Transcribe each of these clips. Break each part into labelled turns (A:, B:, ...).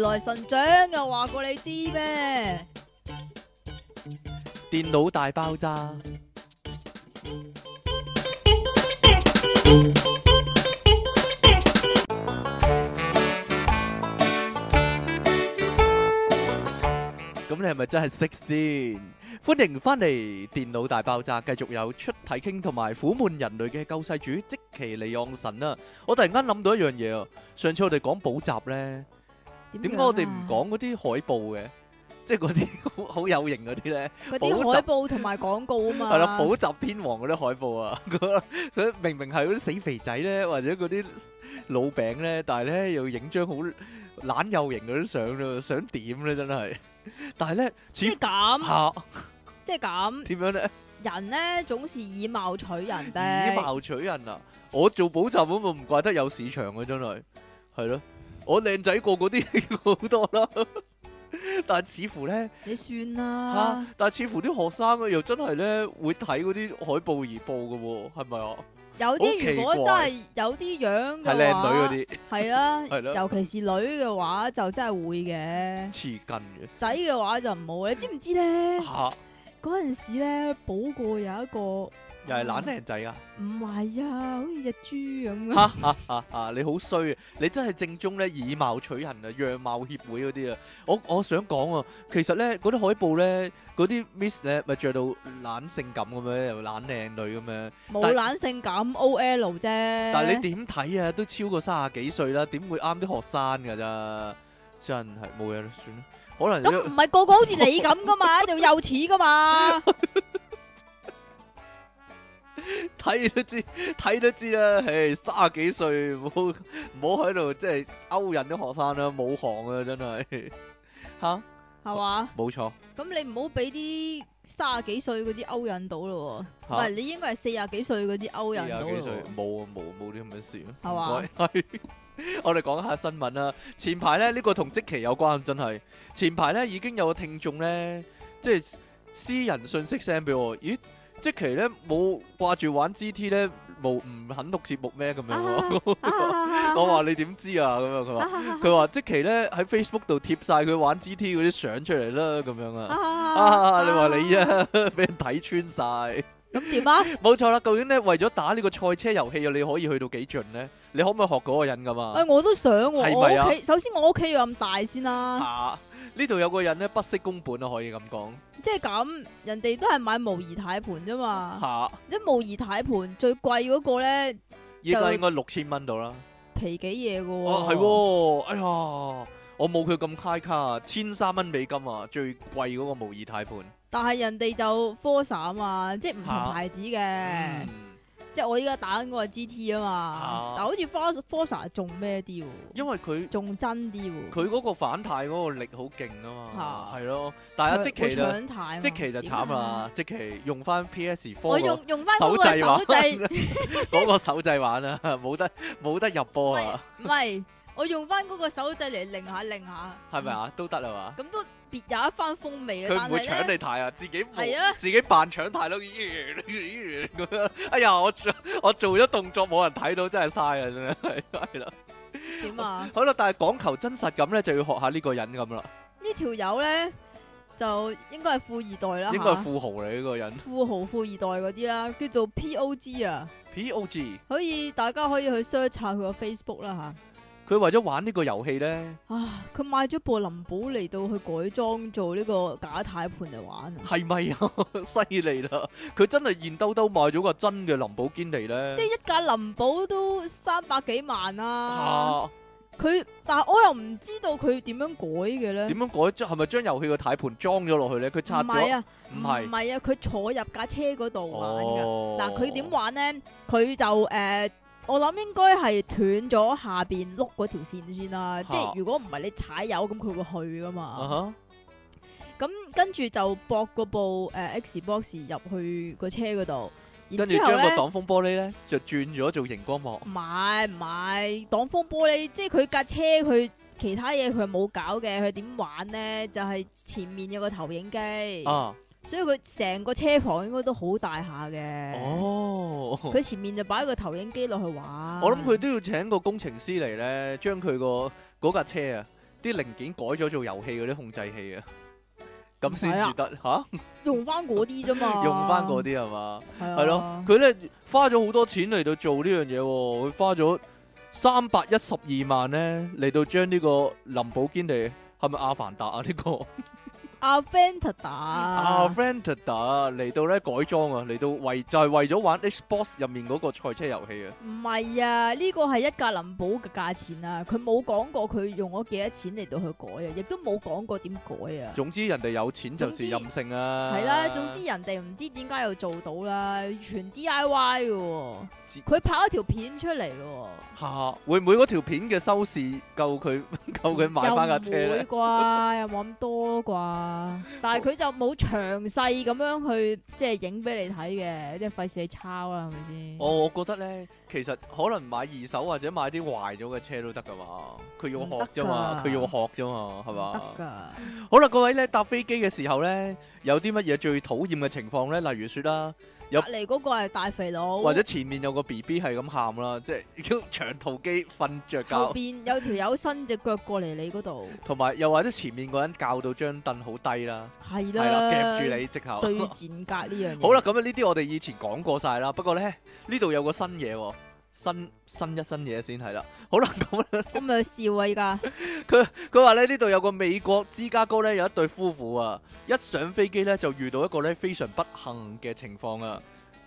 A: 來神掌又話過你知咩？
B: 電腦大爆炸。咁你係咪真係識先？歡迎翻嚟《電腦大爆炸》，繼續有出體傾同埋苦悶人類嘅救世主即其利昂神啊！我突然間諗到一樣嘢啊，上次我哋講補習呢。點
A: 啊
B: 解我哋唔講嗰啲海報嘅？即係嗰啲好好有型嗰啲咧，
A: 嗰啲海報同埋廣告啊嘛？
B: 係啦，補習天王嗰啲海報啊， 佢明明係嗰啲死肥仔咧，或者嗰啲老餅咧，但係咧又影張好懶有型嗰啲相咯，想點咧真係？ 但係咧，
A: 即係
B: 似
A: 咁，
B: 嚇
A: 即係咁，
B: 點樣咧？
A: 人咧總是以貌取人的。
B: 以貌取人啊！我做補習咁，我唔怪得有市場啊，真係係咯，我靚仔過嗰啲 好多啦，但係似乎咧。
A: 你算
B: 吓、
A: 啦，
B: 但係似乎啲學生咧又真係咧會睇嗰啲海報而報嘅喎，係咪啊？
A: 有
B: 好奇
A: 啲如果
B: 怪
A: 真係有啲樣
B: 係
A: 嘅
B: 靚
A: 話，
B: 女嗰啲
A: 係啊，
B: 係咯
A: 尤其是女嘅話就真係會嘅，
B: 黐筋嘅
A: 仔嘅話就唔好。你知唔知咧？
B: 吓，
A: 嗰陣時咧，補過有一個唔
B: 又係懶靚仔啊！
A: 係啊，好似只豬咁嘅。
B: 哈哈哈哈！你好衰啊！你真係正宗咧以貌取人啊，樣貌協會嗰啲啊！我我想講啊，其實咧嗰啲海報咧，嗰啲 Miss 咧咪着到懶性感咁樣，又懶靚女咁樣，
A: 冇懶性感 O L 啫。
B: 但
A: 但
B: 係你點睇啊？都超過三十幾歲啦，點會啱啲學生㗎咋？真係冇嘢啦，算啦，可能
A: 咁唔係個個好似你咁噶 嘛，一定要幼齒噶嘛。
B: 睇都知，睇都知啦。唉，卅幾歲，唔好唔好喺度即係勾引啲學生啦，冇行啊，真係 吓，
A: 係嘛？
B: 冇錯
A: 咁你唔好俾啲三十幾歲嗰啲勾引到咯喎，唔
B: 嚇
A: 係你應該係四十幾歲嗰啲勾引到
B: 四十
A: 咯
B: 幾歲
A: 喎。
B: 冇啊，冇冇啲咁嘅事啊，
A: 係嘛
B: 唔該？係 我哋講下新聞啦。前排咧，呢個同即期有關，真係前排咧已經有個聽眾咧，即係私人信息 send 俾我，咦？即期咧冇掛住玩 GT 咧，冇唔肯錄節目咩咁樣喎？
A: 啊
B: 我話你點知啊？咁樣佢話。
A: 啊
B: 佢話即期咧喺 Facebook 度貼晒佢玩 GT 嗰啲相出嚟啦，咁樣啊。啊！你話你啊， 俾人睇穿晒，
A: 咁點啊？
B: 冇錯啦。究竟咧為咗打呢個賽車遊戲啊，你可以去到幾盡咧？你可唔可以學嗰個人噶嘛？
A: 喂，我都想喎，
B: 係咪啊
A: 我屋企首先我屋企要咁大先啦，
B: 啊！呢度有個人咧不惜工本啊，可以咁講
A: 即係咁，人哋都係買模擬軚盤啫嘛，
B: 嚇，
A: 即係模擬軚盤最貴嗰個咧
B: 依家
A: 就
B: 應該六千蚊到啦。
A: 皮幾嘢嘅喎，
B: 哦，係喎，哎呀，我冇佢咁 high 卡，啊千三蚊美金啊，最貴嗰個模擬軚盤。
A: 但係人哋就 Forza 啊嘛，即係唔同牌子嘅，
B: 嗯
A: 即係我依家打緊嗰個 GT 啊
B: 啊
A: 嘛，但好似 Forza Forza 仲咩啲喎，
B: 因為佢。
A: 仲真啲喎，
B: 佢嗰個反派嗰個力好勁啊嘛，
A: 嚇
B: 係咯。但係阿即
A: 佢
B: 奇
A: 會
B: 就
A: 搶軚啊嘛
B: 即奇就慘，啦，即奇用翻 PS
A: 點啊我
B: Four
A: 用
B: 嗰
A: 用翻嗰個
B: 掣玩
A: 手掣，
B: 嗰個手掣玩啊，冇得冇得入波啊，
A: 唔係我用翻嗰個手掣嚟擰下擰下，
B: 係咪？啊？都得啊嘛，
A: 咁都別有一番風味嘅。
B: 佢唔會
A: 但
B: 搶
A: 係咧，
B: 你太啊，自己冇
A: 係啊
B: 自己扮搶太咯，咁樣。哎呀，我做我做咗動作冇人睇到，真係嘥啊，真係係啦。
A: 點啊？
B: 好啦，但係講求真實感咧，就要學下呢個人咁啦，
A: 呢條友咧就應該係富二代啦，
B: 應該
A: 嚇
B: 係富豪嚟呢個人。
A: 富豪富二代嗰啲啦，叫做 POG 啊，
B: P.O.G.
A: 可以大家可以去 search 下佢個 Facebook 啦
B: 佢為咗玩呢個遊戲咧，
A: 嚇。啊，佢買咗部林寶嚟到去改裝做呢個假軚盤嚟玩啊！
B: 係咪啊？ 犀利啦！佢真係現兜兜買咗個真嘅林寶堅尼咧，
A: 即係一架林寶都三百幾萬啦，
B: 啊
A: 佢、但係我又唔知道佢點樣改嘅咧。
B: 點樣改裝？係咪將遊戲個軚盤裝咗落去咧？佢拆
A: 唔係
B: 咗，
A: 啊，
B: 唔
A: 唔
B: 係
A: 係啊，佢坐入架車嗰度玩㗎。
B: 哦
A: 嗱，佢點玩咧？佢就誒、呃我諗應該係斷咗下邊碌嗰條線先啦。
B: 嚇
A: 即係如果唔係你踩油，咁佢會去噶
B: 啊
A: 嘛。
B: 哈？
A: 咁、跟住就駁嗰部誒、呃 Xbox 入去個車嗰度，然
B: 跟住
A: 之後
B: 將個
A: 咧。
B: 擋風玻璃咧就轉咗做熒光幕
A: 唔係唔係，擋風玻璃即係佢架車佢其他嘢佢係冇搞嘅，佢點玩咧？就係、前面有個投影機，
B: 啊！
A: 所以佢成個車房應該都好大下嘅。
B: 哦，
A: 佢前面就擺個投影機落去玩。
B: 我諗佢都要請個工程師嚟咧，將佢個嗰架車啊。啲零件改咗做遊戲嗰啲控制器啊，咁先
A: 啊
B: 至得吓，
A: 用翻嗰啲啫嘛，
B: 用翻嗰啲係嘛？
A: 係
B: 係咯
A: 啊，，
B: 佢咧花咗好多錢嚟到做呢樣嘢喎，佢花咗三百一十二萬咧嚟到將呢個林寶堅尼係咪阿凡達啊？呢、個
A: 阿 Fanta
B: 阿
A: 打
B: f r a n t a d a 嚟到咧改裝啊，嚟到為就係、為咗玩 Xbox 入面嗰個賽車遊戲啊，
A: 唔係啊，呢個係一架林寶嘅價錢啊，佢冇講過佢用咗幾多錢嚟到去改啊，亦都冇講過點改啊。
B: 總之人哋有錢就是任性啊，
A: 係啦，總之人哋唔知點解又做到啦，全 D I Y 嘅喎
B: 自，
A: 佢拍咗條片出嚟嘅喎，
B: 嚇、會唔會嗰條片嘅收視夠佢 夠佢買翻架車
A: 又唔會
B: 咧？
A: 啩，又冇咁多啩，但係佢就冇詳細咁樣去即係影俾你睇嘅，即係費事你抄啦，係咪先？
B: 我我覺得咧，其實可能買二手或者買啲壞咗嘅車都得噶嘛，佢要學啫嘛，
A: 唔
B: 佢
A: 嗯得㗎嗯
B: 要學啫嘛，係嘛？
A: 得㗎，
B: 好啦，各位咧搭飛機嘅時候咧，有啲乜嘢最討厭嘅情況咧？例如說啦，有
A: 隔離嗰個係大肥佬，
B: 或者前面有個 B B 係咁喊啦，即係 長途機瞓着
A: 後
B: 覺，
A: 邊有條友伸只腳過嚟你嗰度，
B: 同埋又或者前面個人教到張凳好低啦，
A: 係
B: 係啦
A: 啦，
B: 夾住你直 頭。
A: 最賤格呢樣嘢。
B: 好啦，咁啊呢啲我哋以前講過晒啦，不過咧呢度有個新嘢喎，新新一新嘢先係啦。好啦，咁呢
A: 我咪去笑啊依家，
B: 佢話咧呢度有個美國芝加哥咧有一對夫婦啊，一上飛機咧就遇到一個咧非常不幸嘅情況啊！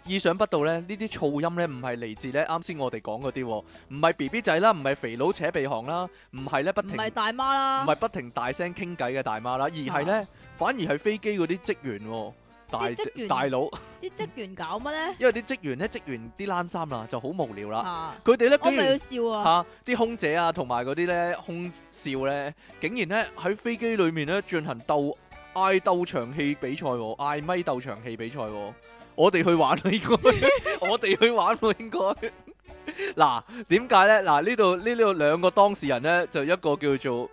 B: 意想不到咧，呢啲噪音咧唔係嚟自咧啱先我哋講嗰啲喎，唔係 B B 仔啦，唔係肥佬扯鼻鼾啦，唔係咧不
A: 唔
B: 停
A: 係大媽啦
B: 唔，係不停大聲傾偈嘅大媽啦，而係咧
A: 啊
B: 反而係飛機嗰啲職員喎，大
A: 啲職員
B: 大佬，
A: 啲職員搞乜咧？
B: 因為啲職員咧職員啲冷衫啦就好無聊啦，
A: 啊！
B: 佢哋咧
A: 我
B: 居
A: 咪
B: 然
A: 要。笑啊！
B: 吓啲空姐啊，同埋嗰啲咧空少咧，竟然咧喺飛機裏面咧進行鬥嗌鬥長氣比賽喎、嗌咪鬥長氣比賽喎、我哋去玩咯，應該我哋去玩咯，應該。嗱，點解咧？嗱，呢度呢度兩個當事人咧，就一個叫做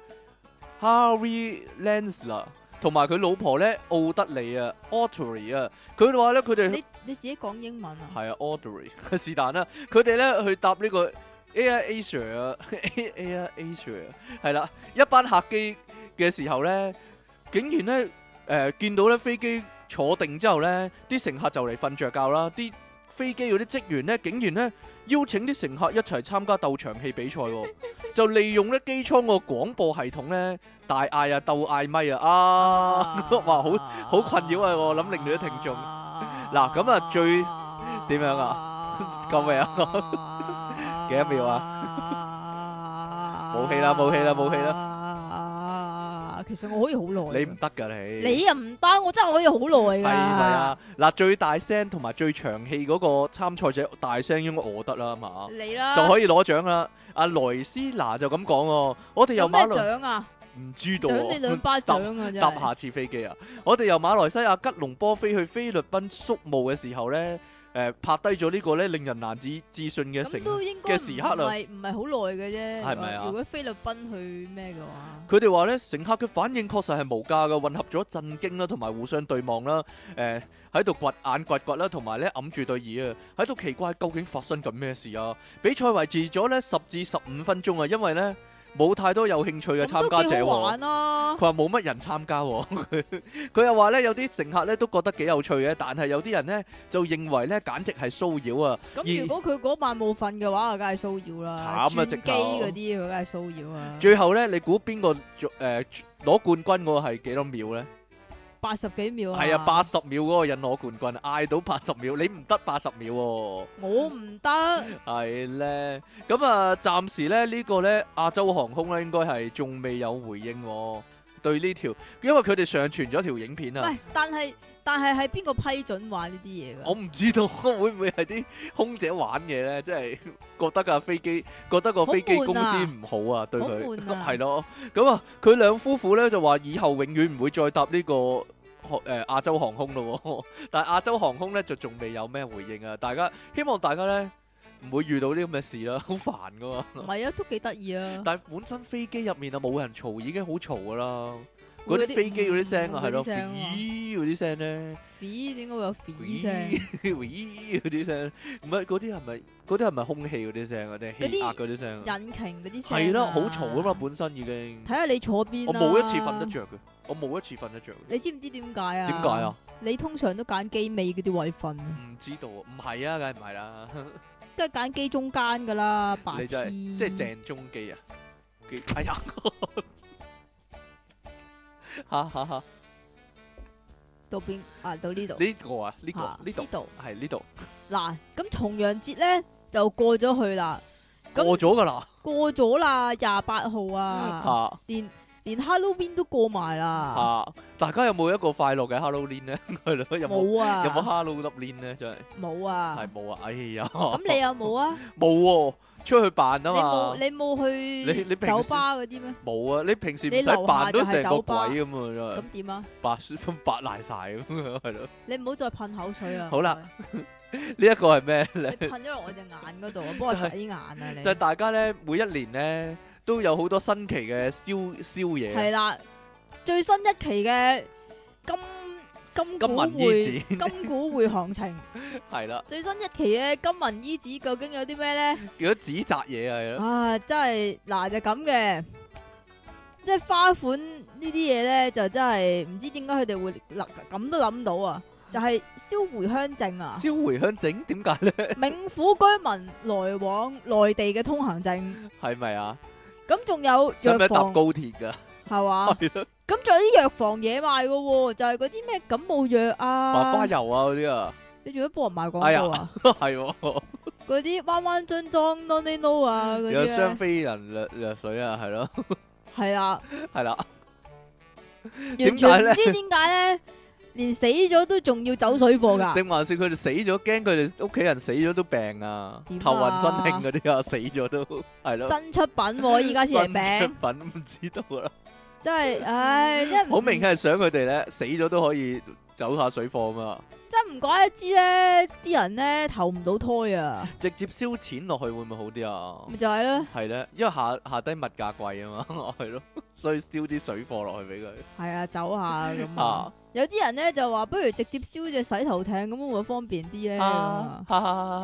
B: Harry Lansler，同埋佢老婆咧奧德利啊 a u d r e y 啊，佢話咧佢哋
A: 你你自己講英文啊？
B: 係啊 a u d r e y 是但啦，佢哋咧去搭呢個 Air Asia 啊，Air Asia 係啦，一班客機嘅時候咧，竟然咧誒、呃、見到咧飛機坐定之後咧，啲乘客就嚟瞓着覺啦，啲飛機嗰啲職員咧竟然咧邀請啲乘客一齊參加鬥長戲比賽喎、 就利用咧機艙個廣播系統咧大嗌啊鬥嗌咪啊啊， 哇好！好困擾啊我諗令到啲聽眾嗱
A: 嗱
B: 咁啊最點樣
A: 啊
B: 夠未
A: 啊
B: 幾多秒
A: 啊
B: 冇氣啦冇氣啦冇氣
A: 啦！其實我可以好耐
B: 你
A: 㗎
B: 唔，得㗎你。
A: 你又唔得，我真係可以好耐㗎。
B: 係咪啊？嗱，最大聲同埋最長氣嗰個參賽者大聲應該我得啦嘛，
A: 你啦，
B: 就可以攞獎啦。阿萊斯娜就咁講喎，我哋由
A: 有咩
B: 馬來
A: 獎啊？
B: 唔知道
A: 獎你兩
B: 喎，
A: 巴掌啊！真
B: 搭
A: 係
B: 下次飛機啊！我哋由馬來西亞吉隆坡飛去菲律賓宿務嘅時候呢，誒拍低咗呢個咧令人難以置信嘅成
A: 咁。都應該
B: 嘅時刻啦
A: 唔係唔係好耐嘅啫。
B: 係咪啊
A: 如果菲律賓去咩嘅話，
B: 佢哋話咧，乘客嘅反應確實係無價嘅，混合咗震驚啦，同埋互相對望啦，誒喺度掘眼掘掘啦，同埋咧揞住對耳啊，喺度奇怪究竟發生緊咩事啊？比賽維持咗咧十至十五分鐘啊，因為咧冇太多有興趣嘅參
A: 咁都
B: 加者
A: 幾好
B: 喎。
A: 玩啊
B: 佢！話冇乜人參加喎， 佢佢又話咧有啲乘客咧都覺得幾有趣嘅，但係有啲人咧就認為咧簡直係騷擾啊！
A: 咁如果佢嗰晚冇瞓嘅話，就梗係騷擾啦。
B: 慘啊
A: 轉機
B: 直頭
A: 嗰啲，佢梗係騷擾啊。
B: 最後咧，你估邊個做誒攞冠軍嗰個係幾多秒咧？
A: 八十幾秒啊！
B: 係啊，八，十秒嗰個人攞冠軍，嗌到八十秒，你唔得八十秒喎、
A: 我唔 得。
B: 係咧。咁啊，暫時咧呢、個咧亞洲航空咧應該係仲未有回應喎、對呢條，因為佢哋上傳咗條影片啊。
A: 喂，但係但係係邊個批准玩呢啲嘢
B: 我
A: 㗎？
B: 唔知道會唔會係啲空姐玩嘢咧，即係覺得架飛機覺得個飛機公司唔好啊，對
A: 好
B: 佢
A: 悶啊
B: 係咯。咁啊，佢兩夫婦咧就話以後永遠唔會再搭呢、個航誒亞洲航空咯喎、 但係亞洲航空咧就仲未有咩回應啊！大家希望大家咧唔會遇到呢咁嘅事啦， 好煩噶嘛。
A: 唔係啊，都幾得意啊！
B: 但係本身飛機入面啊冇人嘈已經好嘈噶啦，嗰啲
A: 嗰啲
B: 飛機嗰啲聲啊，係咯，
A: 嗰啲聲啊
B: 咦嗰啲聲咧，
A: 咦，點解會有
B: 咦
A: ฝี聲？
B: 咦嗰啲聲，唔係嗰啲係咪嗰啲係咪空氣嗰啲聲啊？定係
A: 嗰啲
B: 氣壓嗰啲聲啊？
A: 引擎嗰啲聲
B: 係啦，好嘈啊嘛，！本身已經。
A: 睇下你坐邊
B: 我
A: 啦
B: 冇一次瞓得。着嘅，我冇一次瞓得着嘅。
A: 你知唔知點解啊？
B: 點解啊？？
A: 你通常都揀機尾嗰啲位瞓，
B: 唔知道啊，唔係啊，梗係唔係啦。
A: 梗係揀機中間噶啦，白痴
B: 你真係。即係鄭中基啊，幾哎 呀，哈哈哈！
A: 到邊啊？到呢度
B: 呢個啊，呢個
A: 啊
B: 呢度
A: 度
B: 係呢度
A: 嗱，咁重陽節咧就過咗去啦，咁
B: 過咗㗎啦，
A: 過咗啦，廿八號啊，
B: 嚇
A: 連連 Halloween 都過埋啦，
B: 嚇！大家有冇一個快樂嘅 Halloween 咧？係咯，啊有冇
A: 冇啊，
B: 有冇 Halloween 咧？真係
A: 冇啊
B: 係？冇啊！哎呀，
A: 咁你有冇啊？
B: 冇喎，出去扮
A: 你
B: 啊
A: 冇
B: 嘛
A: 你，冇
B: 你
A: 去
B: 你平
A: 酒
B: 時
A: 吧嗰啲咩？
B: 冇啊！你平時唔
A: 你
B: 使
A: 樓
B: 扮
A: 下
B: 都
A: 就
B: 成
A: 係
B: 個
A: 酒
B: 鬼
A: 吧
B: 咁
A: 咁
B: 啊！
A: 點啊？
B: 真係白白賴晒咁啊，係咯。
A: 你唔好再噴口水啊啦。
B: 好啦
A: 唔該，
B: 呢一個係咩 咧？
A: 你噴咗落我隻眼嗰度 啊，幫我洗眼啊你。
B: 就係大家咧，每一年咧都有好多新奇嘅宵宵夜啊。
A: 係啦，最新一期嘅金金
B: 金
A: 股
B: 文
A: 匯
B: 依子
A: 金股匯行情，
B: 係啦，
A: 最新一期嘅金文依子究竟有啲咩咧？
B: 如果指責嘢係咯，
A: 啊，真係嗱就咁嘅，即係花款呢啲嘢咧，就真係唔知點解佢哋會嗱咁都諗到啊！就係燒回鄉證啊，
B: 燒回鄉證點解 咧？
A: 冥府居民來往內地嘅通行證，
B: 係咪啊？
A: 咁仲有
B: 使
A: 藥
B: 唔使搭
A: 房啊
B: 高鐵㗎？
A: 係 嘛？
B: 係咯，
A: 咁仲有啲藥房嘢賣嘅喎，就係嗰啲咩感冒藥
B: 麻花
A: 啊，
B: 油啊嗰啲啊，
A: 你做咩幫人賣
B: 哎
A: 廣
B: 呀
A: 告啊？
B: 係喎，
A: 嗰啲彎彎樽裝 n o n y no 啊嗰啲
B: 有雙
A: 咧，
B: 飛人掠掠水啊，係咯，
A: 係啦，
B: 係啦，
A: 完
B: 點解
A: 全
B: 咧
A: 唔知點解咧，連死咗都仲要走水貨 㗎。
B: 定還是佢哋死咗，驚佢哋屋企人死咗都病啊，
A: 點啊
B: 頭暈身慶嗰啲啊， 死咗都係咯，
A: 新出品喎，依家先嚟
B: 新
A: 餅，
B: 出品唔知道啦，
A: 真係，唉，真係唔
B: 好明，顯係想佢哋咧死咗都可以走下水貨啊嘛。
A: 真係唔怪得知咧，啲人咧投唔到胎啊，
B: 直接燒錢落去會唔會好啲啊？
A: 咪就係咯，
B: 係咧，因為下下低物價貴啊嘛， 係咯，所以燒啲水貨落去俾佢。
A: 係啊，走下咁
B: 啊
A: 啊，有啲人咧就話不如直接燒隻洗頭艇咁會唔會方便啲咧？
B: 啊
A: 啊
B: 哈哈哈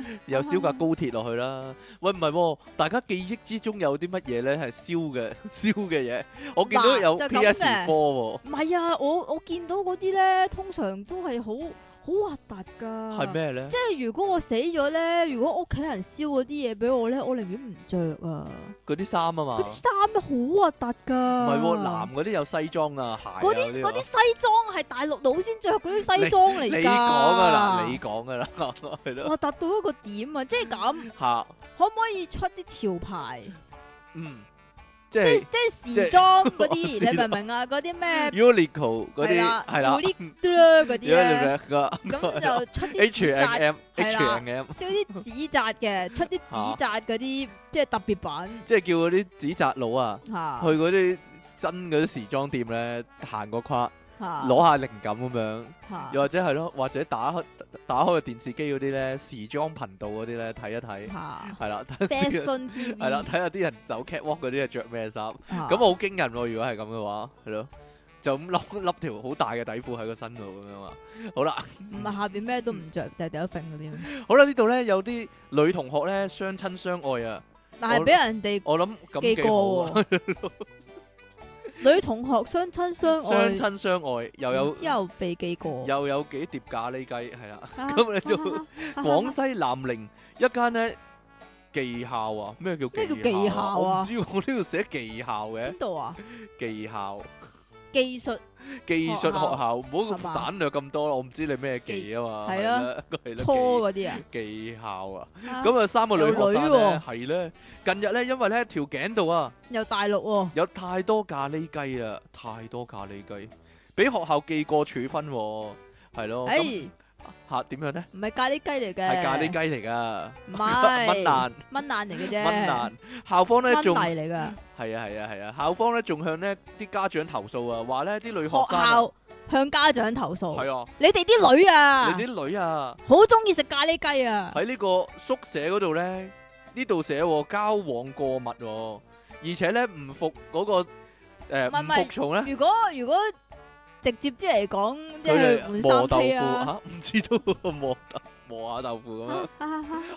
B: 哈！又燒架高鐵落去啦。喂，唔係喎，大家記憶之中有啲乜嘢咧係燒嘅 燒嘅嘢？我見到
A: 嗱
B: 有
A: 就咁
B: PS
A: 嘅
B: 科喎，
A: 唔係啊，我我見到嗰啲咧，通常都係好好核突噶。
B: 係？咩咧
A: 即？係如果我死咗咧，如果屋企人燒嗰啲嘢俾我咧，我寧願唔着啊！
B: 嗰啲衫啊嘛
A: 嗰，啲衫都好核突
B: 唔
A: 噶。
B: 係喎，男嗰啲有西裝啊、鞋啊
A: 嗰啲
B: 啲
A: 嗰
B: 喎
A: 啲。西裝係大陸佬先着嗰啲西裝嚟㗎。
B: 你講噶啦，你講噶啦， 係咯
A: 我達到一個點啊！即係咁，
B: 嚇，
A: 可唔可以出啲潮牌？
B: 嗯，即
A: 即係
B: 係
A: 即
B: 即
A: 係
B: 係
A: 時裝嗰
B: 我
A: 啲，
B: 知
A: 你明
B: 啦
A: 唔明啊？嗰啲咩
B: Uniqlo
A: 係
B: 嗰啲
A: 啦
B: 係啦。
A: 嗰啲 咧，
B: Uniqlo
A: 咁就出啲
B: H
A: 紙
B: and
A: 紮
B: M
A: 係
B: H
A: 啦
B: and M，
A: 燒啲紙紮嘅，出啲紙紮嗰啲即係特別品
B: 即係叫嗰啲紙紮佬啊，
A: 嚇
B: 去嗰啲新嗰啲時裝店咧行個跨，
A: 嚇
B: 攞下靈感咁樣，
A: 嚇
B: 又或者係咯，或者打開打開個電視機嗰啲咧時裝頻道嗰啲咧睇 一睇，
A: 嚇
B: 係啦，睇下啲人
A: fashion TV
B: 係啦，睇下啲人走 catwalk 嗰啲係着咩衫，
A: 嚇
B: 咁好驚人喎！如果係咁嘅話，係咯。就咁笠 笠條好大嘅底褲喺個身度咁樣啊！好啦，
A: 唔係下邊咩都唔着，就係掉揈嗰啲，
B: 好啦，呢度咧有啲女同學咧相親相愛啊！
A: 但係俾人哋
B: 我諗咁
A: 記
B: 幾好啊
A: 過喎。女同學相親相
B: 相
A: 愛，
B: 親相愛，又有
A: 之後被記過，
B: 又有幾碟咖喱雞，係啦。
A: 啊
B: 咁你就
A: 啊啊啊
B: 廣西南寧一間咧技校啊，咩叫
A: 咩叫
B: 技
A: 技
B: 校
A: 校
B: 啊？
A: 啊
B: 我唔知喎我呢度寫技校嘅
A: 邊度啊？
B: 技校
A: 技術
B: 技術
A: 學校
B: 學校，唔好
A: 係
B: 咁
A: 嘛
B: 省略咁多啦。我唔知你咩技啊嘛，
A: 技
B: 係啦， 係啦
A: 初嗰啲啊，
B: 技技校啊。
A: 啊
B: 咁啊，三個女學
A: 有
B: 生
A: 女
B: 咧
A: 喎
B: 係咧，近日咧因為咧條頸度啊。
A: 又大陸喎，
B: 有太多咖喱雞啦，太多咖喱雞，俾學校記過處分喎，係咯。咁
A: 誒
B: 嚇點樣咧？
A: 唔係咖喱雞嚟嘅，
B: 係咖喱雞嚟噶，
A: 唔係
B: 蚊蛋
A: 蚊蛋嚟嘅啫，
B: 蚊蛋。校方咧
A: 蚊
B: 仲
A: 泥嚟㗎。
B: 係啊係啊係啊，校方咧仲向呢啲家長投訴啊，話咧啲女學
A: 學
B: 生啊
A: 校向家長投訴，
B: 係
A: 你哋啲女
B: 啊，
A: 啊
B: 你，啲女啊
A: 好中意食咖喱雞啊，
B: 喺呢個宿舍嗰度咧，呢度寫喎交往過密喎，而且咧唔服嗰個诶
A: 唔係唔
B: 唔
A: 係
B: 服從咧？
A: 如果如果直接啲嚟講，即
B: 佢
A: 係
B: 哋
A: 換
B: 磨
A: 三
B: 豆
A: P
B: 腐
A: 啊，
B: 吓，唔知道磨豆磨下豆腐咁 樣，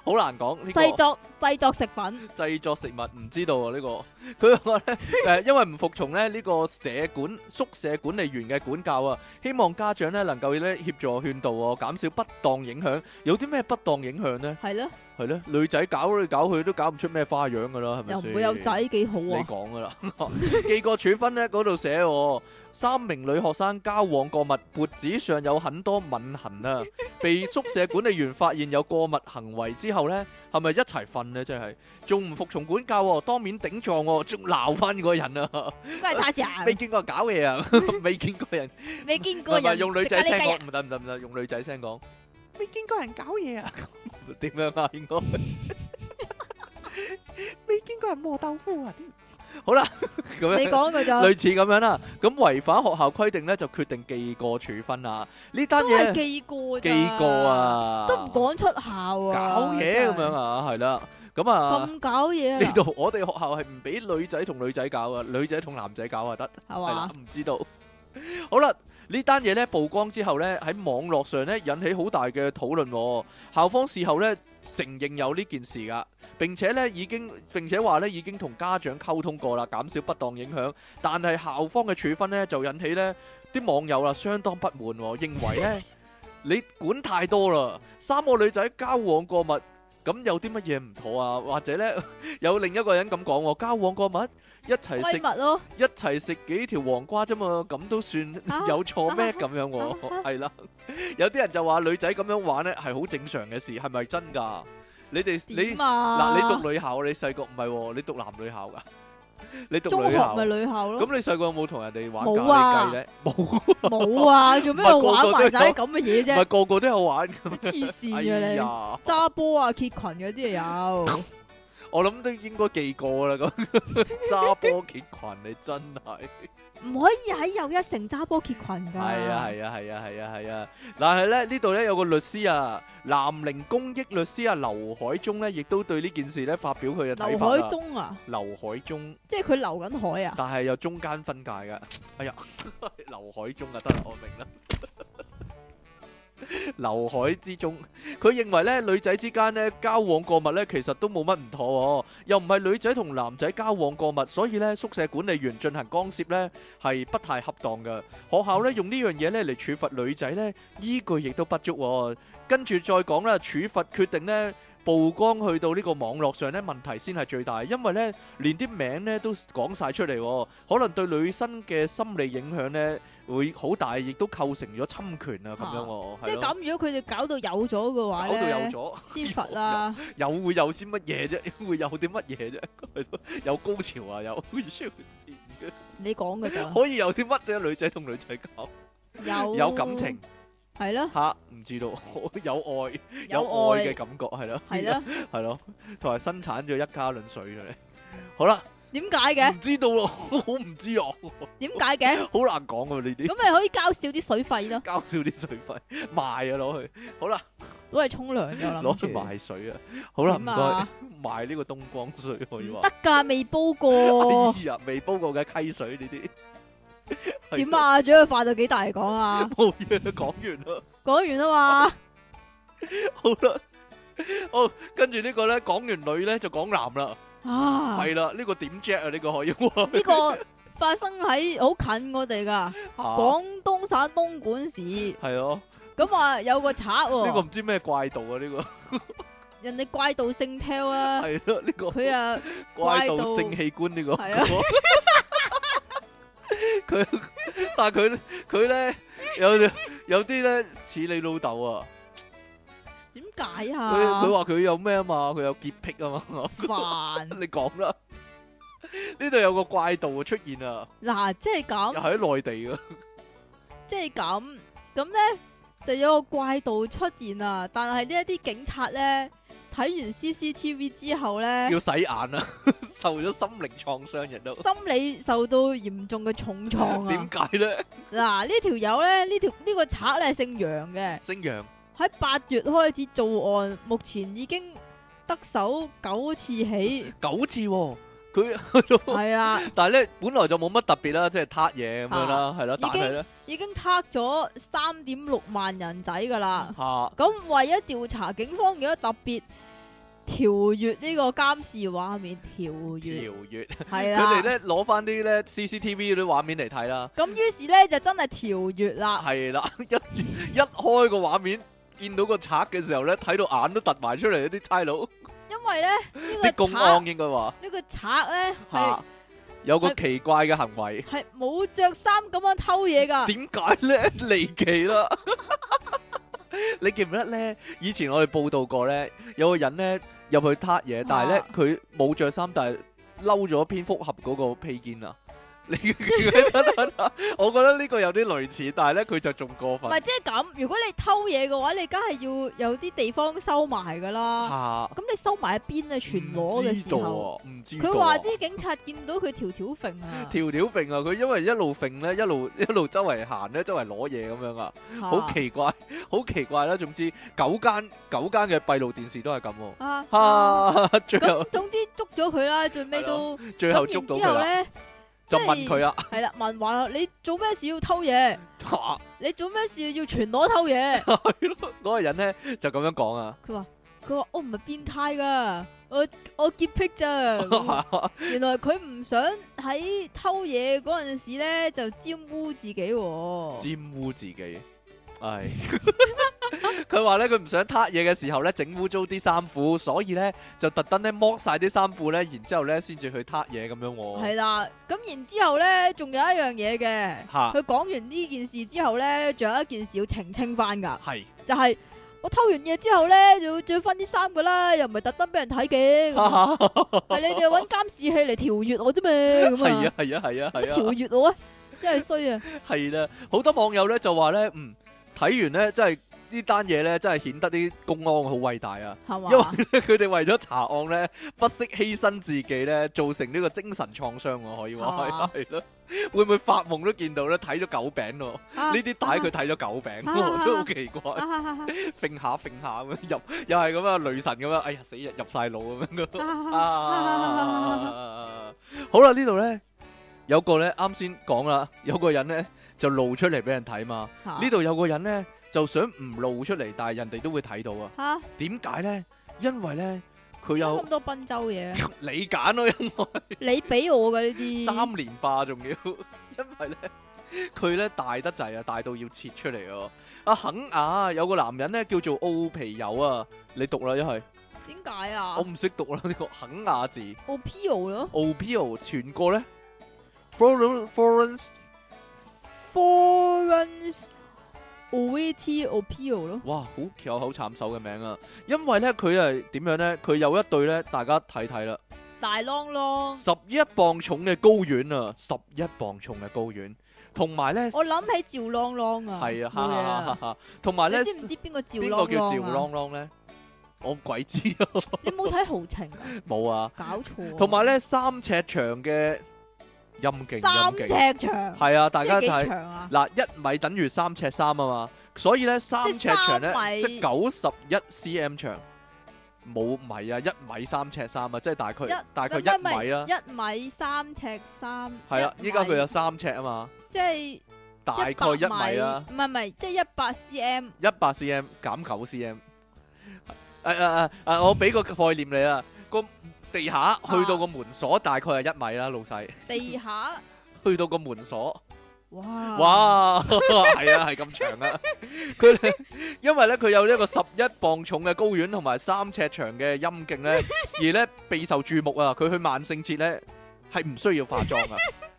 B: 好難講呢個
A: 製作製作食品，
B: 製作食物唔知道啊呢個。 佢話咧诶，誒因為唔服從咧呢個社管宿舍管理員嘅管教啊，希望家長咧能夠咧協助勸導啊，減少不當影響。有啲咩不當影響咧？
A: 係咯，
B: 係咧，女仔搞嚟搞去都搞唔出咩花樣噶啦，係咪
A: 又
B: 先
A: 唔會有仔幾好
B: 你
A: 啊，
B: 講噶啦， 記過處分呢嗰度寫喎，三名女學生交往過密，脖子上有很多吻痕 啊！被宿舍管理員發現有過密行為之後呢，係咪一齊瞓呢？真係仲唔服從管教喎、當面頂撞喎、仲鬧翻嗰個人啊！
A: 梗係差事 啊
B: 未，見過搞嘢啊！ 未見過人，
A: 未見
B: 唔
A: 過
B: 係
A: 人
B: 用女
A: 食
B: 仔
A: 咖喱
B: 聲
A: 雞啊，
B: 講，唔得唔得唔得，用女仔聲講，未見過人搞嘢啊！ 點樣啊？應該未見過人磨豆腐啊！好啦，咁樣
A: 你講佢就
B: 類似咁樣啦。咁違反學校規定咧，就決定記過處分啦。呢單
A: 都係
B: 嘢
A: 記過咋
B: 記過，啊，
A: 都唔講出校啊，
B: 搞嘢咁樣
A: 啊，
B: 啊，係啦。咁啊，
A: 咁搞嘢啊
B: 呢，度我哋學校係唔俾女仔同女仔搞噶，女仔同男仔搞啊得，
A: 係
B: 係啦
A: 嘛，？
B: 唔知道。 好啦。呢單嘢咧曝光之後咧，喺網絡上咧引起好大嘅討論、喎。校方事後咧承認有呢件事噶，並且咧已經並且話咧已經同家長溝通過啦，減少不當影響。但係校方嘅處分咧就引起咧啲網友啦相當不滿、喎，認 為咧你管太多啦，三個女仔交往過密。咁有啲乜嘢唔妥啊？或者咧， 有另一個人咁講喎，交往過密一齊食
A: 閨蜜咯，
B: 一齊食幾條黃瓜啫嘛，咁都算
A: 啊
B: 有錯咩？咁樣
A: 啊
B: 喎，係啦。 有啲人就話女仔咁樣玩咧係好正常嘅事，係咪真㗎？你哋你
A: 點啊？
B: 嗱，你讀女校，你細個唔係喎，你讀男女校㗎， 你讀
A: 中
B: 女
A: 學
B: 校
A: 咪。女校咯，
B: 咁你細個有冇同人哋玩
A: 冇
B: 咖
A: 啊
B: 喱雞咧？冇，
A: 冇 啊，做咩要玩埋晒啲咁嘅嘢
B: 唔係
A: 啫？
B: 個個都有 玩。
A: 黐線
B: 哎
A: 嘅你，
B: 呀！
A: 揸波啊、揭裙嗰啲 啊有。
B: 我諗都應該記過啦，咁 揸波結群你真係，
A: 唔可以喺又一城揸波揭裙噶。
B: 係啊係啊係啊係啊係啊！但係咧呢度咧有個律師啊，南寧公益律師啊劉海中咧，亦都對呢件事咧發表佢嘅睇
A: 劉
B: 法啦
A: 海。中啊，
B: 劉海中，
A: 即係佢流緊海啊，
B: 但係有中間分界嘅。 哎呀，劉海中啊，得啦，我 明啦。劉海之中，佢認為咧女仔之間咧交往過密咧，其實都冇乜唔妥、喎，又唔係女仔同男仔交往過密，所以咧宿舍管理員進行干涉咧係不太恰當嘅。學校咧用呢樣嘢咧嚟處罰女仔咧，依據亦都不足、喎。跟住再講啦，處罰決定咧曝光去到呢個網絡上咧問題先係最大，因為咧連啲名咧都講晒出嚟、喎，可能對女生嘅心理影響咧會好大，亦都構成咗侵權啊咁樣、喎。
A: 即
B: 係
A: 係
B: 咯
A: 咁。如果佢哋搞到有咗嘅話
B: 搞到有
A: 咧，
B: 咗，
A: 先罰啦。
B: 有會有啲乜嘢啫？會有啲乜嘢啫？ 係咯有高潮啊，有
A: 你講嘅咋？
B: 可以有啲乜啫？女仔同女仔搞
A: 有
B: 有感情
A: 係咯，
B: 吓，唔知道 有愛有
A: 有
B: 愛
A: 愛
B: 嘅啊感覺係咯，
A: 係咯。
B: 係咯，同埋生產咗一家論水出嚟。好啦，
A: 點解嘅？
B: 唔知道 咯，我唔知啊，
A: 點解嘅？
B: 好難講啊呢啲。
A: 咁咪可以交少啲水費咯，
B: 交少啲水費，賣啊攞去，好啦，
A: 攞嚟沖涼㗎我
B: 攞
A: 諗住
B: 去。賣水啊，好啦，唔
A: 點啊
B: 該， 賣呢個東江水可以
A: 唔
B: 話。
A: 得㗎，未煲過。
B: 哎呀，未煲過嘅溪水呢啲，係
A: 點？啊？仲要快到幾大嚟講啊？
B: 冇嘢啦，講完啦，
A: 講完啊嘛，
B: 好啦，哦，跟住呢個咧，講完女咧就講男啦，
A: 啊，
B: 係啦，呢個點 jack 啊？呢個可以
A: 呢個發生喺好近我哋
B: 啊
A: 㗎。
B: 講
A: 廣東省東莞市，
B: 係咯，
A: 咁啊有個賊喎、
B: 呢個唔知咩怪盜啊？呢 個
A: 人哋怪盜姓 Tel 啊，
B: 係咯，呢個
A: 佢啊怪
B: 怪
A: 盜
B: 盜性器官呢個，
A: 係啊
B: 佢但係佢佢咧有有啲咧似你老豆啊，
A: 點解
B: 佢
A: 啊？
B: 佢話佢有咩啊嘛，佢有潔癖啊嘛。
A: 煩
B: 你講啦，呢度有個怪盜啊出現啊，
A: 嗱，即係
B: 又
A: 咁，
B: 喺內地啊噶，
A: 即係咁，咁咧就有個怪盜出現啊！但係呢一啲警察咧睇完 CCTV 之後咧，
B: 要洗眼啊， 受咗心靈創傷亦都。
A: 心理受到嚴重嘅重創
B: 點
A: 啊！
B: 解咧？
A: 嗱，呢條友咧，呢條呢個賊咧係姓楊嘅。
B: 星陽
A: 喺八月開始做案，目前已經得手九次起，
B: 九次喎，佢
A: 系啦，
B: 但係咧本來就冇乜特別啦，即係挞嘢咁樣啦，係啦，
A: 已
B: 但係
A: 經
B: 咧
A: 已經挞咗三點六萬人仔噶啦。
B: 吓
A: 咁為咗調查，警方而家特別調阅呢個監視畫面，調阅
B: 條月，
A: 係
B: 佢
A: 啦。
B: 哋咧攞翻啲咧 CCTV 嗰啲畫面嚟睇啦。
A: 咁於是咧就真係調阅啦，
B: 係啦， 一一開個畫面，見到個賊嘅時候咧，睇到眼都突埋出嚟，啲差佬、
A: 因為咧呢
B: 啲
A: 個
B: 公
A: 啊賊
B: 安應該話
A: 呢個賊咧係
B: 吓有個奇怪嘅行為，
A: 係冇着衫咁樣偷嘢 噶，
B: 點解咧離奇啦？ 你記唔記得咧？以前我哋報道過咧，有個人咧入去挞嘢，但係咧
A: 啊
B: 佢冇着衫，但係嬲咗蝙蝠俠嗰個披肩啊！ 你記唔記得 我覺得呢個有啲類似，但係咧佢就仲過
A: 唔
B: 分
A: 係即係咁。如果你偷嘢嘅話，你梗係要有啲地方收埋噶啦。
B: 吓。
A: 咁你收埋喺邊啊？全裸嘅時候，
B: 唔知道啊，唔知道啊。
A: 佢話啲警察見到佢條條揈啊，
B: 條條揈啊，佢因為一路揈呢，一路- 一路周圍行呢，周圍攞嘢咁樣啊，
A: 嚇
B: 好奇怪，好奇怪啦，總之九間-九間嘅閉路電視都係咁喎。
A: 啊
B: 哈，
A: 啊
B: 最後-
A: 咁總之捉咗佢啦，最尾都咁然之後
B: 最後捉到佢啦，
A: 咧，
B: 就
A: 即係-
B: 問佢啊，
A: 係啦，問話你做咩事要偷嘢？ 你做咩事要全裸偷嘢？
B: 嗰個人呢，就咁樣講啊，
A: 佢話佢話我唔係變態噶，我我潔癖 咋。咁原來佢唔想喺偷嘢嗰陣時咧就沾污自己喎。
B: 沾污自己。唉。 佢話呢，佢唔想撻嘢嘅時候呢，整污糟啲衫褲，所以呢，就特登呢，剝晒啲衫褲呢，然之後呢，先至去撻嘢咁樣喎。
A: 係啦，咁然之後咧，仲有一樣嘢嘅。
B: 嚇，
A: 佢講完呢件事之後咧，仲有一件事要澄清翻噶，
B: 係。
A: 就係我偷完嘢之後咧，就要着翻啲衫噶啦，又唔係特登俾人睇嘅， 咁啊係你哋揾監視器嚟調阅我啫嘛，咁
B: 係
A: 啊，
B: 啊係啊係啊
A: 乜
B: 係
A: 調
B: 啊，
A: 阅我啊，真係衰啊！
B: 係啦、好多網友咧就話咧，嗯，睇完咧真係呢單嘢咧真係顯得啲公安好偉大啊！
A: 係嘛？
B: 因為咧佢哋為咗查案咧，不惜犧牲自己咧，造成呢個精神創傷我可以話
A: 啊
B: 係係咯。會唔會發夢都見到咧？睇咗狗餅咯，呢
A: 啊
B: 啲帶佢睇咗狗餅
A: 啊
B: 喎，
A: 啊
B: 都好奇怪，
A: 啊啊啊
B: 揈下揈下咁樣入，又係咁樣女神咁樣，哎呀死日入晒腦咁樣 咯。
A: 啊啊
B: 啊！好啦，呢度咧有個咧啱先講啦，有個人咧就露出嚟俾人睇嘛。
A: 啊
B: 呢度有個人咧就想唔露出嚟，但係人哋都會睇到啊。
A: 吓，
B: 點解咧？因為咧
A: 點
B: 佢
A: 解
B: 有
A: 咁多賓州嘢咧，
B: 你揀咯，因為
A: 你俾我嘅呢啲
B: 三連霸仲要， 因為咧佢咧大得滯啊，大到要切出嚟啊！阿肯雅有個男人咧叫做奧皮友啊，你讀啦，一係
A: 點解啊
B: 我唔識讀啦呢個肯雅字。
A: 我 P O 咯
B: OPO 傳過咧 f o r e i g n Florence
A: ，Foreign O V T O P O 咯，
B: 哇，好翹口慘手嘅名啊！因為咧佢係點樣咧？佢有一對咧，大家睇睇啦，
A: 大啷啷。
B: 十一磅重嘅睾丸啊，十一磅重嘅睾丸，同埋咧，
A: 我諗起趙啷啷啊，
B: 係啊，哈
A: 冇嘢
B: 哈哈
A: 啦。
B: 哈，同埋咧
A: 你，知唔知邊個趙
B: 邊
A: 啷
B: 個叫趙
A: 啷啊？
B: 啷啷咧？我鬼知啊，
A: 你冇睇豪情啊？
B: 冇啊！
A: 搞錯啊。
B: 同埋咧，三尺長嘅陰莖，
A: 三
B: 陰莖
A: 尺長，
B: 係啊，大
A: 即
B: 家
A: 係幾
B: 睇。
A: 長啊？
B: 嗱，一米等於三尺三啊嘛，所以咧三尺長咧
A: 三米
B: 即九十一 cm 長，冇米啊，一米三尺三啊，即係大概
A: 一
B: 大概
A: 唔係
B: 一米啦，
A: 一米三尺三。
B: 係啦，
A: 一米
B: 依家佢有三尺啊嘛，
A: 即係
B: 大概一米啊啦，
A: 唔係唔係，即係一百 cm。
B: 一百 cm 減九 cm，誒誒誒誒，我俾個概念你啊，個地下去到個門鎖大概係一米啦，老細，
A: 地下，
B: 去到個門鎖。
A: 哇！！
B: 哇，係啊，係咁長啊！佢呢因為咧佢有一個十一磅重嘅睾丸同埋三尺長嘅陰莖咧，而咧備受注目啊！佢去萬聖節咧係唔需要化妝啊，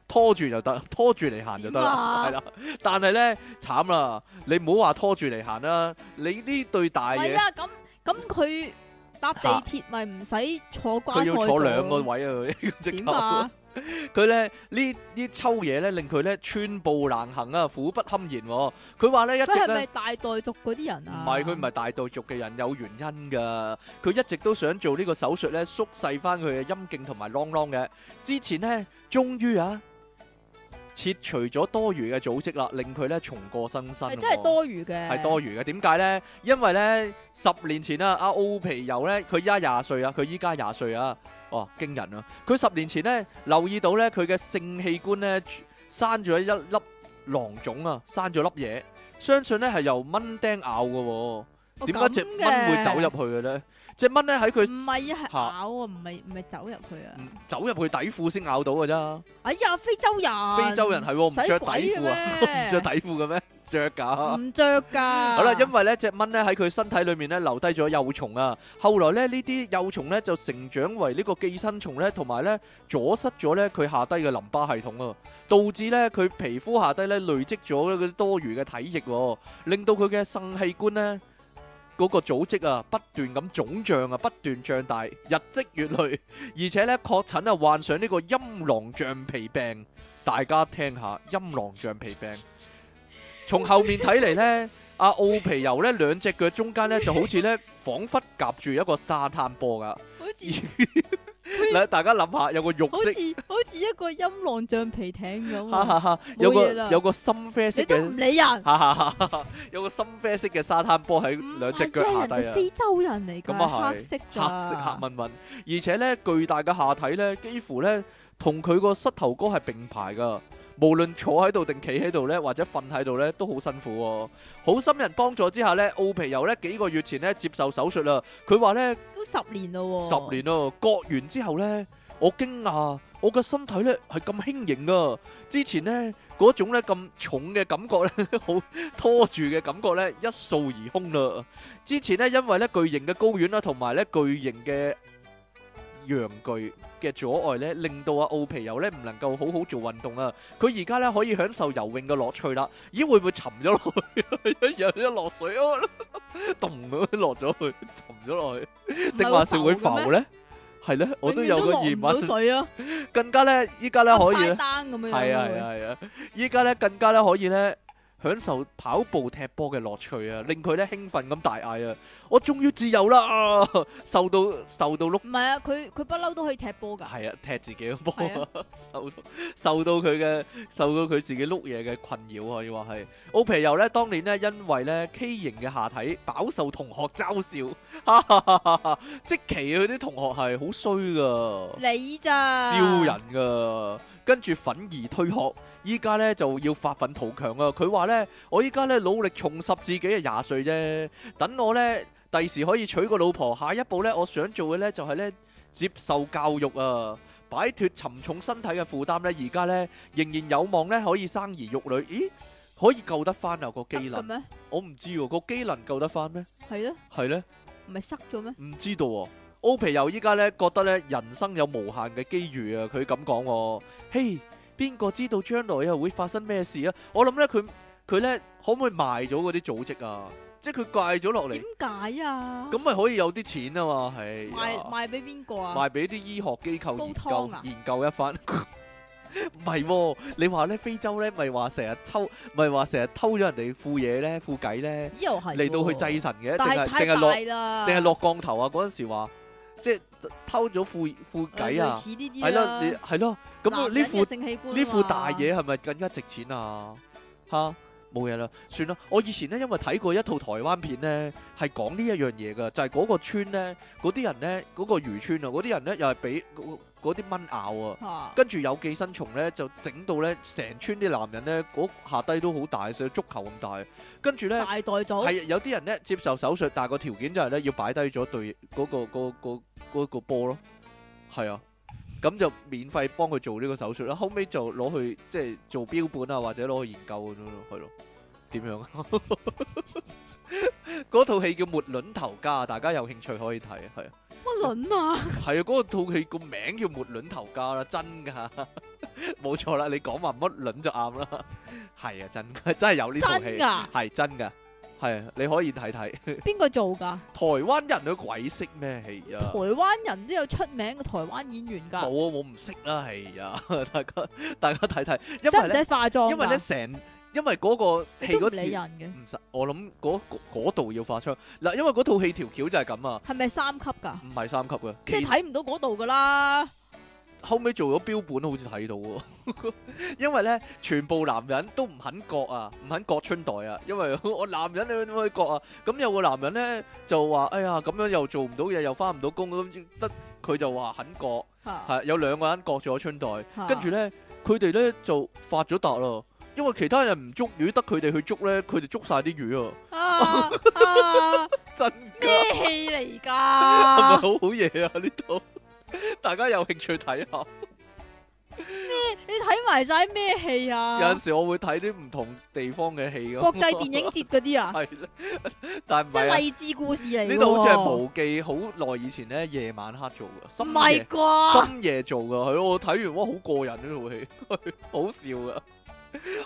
B: 拖住就得，拖住嚟行就
A: 點
B: 得啦，
A: 啊
B: 係啦、但係咧慘啦，你唔好話拖住嚟行啦，你呢對大
A: 係
B: 嘢
A: 啦，咁咁佢搭地鐵咪唔使坐關
B: 佢
A: 愛
B: 要
A: 座
B: 坐兩個位啊，佢即
A: 點
B: 刻
A: 啊？
B: 佢咧呢呢抽嘢咧令佢咧寸步難行啊，苦不堪言、喎。佢話咧 一
A: 佢
B: 直
A: 係
B: 咧
A: 咪。大代族嗰啲人
B: 唔
A: 啊？
B: 係佢唔係大道族嘅人，有原因噶。佢一直都想做呢個手術咧，縮細翻佢嘅陰莖同埋啷啷嘅。之前呢，終於啊，切除咗多餘嘅組織啦，令佢咧重過新生啊喎。
A: 係真係多餘嘅，
B: 係多餘嘅。點解呢？因為呢，十年前啊，阿奧皮尤呢，佢依家廿歲啊，佢依家廿歲啊，哇，驚人啊！佢十年前呢，留意到呢，佢嘅性器官呢，生咗一粒囊腫啊，生咗粒嘢，相信呢係由蚊叮咬嘅喎。
A: 哦。
B: 點解只
A: 咁
B: 蚊
A: 嘅
B: 會走入去嘅呢？只蚊呢，喺佢
A: 唔係啊，係
B: 嚇嗯
A: 咬啊，唔係唔係走入去啊！
B: 唔走入去底褲先咬到嘅咋。
A: 哎呀，非洲人，
B: 非洲人係喎唔
A: 使
B: 着底
A: 鬼嘅
B: 褲啊，
A: 咩
B: 唔着底褲嘅咩？着㗎。
A: 唔着噶。
B: 好啦，因為咧只蚊咧喺佢身體裏面咧留低咗幼蟲啊，後來咧呢啲幼蟲咧就成長為呢個寄生蟲咧，同埋咧阻塞咗咧佢下低嘅淋巴系統啊，導致咧佢皮膚下低咧累積咗嗰啲多餘嘅體液喎，令到佢嘅腎器官咧嗰個組織啊不斷咁腫脹啊，不斷脹大，日積月累，而且咧確診啊患上呢個陰囊橡皮病，大家聽下陰囊橡皮病，從後面睇嚟咧。阿奧皮尤咧兩隻腳中間咧就好似咧彷彿夾住一個沙灘波 噶，
A: 好似
B: 嗱大家諗下有個
A: 好
B: 肉色，
A: 似好似一個音浪橡皮艇咁
B: 哈
A: 啊。
B: 哈哈，有
A: 冇嘢
B: 個
A: 啦
B: 有個深啡色
A: 你都唔
B: 嘅，
A: 理人，
B: 哈哈哈，有個深啡色嘅沙灘波喺
A: 唔
B: 兩隻
A: 係
B: 腳
A: 真係
B: 下
A: 人
B: 低
A: 哋
B: 啊，
A: 非洲人嚟
B: 咁啊
A: 噶，
B: 係
A: 黑色
B: 黑色
A: 噶
B: 黑，蚊蚊，而且咧巨大嘅下體咧幾乎咧同佢個膝頭哥係並排噶。無論坐喺度定企喺度咧，或者瞓喺度咧，都好辛苦、喎。好心人幫助之下咧，奧皮尤咧幾個月前咧接受手術啦。佢話咧
A: 都十年咯，
B: 十年。咯，割完之後呢，我驚訝，我嘅身體呢係咁輕盈啊！之前呢，嗰種呢咁重嘅感覺呢， 好拖住嘅感覺呢，一掃而空啦。之前呢，因為呢巨型嘅高原啦，同埋呢巨型嘅陽具嘅阻礙呢，令到阿奧皮尤呢唔能夠好好做運動啊！佢而家呢可以享受游泳嘅樂趣啦。咦，會唔會沉咗落去？ 一樣一落水啊，咚咁樣落咗去，沉咗落去。定話是會浮
A: 咧？
B: 咧？係咧，我都有
A: 永遠
B: 個
A: 落
B: 疑
A: 唔到
B: 問。
A: 水 啊，
B: 更加咧，依家咧可以
A: 晒
B: 咧，
A: 單咁樣樣啊。
B: 係啊係啊係啊！依家咧更加咧可以咧享受跑步踢波嘅樂趣啊，令佢咧興奮咁大嗌啊！我終於自由啦！受到受到碌
A: 唔係啊，佢佢不嬲都可以踢波㗎。
B: 係啊，踢自己嘅波
A: 係
B: 啊， 受到受到佢嘅受到佢自己碌嘢嘅困擾啊可以話係。奧皮尤咧當年咧因為咧畸形嘅下體飽受同學嘲笑，哈哈哈哈哈即其佢啲同學係好衰噶。
A: 你咋？
B: 笑人噶，跟住憤而退學，依家呢就要發奮圖強啊！佢話呢，我依家呢努力重拾自己嘅廿歲啫，等我呢第時可以娶個老婆，下一步呢，我想做嘅呢就係呢接受教育啊！擺脱沉重身體嘅負擔呢，而家呢仍然有望呢可以生兒育女，咦？可以救得翻啊個
A: 得
B: 機
A: 嘅
B: 能，
A: 咩？
B: 我唔知喎、個機能救得翻咩？
A: 係咯，
B: 係呢。
A: 唔係塞咗咩？
B: 唔知道喎、奧皮尤依家咧覺得咧人生有無限嘅機遇啊！佢咁講喎，嘿，邊個知道將來啊會發生咩事啊？我諗咧佢佢咧可唔可以賣咗嗰啲組織啊？即係佢戒咗落嚟
A: 點，解啊？
B: 咁咪可以有啲錢啊嘛？係
A: 賣
B: 啊
A: 賣俾邊個啊？
B: 賣俾啲醫學機構
A: 煲
B: 研究
A: 湯啊
B: 研究一番。 唔係喎，你話咧非洲咧，咪話成日偷，咪話成日偷咗人哋副嘢咧、副計咧，
A: 咦又係
B: 嚟到去
A: 喎
B: 祭神嘅，定
A: 但
B: 係
A: 係太
B: 定係落
A: 大啦，
B: 定係落降頭啊！嗰陣時話，即係偷咗副副計
A: 類
B: 啊，
A: 似呢啲
B: 係咯，你
A: 啦。
B: 係咯，咁啊
A: 男
B: 呢
A: 人嘅
B: 副
A: 性器官啊
B: 呢副
A: 嘛
B: 大嘢係咪更加值錢啊？吓，冇嘢啦，算啦。我以前咧因為睇過一套台灣片咧，係講呢一樣嘢噶，就係嗰個村咧，嗰啲人咧，嗰個漁村啊，嗰啲人咧又係俾嗰嗰啲蚊咬啊。
A: 嚇
B: 跟住有寄生蟲咧，就整到咧成村啲男人咧，嗰下低都好大，成足球咁大。跟住咧，
A: 大袋組
B: 係有啲人咧接受手術，但係個條件就係咧要擺低咗對嗰、個嗰、個嗰個波咯，係啊，咁就免費幫佢做呢個手術啦。後尾就攞去即係做標本啊，或者攞去研究咁樣咯，係咯。點樣啊？ 嗰套戲叫《沒卵頭家》，大家有興趣可以睇，係啊，
A: 乜撚 啊？
B: 係啊，嗰、套戲個名叫《沒卵頭家》啦，真㗎， 冇錯啦，你講話乜卵就啱啦，係啊，真㗎，真係有呢套戲
A: 真。㗎？
B: 係真噶，係你可以睇睇
A: 邊個做㗎？
B: 台灣人嘅鬼識咩戲啊
A: 台？灣人都有出名嘅台灣演員
B: 冇啊，
A: 㗎，
B: 我唔識啦，係啊， 大家大家睇睇，因
A: 使
B: 為
A: 唔
B: 咧
A: 使，化妝？
B: 因為咧，成，因為嗰個戲
A: 都唔
B: 嗰
A: 理
B: 條
A: 人嘅，
B: 唔實，我諗嗰嗰嗰度要化妝嗱，因為嗰套戲條橋就係咁啊，
A: 係咪三級㗎？
B: 唔係三級嘅，
A: 即係
B: 其
A: 睇唔到嗰度㗎啦，
B: 後尾做咗標本，好似睇到喎， 因為咧全部男人都唔肯割啊，唔肯割春袋啊，因為 我男人你點可以割啊？咁有個男人咧就話：哎呀，咁樣又做唔到嘢，又翻唔到工，咁得佢就話肯割，
A: 嚇
B: 係有兩個人割咗春袋，
A: 嚇
B: 跟住咧佢哋咧就發咗達咯，因為其他人唔捉魚，得佢哋去捉咧，佢哋捉晒啲魚啊，
A: 啊啊
B: 真㗎。
A: 咩戲嚟
B: 係咪
A: 㗎？
B: 好好嘢啊？呢度 大家有興趣睇下。
A: 你睇埋晒咩戲
B: 有
A: 啊
B: 陣？時我會睇啲唔同地方嘅戲咯。
A: 國際電影節嗰 啲啊，
B: 係啦，但
A: 即
B: 係
A: 係
B: 唔係
A: 勵志故事
B: 啊？
A: 嚟㗎喎。
B: 呢度好似係無記，好耐以前咧，夜晚黑做嘅，
A: 唔
B: 深
A: 係
B: 夜
A: 啩？
B: 深夜做嘅，係咯。我睇完哇，好過癮呢套戲， 好笑噶。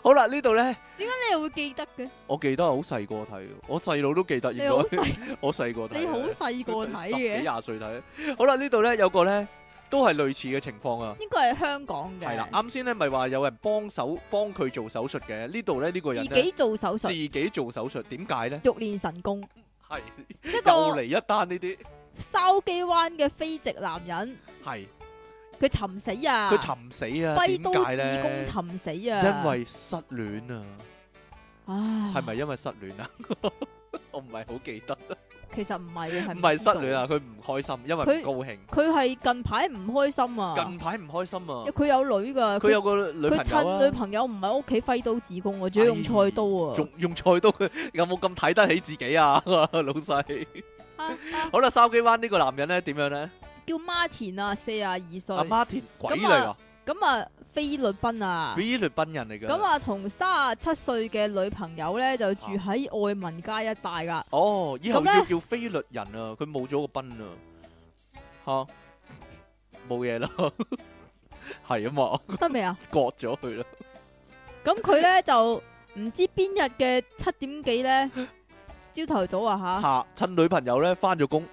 B: 好啦，呢度咧，
A: 點解你又會記得 嘅？
B: 我記得係好細個睇嘅，我細佬都記得，應
A: 你好
B: 該
A: 細，
B: 我細個睇嘅，
A: 你好細個睇
B: 十幾
A: 嘅，
B: 廿歲睇。好啦，呢度咧有個咧都係類似嘅情況啊。
A: 應該係香港
B: 係啦，
A: 嘅，
B: 啱先咧咪話有人幫手幫佢做手術嘅，呢度咧呢個
A: 自
B: 人呢
A: 己做手術，
B: 自己做手術，點解咧？
A: 欲練神 功，
B: 係
A: 一
B: 又
A: 個
B: 嚟一單呢啲，
A: 筲箕灣嘅非籍男人，
B: 係
A: 佢尋死啊！
B: 佢尋死啊？
A: 揮
B: 點
A: 刀
B: 解
A: 自
B: 咧
A: 宮？尋死啊！
B: 因為失戀啊，
A: 啊，
B: 係咪因為失戀啊？ 我唔係好記得，
A: 其實唔係啊，係
B: 唔
A: 係
B: 係失戀啊，？佢唔開心，因為唔
A: 佢
B: 高興。
A: 佢係近排唔開心啊
B: 近！排唔開心啊，
A: 佢有女噶，
B: 佢有個女
A: 佢
B: 朋友
A: 趁女
B: 啊，哎
A: 朋友唔喺屋企揮刀自宮啊，仲要用菜刀啊！
B: 仲用菜刀，佢有冇咁睇得起自己啊， 老細？
A: 啊啊
B: 好啦，筲箕灣呢個男人咧點樣咧？
A: 叫 Martin 啊，四廿二歲，
B: 阿 Martin 鬼嚟
A: 咁
B: 㗎
A: 啊！咁啊菲律賓啊。
B: 菲律賓人嚟㗎。
A: 咁啊，同三十七歲嘅女朋友咧，就住喺愛民街一帶噶。
B: 哦，以後
A: 咁咧
B: 要叫菲律人啊，佢冇咗個賓啊，吓冇嘢啦， 係啊嘛，
A: 得未啊？
B: 割咗佢啦，
A: 咁佢咧就唔知邊日嘅七點幾咧，朝頭早啊吓，
B: 吓趁女朋友咧翻咗工，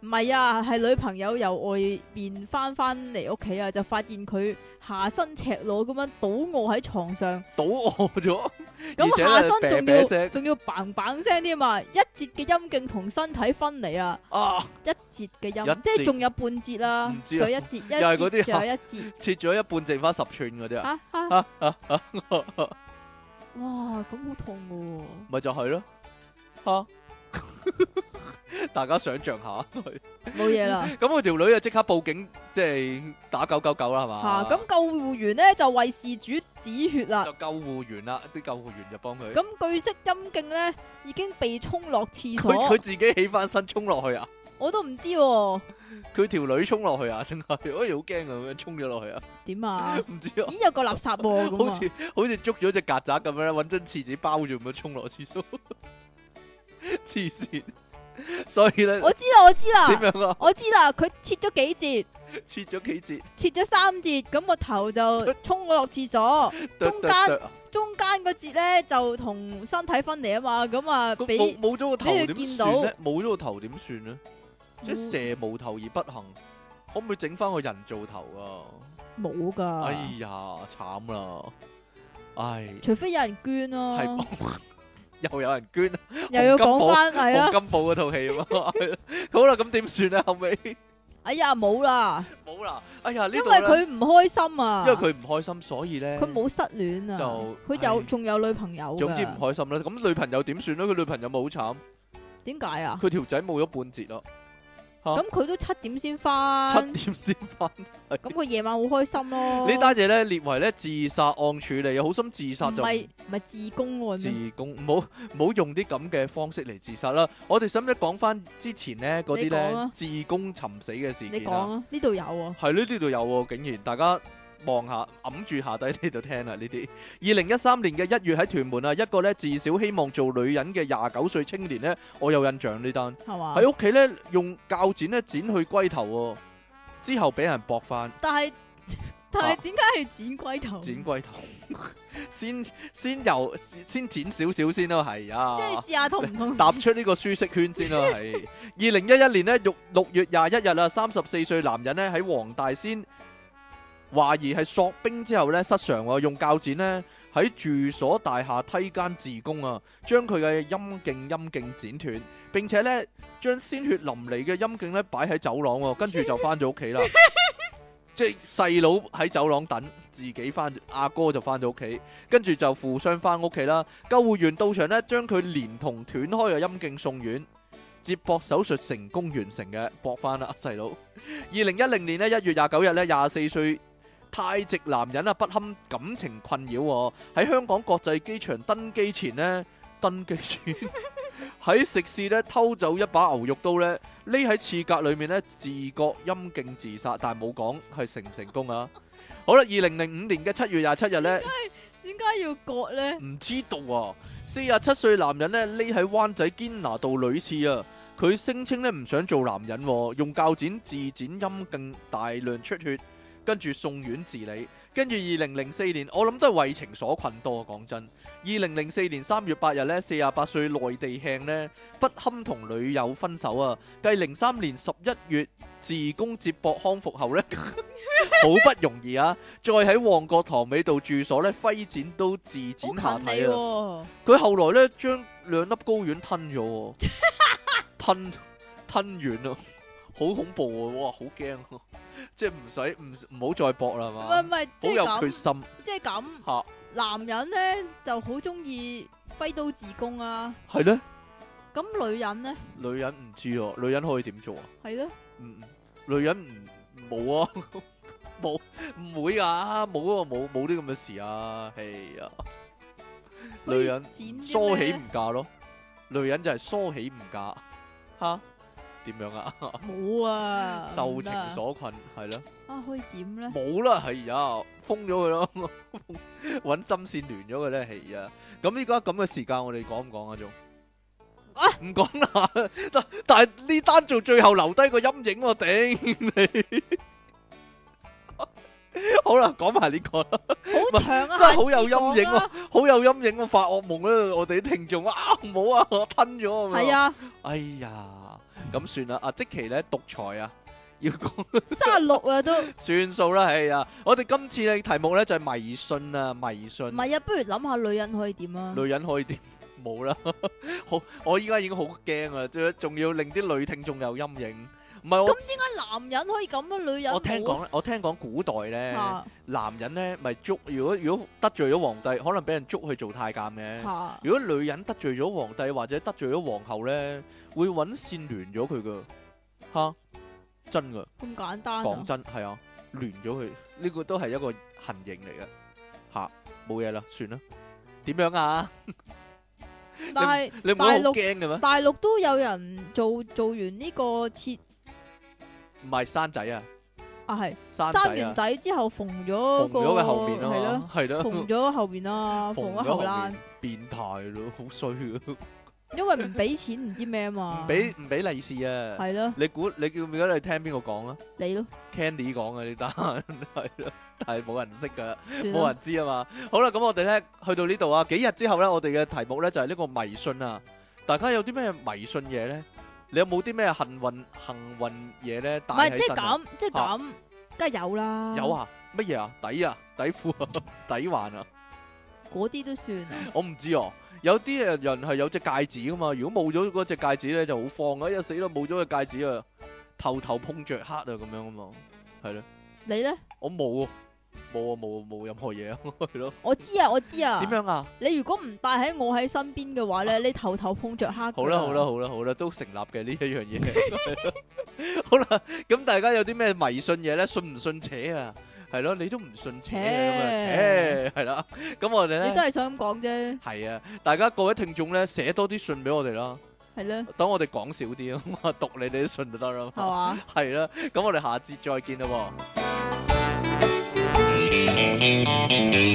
A: 唔係啊，係女朋友由外面翻翻嚟屋企啊，就發現佢下身赤裸咁樣倒卧喺床上，
B: 倒卧咗，
A: 咁下身
B: 啤
A: 仲
B: 啤
A: 要
B: 聲
A: 仲要嘭嘭聲添啊！一截嘅陰莖同身體分離啊，
B: 啊，
A: 一截嘅
B: 一截
A: 陰，即係仲有半截啦
B: 唔，知
A: 仲
B: 啊
A: 有一截，一
B: 係嗰
A: 截，
B: 啲啊
A: 仲有一截，
B: 切咗一半，剩翻十寸嗰啲啊，
A: 啊啊！
B: 啊啊啊，
A: 哇，咁好痛喎！
B: 咪就係咯，吓， 大家想象下，
A: 冇嘢 啦。
B: 咁佢條女啊即刻報警，即係打九九九啦，
A: 吓
B: 係嘛，
A: 咁、救護員咧就為事主止血啦。
B: 啊就救護員啦，啲救護員就幫佢。
A: 咁據悉陰莖咧已經被沖落廁
B: 佢佢
A: 所，
B: 自己起翻身衝落去啊！
A: 我都唔知喎
B: 佢條女衝落去啊！ 真係，哎好驚啊！咁樣衝咗落去啊！
A: 點 啊？
B: 唔知啊，
A: 咦，有個垃圾喎咁
B: 好
A: 啊！
B: 似好似捉咗只曱甴咁樣咧，揾張廁紙包住咁樣衝落 廁所，黐線！所以咧，
A: 我知啦，我知
B: 點
A: 啦，
B: 樣啊？
A: 我知啦，佢切咗幾截，
B: 切咗幾截，
A: 切咗三截，咁個頭就沖咗落廁所，中間
B: 剁剁剁
A: 中間嗰截咧就同身體分離啊嘛，咁啊
B: 佢
A: 俾
B: 冇冇咗個頭
A: 俾佢
B: 點
A: 見
B: 算
A: 到嗯
B: 咧？冇咗個頭點算咧？即係蛇無頭而不行，可唔可以整翻個人造頭
A: 冇
B: 啊？哎
A: 噶，
B: 呀，慘啦！唉，
A: 除非有人捐咯，
B: 係 又有人捐。
A: 又要
B: 洪金寶
A: 講翻係
B: 洪
A: 啦，
B: 金寶嗰套戲啊嘛， 好啦，咁點算咧？後尾
A: 哎呀冇啦，
B: 冇啦，哎呀呢
A: 因為
B: 度咧，
A: 佢唔開心啊，
B: 因為佢唔開心，所以咧，
A: 佢冇失戀啊，
B: 就
A: 佢有
B: 唉
A: 仲有女朋友㗎。
B: 總之唔開心啦。咁女朋友點算咧？佢女朋友咪好慘，
A: 點解啊？
B: 佢條仔冇咗半截咯，
A: 咁佢都七點先翻
B: 七，點先翻。
A: 咁佢夜晚好開心咯。
B: 呢單嘢咧列為咧自殺案處理，好心自殺
A: 唔
B: 就
A: 係
B: 唔
A: 唔係自公案
B: 自
A: 咩？
B: 宮，唔好唔好用啲咁嘅方式嚟自殺啦。我哋使唔使講翻之前咧嗰啲
A: 你講
B: 咧
A: 啊
B: 自宮尋死嘅事
A: 你
B: 件
A: 講
B: 啊？
A: 啊，呢度有啊，
B: 係呢呢度有喎、竟然大家望下揞住下底呢度聽啦呢啲。二零一三年嘅一月喺屯門啊，一個咧至少希望做女人嘅廿九歲青年咧，我有印象呢單
A: 係嘛？
B: 喺屋企咧用鉸剪咧剪去龜頭喎、之後俾人駁翻
A: 但係 但係點解係剪龜頭？
B: 啊剪
A: 即
B: 龜頭， 先先由先剪少少先啦，係啊。
A: 係試下痛唔 痛？
B: 踏出呢個舒適圈先啦，係二零一一年呢，六六月廿一日啊，三十四歲男人呢喺黃大仙懷疑係索冰之後呢失常喎，用鉸剪呢喺住所大廈梯間自宮啊，將佢嘅陰莖陰莖剪斷，並且呢將鮮血淋漓嘅陰莖呢擺喺走廊喎，跟住就翻咗屋企啦。即係細佬喺走廊等，自己翻阿哥就翻到屋企，跟住就互相翻屋企啦。救護員到場呢，將佢連同斷開嘅陰莖送院，接駁手術成功完成嘅，駁翻啦 細佬。二零一零年呢，一月廿九日呢，廿四歲泰籍男人啊，不堪感情困擾喎，喺香港國際機場登機前呢，登機前 喺食肆呢偷走一把牛肉刀呢。匿喺廁格裏面咧，自覺陰莖自殺，但係冇講係成唔成功啊！好啦，二零零五年嘅七月廿七日呢，
A: 點解要割咧？
B: 唔知道啊，四十七歲男人呢，匿喺灣仔堅拿道女廁啊，佢聲稱呢唔想做男人、喎，用鉸剪自剪陰莖，大量出血，跟住送院治理。跟住二零零四年，我諗都係為情所困多啊，講真。 二零零四年三月八日呢，四十八歲內地慶呢，不堪同女友分手啊。繼零三年十一月自公接駁康復後呢，好不容易啊，再喺旺角塘尾道住所呢，揮剪刀自剪
A: 好
B: 下
A: 近
B: 體
A: 你
B: 啊。
A: 喎，
B: 佢後來咧將兩粒高丸吞咗喎， 吞吞完咯，好恐怖喎！哇，好驚喎，即係唔使唔唔好再搏啦係
A: 唔係唔
B: 嘛，
A: 係，
B: 啊好
A: 即係
B: 有決
A: 咁，
B: 心
A: 即係咁，
B: 嚇，
A: 男人咧就好中意揮刀自宮啊，
B: 係咧，
A: 咁女人咧
B: 女人唔知喎，女人可以點做啊？
A: 係咯，
B: 嗯，女人唔冇啊， 冇唔會啊，冇啊，冇冇啲咁嘅事啊，係啊，
A: 可以
B: 女人
A: 剪啲
B: 梳起
A: 咩
B: 唔嫁咯，女人就係梳起唔嫁，嚇點樣啊？
A: 冇啊，
B: 受
A: 唔得啊
B: 情所困，係咯。
A: 啊，可以點咧？
B: 冇啦，係啊，封咗佢咯， 揾針線聯咗佢咧，係啊。咁依家咁嘅時間，我哋講唔講啊？仲
A: 啊
B: 唔講啦，但但係呢單做最後留低個陰影喎，頂你！ 好啦，講埋呢個啦，
A: 好長啊，
B: 真係好有陰
A: 陰
B: 影喎，好有陰影喎，發惡夢咧，我哋啲聽眾啊，唔好啊，我吞咗咁樣
A: 係，啊，
B: 哎呀，咁算啦，阿即奇咧獨裁啊，要講。
A: 三十六啦都， 唔
B: 算數啦，係啊！我哋今次嘅題目咧就係迷信啊，迷信
A: 係啊，不如諗下女人可以點啊？
B: 女人可以點 冇啦？好，我依家已經好驚啊！仲仲要令啲女聽眾有陰影。唔係
A: 咁
B: 我
A: 點解男人可以咁啊？女人
B: 我聽講咧，我聽講古代咧，
A: 吓
B: 男人咧咪捉，如果如果得罪咗皇帝，可能俾人捉去做太監嘅。
A: 吓
B: 如果女人得罪咗皇帝或者得罪咗皇后咧，會揾線聯咗佢噶，吓真噶。
A: 咁簡單
B: 講
A: 啊？
B: 真係啊，亂咗佢呢個都係一個行刑嚟嘅吓，冇嘢啦，算啦。點樣啊？
A: 但係
B: 你唔覺得好
A: 大陸
B: 驚嘅咩？
A: 大陸都有人做做完呢個切
B: 唔係生仔啊，
A: 啊係
B: 生仔
A: 生
B: 啊
A: 完，仔之後縫咗
B: 縫
A: 個
B: 咗嘅後面
A: 係
B: 啊
A: 咯，
B: 嘛，係
A: 縫
B: 咯，
A: 咗後邊 啦，縫咗
B: 後
A: 後欄
B: 面，，變態咯，好衰嘅，
A: 因為唔俾錢唔知咩啊嘛，
B: 唔俾唔俾利是啊！
A: 係咯
B: 你估你記唔記得你聽邊個講啊
A: 你咯，
B: ？Candy 講啊嘅呢單 係咯，但係冇人識噶。
A: 算
B: 冇
A: 啦
B: 人，知啊嘛。好啦，咁我哋咧去到呢度啊，幾日之後咧，我哋嘅題目咧就係呢個迷信啊。大家有啲咩迷信嘢咧？你有冇啲咩幸運幸運嘢咧？
A: 唔
B: 帶
A: 係
B: 喺
A: 即係
B: 身啊？
A: 咁，即係咁，梗係有啦，
B: 有，啊？乜嘢啊？底啊？底褲啊？ 底環啊？
A: 嗰啲都算啊，
B: 我唔知哦。有啲人人係有隻戒指噶嘛，如果冇咗嗰隻戒指咧就好慌啊！哎呀死啦，冇咗個戒指啊，頭頭碰着黑啊咁樣啊嘛，係咯，
A: 你咧
B: 我冇啊，冇啊冇啊冇任何嘢啊， 係咯，
A: 我知啊我知啊，
B: 點樣啊？
A: 你如果唔戴喺我喺身邊嘅話咧，你頭頭碰着黑㗎。
B: 好啦，好啦，好啦，好啦，都成立嘅呢一樣嘢。 好啦，咁大家有啲咩迷信嘢咧？信唔信邪啊？係咯，你都唔信邪咁啊？
A: 邪
B: 邪係啦，咁我哋
A: 你都
B: 咧
A: 係想咁講啫，
B: 係啊，大家各位聽眾咧寫多啲信俾我哋啦，
A: 係咧，
B: 等我哋講少啲啊嘛，讀你哋啲信就得啦
A: 係
B: 嘛。
A: 嘛？
B: 係啦，咁我哋下節再見啦喎。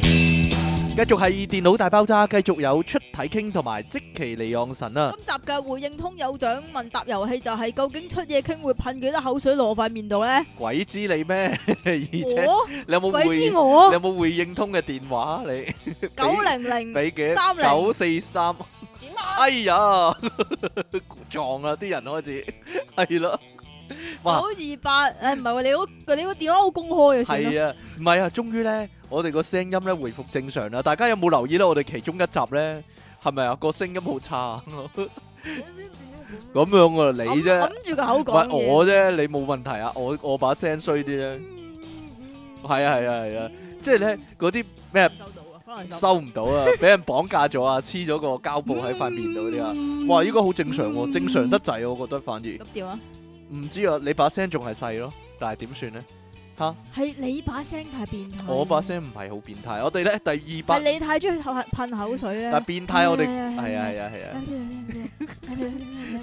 B: 繼續係電腦大爆炸，繼續有出體傾同埋即其利昂神啊！
A: 今集嘅回應通有獎問答遊戲就係究竟出嘢傾會噴幾多口水落我塊面度咧？
B: 鬼知你咩？ 而且
A: 我
B: 你有冇回？
A: 鬼
B: 你
A: 知我
B: 有冇回應通嘅電話？你
A: 九零零
B: 俾幾
A: 30
B: 九四三？
A: 點啊？
B: 哎呀， 撞啦！啲人開始係啦，
A: 九
B: 哇
A: 二八誒唔係喎，你嗰你個電話好公開嘅算啦
B: 係啊，唔係啊，終於咧，我哋個聲音咧回復正常啦。大家有冇留意咧？我哋其中一集咧，係咪啊？個聲音好差 咁樣啊！你
A: 揞
B: 啫，
A: 揞住個口
B: 唔係
A: 講嘢。
B: 我啫，你冇問題啊！我我把聲衰啲咧，係啊係啊係啊，即係咧嗰啲咩
A: 收到啊，可能收
B: 收唔到啊，俾人綁架咗啊，黐咗個膠布喺塊面度嗰啲啊，哇！依個好正常喎，正常得滯啊，我覺得反而
A: 嗯咁點啊？
B: 唔知啊，你把聲仲係細咯，但係點算咧？
A: 係你把聲太變態，
B: 我把聲唔係好變態，我哋咧第二百
A: 係，你太中意口噴口水咧。
B: 但 係變態我哋
A: 係啊
B: 係啊
A: 係
B: 係啊係啊，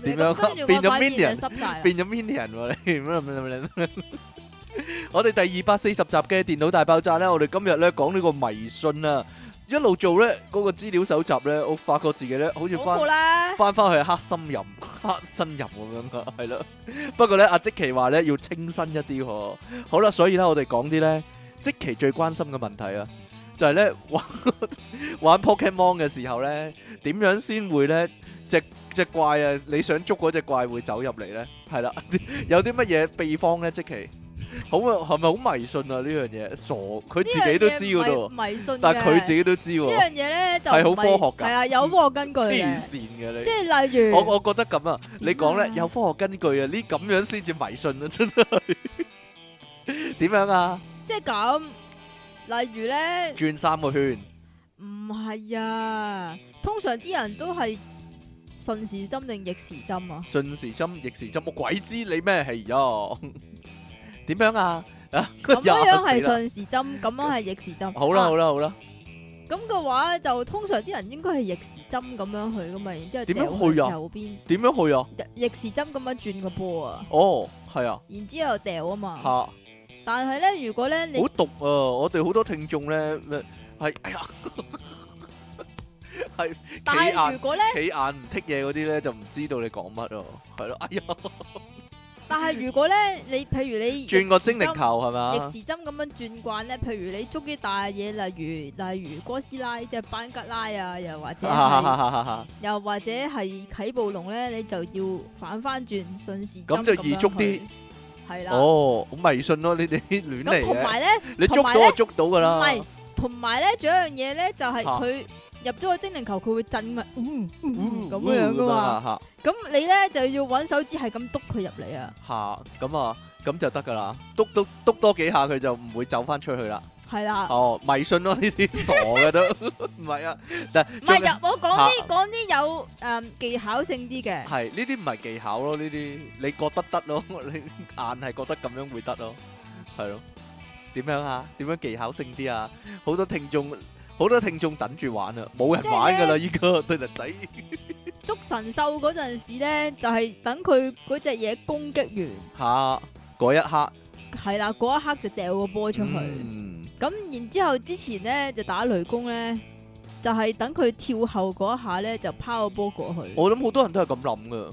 A: 點
B: 點樣 變咗 Minion？
A: 濕晒啦。
B: 變咗 minion 喎你咁樣咁樣咁樣， 我哋第二百四十集嘅電腦大爆炸咧，我哋今日咧講呢個迷信啊，一路做咧嗰個資料搜集咧，我發覺自己咧好似翻
A: 嗰個。啦，
B: 翻翻去黑森林、 黑森林咁樣噶，係咯。不過咧，阿即奇話咧要清新一啲喎。好啦，所以咧，我哋講啲咧即奇最關心嘅問題啊，就係咧玩 玩 Pokemon 嘅時候咧，點樣先會咧只只怪啊？你想捉嗰只怪會走入嚟咧？係啦， 有啲乜嘢秘方咧？即奇好啊，係咪好迷信啊？呢樣嘢傻，佢
A: 呢
B: 自己都
A: 樣嘢
B: 知
A: 唔
B: 嗰
A: 係
B: 度，
A: 迷信嘅
B: 但係佢自己都知喎
A: 呢，樣嘢咧就
B: 係好
A: 唔係
B: 科學㗎
A: 係啊有科學根據
B: 黐
A: 嘅，
B: 線嘅你
A: 即。係例如
B: 我我覺得咁啊，你講咧
A: 點啊
B: 有科學根據啊，呢咁樣先至迷信啊，真係點樣啊？
A: 即係咁，例如咧
B: 轉三個圈，
A: 唔係啊，通常啲人都係順時針定逆時針啊，
B: 順時針、逆時針，我鬼知你咩係呀？點樣啊？啊，
A: 咁樣樣係
B: 又死啦
A: 順時針，咁樣係逆時針。
B: 好啦
A: 啊
B: 好啦好啦，
A: 咁嘅話就通常啲人應該係逆時針咁樣去噶嘛，然之後
B: 點樣
A: 掉
B: 去啊
A: 右邊
B: 點樣去啊？
A: 逆時針咁樣轉個波啊，
B: 哦，係啊，
A: 然之後掉啊嘛。
B: 嚇，好
A: 但係咧，如果咧你
B: 毒啊！我哋好多聽眾咧，咩係哎呀，係
A: 但
B: 企
A: 係如
B: 眼
A: 果咧，
B: 企眼唔剔嘢嗰啲咧，就唔知道你講乜咯，係咯，哎呀，
A: 但係如果咧你譬如你
B: 轉個精
A: 逆
B: 靈球
A: 時針
B: 係嘛？
A: 逆時針咁樣轉慣咧，譬如你捉啲大嘢，例如例如哥斯拉即係班吉拉啊，又或者係又或者係啟暴龍咧，你就要反翻轉順時針
B: 咁就易
A: 樣
B: 捉啲
A: 去，係啦。
B: 哦，好迷信咯，你哋亂嚟
A: 咁同
B: 嘅。
A: 埋咧。
B: 你捉到就捉到噶
A: 唔
B: 啦。
A: 係，同埋咧，仲有一樣嘢咧，就係
B: 嚇
A: 佢入咗個精靈球，佢會震咪，嗯嗯
B: 嗯
A: 咁樣
B: ừ,
A: 噶嘛。。咁你咧就要揾手指係咁督佢入嚟啊，
B: 吓咁啊，咁就得噶啦。督督督多幾下，佢就唔會走翻出去啦。
A: 係啦。
B: 哦，迷信咯，呢啲傻嘅 都唔係啊。但
A: 唔係
B: 係
A: 入我講啲講啲有誒技巧性啲嘅，
B: 係呢啲唔係技巧咯，呢啲你覺得得咯，你硬係覺得咁樣會得咯，係咯。點樣啊？點樣技巧性啲啊？好多聽眾，好多聽眾等住玩啊，冇人玩噶啦，依家對人仔。
A: 捉神獸嗰陣時咧，就係等佢嗰只嘢攻擊完，
B: 下嗰一刻
A: 係啦，嗰一刻就掉個波出去。
B: 嗯
A: 咁然之後之前咧就打雷公咧，就係等佢跳後嗰一下咧就拋個波過去。
B: 我諗好多人都係咁諗噶，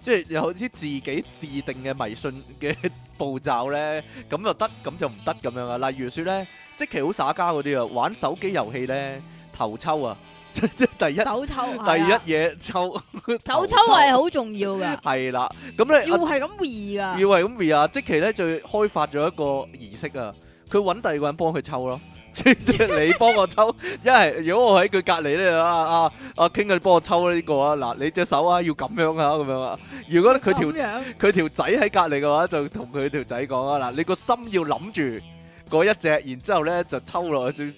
B: 即係有啲自己自定嘅迷信嘅 步驟咧，咁就得，咁就唔得咁樣啊。例如說咧，即其好耍家嗰啲啊，玩手機遊戲咧頭抽啊， 即即第一
A: 手抽，係啦
B: 第一嘢抽
A: 手
B: 頭
A: 抽係好重要噶，
B: 係啦，咁 咧
A: 要
B: 阿
A: 係咁 V 噶，
B: 要係咁 re 啊，即其咧就開發咗一個儀式啊，佢揾第二個人幫佢抽咯。 即即係你幫我抽，一係如果我喺佢隔離咧，啊啊啊傾啊，你幫我抽呢個啊，嗱你隻手啊要咁樣啊咁樣啊，如果佢條
A: 咁樣
B: 佢條仔喺隔離嘅話，就同佢條仔講啊，嗱你個心要諗住嗰一隻，然之後咧就抽落去，就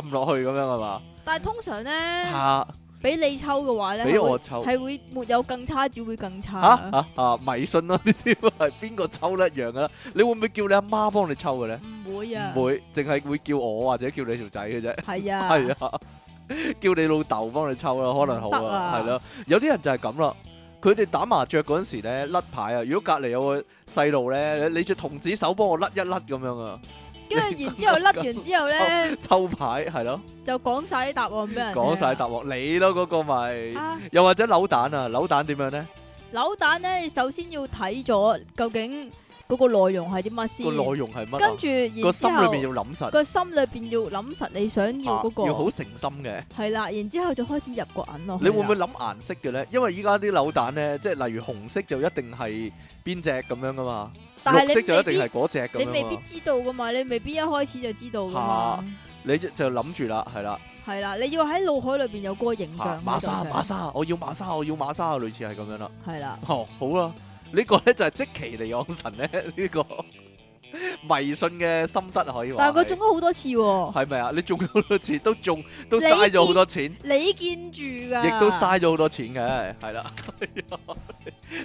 B: 撳落去咁樣係嘛？
A: 但係通常咧，
B: 嚇
A: 俾啊你抽嘅話咧，
B: 俾我
A: 係
B: 抽
A: 會係會沒有更差，只會更
B: 嚇
A: 差。
B: 嚇嚇迷信咯，呢啲係邊個抽都一樣噶啦，你會唔會叫你阿媽幫你抽嘅咧？
A: 唔會啊，
B: 唔會，淨係會叫我或者叫你條仔嘅啫。
A: 係啊，
B: 係啊，叫你老豆幫你抽啦，可能好
A: 得
B: 啊，
A: 啊
B: 係咯。有啲人就係咁啦，佢哋打麻雀嗰陣時咧甩牌啊，如果隔離有個細路咧，你你隻童子手幫我甩一甩咁樣啊，
A: 跟住然之後笠完之後咧，
B: 抽牌係咯，
A: 就講晒啲答案俾人聽啊。
B: 講晒答案，你咯嗰個咪，
A: 啊，
B: 又或者扭蛋啊，扭蛋點樣咧？
A: 扭蛋咧，首先要睇咗究竟嗰個內容係啲乜先
B: 個，內容係乜啊
A: 跟？住然
B: 個
A: 之
B: 心裏面
A: 後
B: 要諗實，
A: 個心裏邊要諗實你想要
B: 啊
A: 嗰
B: 要好
A: 個
B: 誠心嘅。
A: 係啦，然之後就開始入個銀落去
B: 你
A: 啦。
B: 會唔會諗顏色嘅咧？因為依家啲扭蛋咧，即係例如紅色就一定係邊只咁樣噶嘛，
A: 但係
B: 綠
A: 你
B: 色就一
A: 未必
B: 定係嗰只咁
A: 你未
B: 樣啊
A: 必
B: 嘛。
A: 知道噶嘛，你未必一開始就知道噶嘛，
B: 你就就諗住啦，係啦，
A: 係啦，你要喺腦海裏邊有嗰個形
B: 嚇
A: 象
B: 馬
A: 喺度
B: 莎馬
A: 嘅，
B: 莎，我要馬莎，我要馬莎，類似係咁樣啦。啊
A: 係啦，
B: 哦，好啦，呢個咧就係即其尼昂神咧，呢個迷信嘅心得可以話
A: 但
B: 係。
A: 系佢中咗好多次喎，
B: 係咪啊？你中咗好多次，都中都嘥咗好多錢，
A: 你見住噶，
B: 亦都嘥咗好多錢嘅，係啦。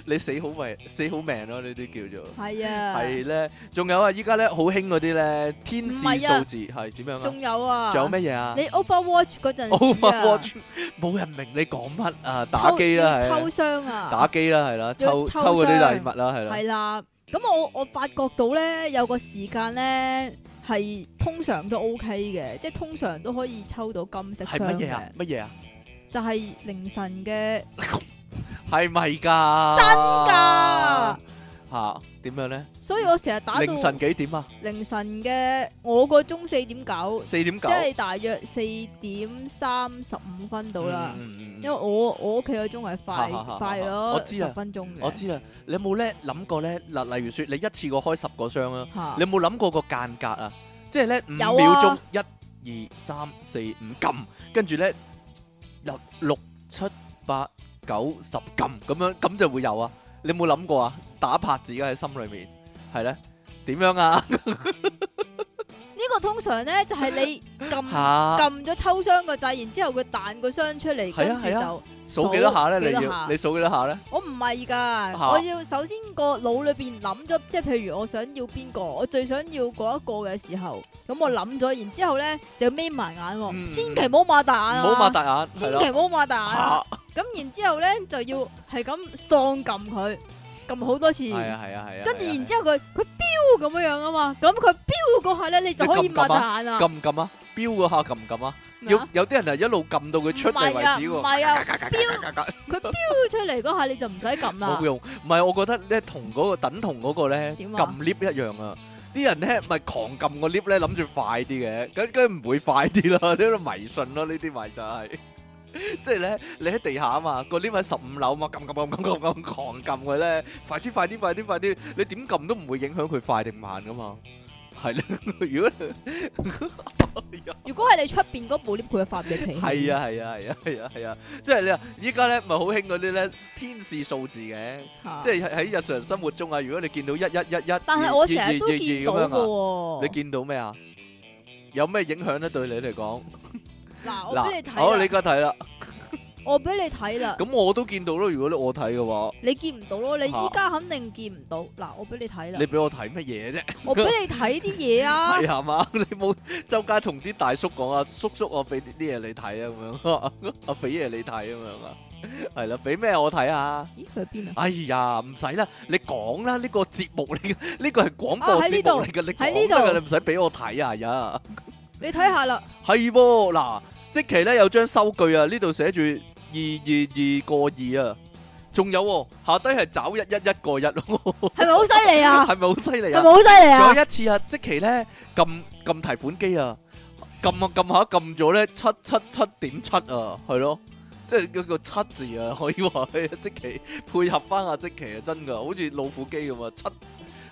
B: 你死好命，死好命咯，呢啲叫做。
A: 系啊，
B: 係咧，仲有啊，依家咧好興嗰啲咧天使
A: 唔係啊
B: 數字係點樣啊？
A: 仲有啊，
B: 仲有？咩嘢啊？
A: 你 Overwatch 嗰陣
B: Overwatch
A: 時
B: 冇人明你講乜啊！
A: 啊，
B: 打機啦，
A: 抽要
B: 係
A: 抽
B: 啊
A: 傷啊，
B: 打機啦，係啦，
A: 要
B: 抽
A: 抽
B: 抽嗰啲禮
A: 傷
B: 物啦，係啦
A: 系，啦，咁我我发觉到咧有個時間咧係通常都 OK 嘅，即系通常都可以抽到金色
B: 係
A: 傷
B: 乜嘢啊
A: 嘅，？
B: 乜嘢啊？
A: 就係凌晨嘅
B: 係咪㗎？
A: 真㗎，
B: 吓點樣咧？
A: 所以我成日打
B: 凌
A: 到
B: 晨幾點啊？
A: 凌晨嘅我個鐘四點九，
B: 四點
A: 即
B: 九
A: 係大約四點三十五分到啦。
B: 嗯嗯
A: 因
B: 嗯
A: 為我我屋企個鐘係快快
B: 我
A: 咗
B: 知啊
A: 十分鐘嘅，
B: 我知啊，你有冇咧諗過咧？嗱，例如說你一次過開十個箱啊，
A: 嚇
B: 你有冇諗過個間隔啊？即係咧五秒
A: 有啊
B: 鐘，一、二、三、四、五撳，跟住咧入六、七、八、九、十撳咁樣，咁就會有啊。你有冇諗過啊？打拍子嘅喺心裏面係咧點樣啊？
A: 呢個通常咧就係 你撳
B: 嚇
A: 撳咗抽箱個掣，然之後佢彈個箱出嚟，
B: 係啊
A: 跟住
B: 係啊
A: 就
B: 數幾多下咧？
A: 數幾多
B: 你要
A: 下
B: 你數幾多下咧？
A: 我唔係㗎，
B: 嚇
A: 我要首先個腦裏邊諗咗，即係譬如我想要邊個，我最想要嗰一個嘅時候，咁我諗咗，然之後咧就眯埋眼喎，
B: 嗯
A: 千祈唔好擘大眼啊，
B: 唔好擘，大眼，係
A: 千
B: 啦
A: 祈唔好擘大眼啊
B: 嚇。
A: 咁然之後咧就要係咁喪撳佢，撳好多次，
B: 係啊係啊係啊，
A: 跟住
B: 係啊
A: 然之後佢佢飆咁樣樣啊嘛，咁佢飆嗰下咧你就可以
B: 你撳撳
A: 擘
B: 啊
A: 大眼啦。
B: 撳唔撳啊？標嗰下撳唔撳啊？
A: 咩
B: 有
A: 啊
B: 有啲人係一路撳到佢出嚟為止
A: 唔係啊
B: 喎，
A: 唔係啊
B: 嘎嘎嘎
A: 標
B: 嘎嘎嘎
A: 佢飆出嚟嗰下你就唔使撳啦
B: 冇。用。唔係，我覺得咧同嗰個等同嗰個咧
A: 啊點
B: 撳
A: 啊
B: lift 一樣啊。啲人咧咪狂撳個 lift 咧，諗住快啲嘅，咁梗唔會快啲啦， 呢度迷信咯，呢啲咪就係。 即係咧，你喺地下啊嘛，個 lift 喺十五樓啊嘛，撳撳撳撳撳撳狂撳佢咧，快啲快啲快啲快啲，你點撳都唔會影響佢快定慢噶嘛，係咧。 如果
A: 如果係你出邊嗰部 lift，佢會發脾氣。
B: 係啊係啊係啊係啊係啊，即係你話依家咧咪好興嗰啲咧天使數字嘅，
A: 嚇，
B: 即係喺喺日常生活中啊，如果你見到一一一一，
A: 但係我成日都見到
B: 二二二二咁樣啊，
A: 嘅
B: 你
A: 喎。
B: 見到咩啊？有咩影響咧？對你嚟講，
A: 嗱，我俾你
B: 嗱，好你而
A: 睇啦，
B: 家睇啦，
A: 我俾你睇啦，
B: 咁我都見到咯。如果我睇嘅話，
A: 你見唔到咯？你
B: 嚇
A: 依家肯定見唔到。嗱，我俾你睇
B: 你
A: 啦，
B: 俾我睇乜嘢啫？
A: 我俾你睇啲嘢啊
B: 係。啊嘛，你冇周街同啲大叔講啊，叔叔我俾啲嘢你睇啊咁樣， 我俾嘢你睇咁樣啊，係啦，俾咩我睇啊？
A: 咦，佢喺邊啊？
B: 哎呀，唔使啦，你講啦，呢個節目嚟嘅，呢個係廣播
A: 啊喺呢
B: 節目嚟
A: 度
B: 嘅，你
A: 喺呢
B: 講得㗎
A: 度
B: 你唔使俾我睇啊呀，
A: 你睇下啦，
B: 係喎，嗱，即期咧有張收據啊，呢度寫住二二二個二啊，仲有喎，下低係找一一一個一咯，
A: 係咪好犀利啊？
B: 係咪好犀利
A: 係咪
B: 啊？
A: 好犀利啊
B: 仲？有一次啊，即期咧撳撳提款機啊，撳啊撳下撳咗咧七七七點七啊，係咯。即係嗰個七字啊，可以話係即期配合翻阿即期啊，真噶，好似老虎機咁啊，七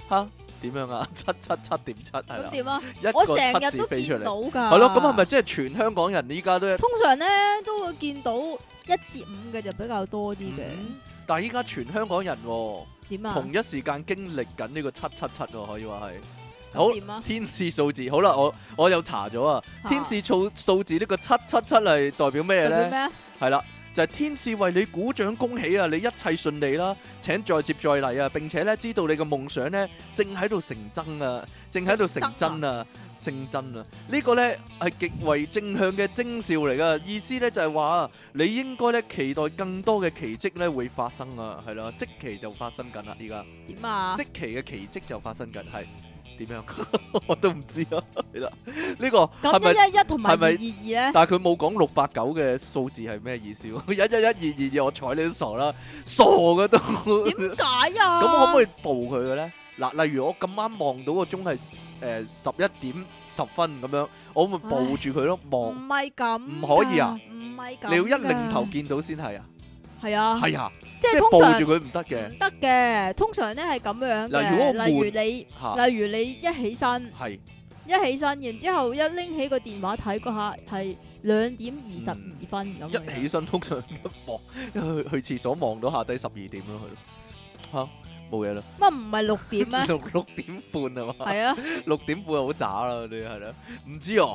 B: 吓點樣啊？七七七點七係
A: 咁
B: 啦，
A: 點啊？
B: 一
A: 我成
B: 個七
A: 日
B: 字
A: 都
B: 飛出
A: 見
B: 嚟，
A: 到噶。
B: 係咯，咁係咪即係全香港人依家都一？
A: 通常咧都會見到一至五嘅就比較多啲嘅。
B: 嗯但係依家全香港人喎，
A: 點啊
B: 同？一時間經歷緊呢個七七七喎，可以話係。好
A: 咁點啊？
B: 天使數字，好啦，我我有查咗啊，
A: 嚇
B: 天使數數字呢個七七七係代表咩
A: 代表
B: 呢？
A: 咩啊？
B: 係啦，就係天使為你鼓掌恭喜啊，你一切順利啦，請再接再厲啊！並且呢，知道你嘅夢想呢，正喺度成真啊，正喺度成真啊，成真啊！呢個呢，係極為正向嘅徵兆嚟噶，意思呢，就係話啊你應該呢，期待更多嘅奇蹟呢會發生啊，係啦，即期就發生緊啦，依家。
A: 點啊？
B: 即期嘅奇蹟就發生緊，係點樣？ 我都唔知啊，係啦，呢個係咪？
A: 咁一一一同埋
B: 係咪
A: 二二二 咧？
B: 但係佢冇講六八九嘅數字係咩意思喎？ 一一一二二二，我睬你都傻啦，傻嘅都。 咁
A: 點解啊？
B: 可唔可
A: 以？
B: 以報佢嘅咧？嗱，例如我咁啱望到個鐘係誒十一點十分咁樣，我咪報住佢咯，
A: 唔
B: 望。
A: 係咁㗎，
B: 唔可以啊
A: 唔係咁㗎。
B: 你要一擰頭見到先係啊，
A: 係啊，
B: 係啊，
A: 即
B: 即係
A: 係通
B: 報
A: 常
B: 住佢唔得嘅
A: 唔得嘅。通常咧係咁樣
B: 嗱如果我啊
A: 嘅，例如你，
B: 嚇，
A: 例如你一起身，
B: 係
A: 一起身，然之後一拎起個電話睇嗰下係兩點二十二分咁樣。
B: 一起身通常一望去去廁所望到下低十二點咯，係咯冇嘢啦。
A: 乜唔係六點咩？
B: 六六點半啊嘛，
A: 係啊，
B: 六點半好渣啦，你係啦，唔知啊，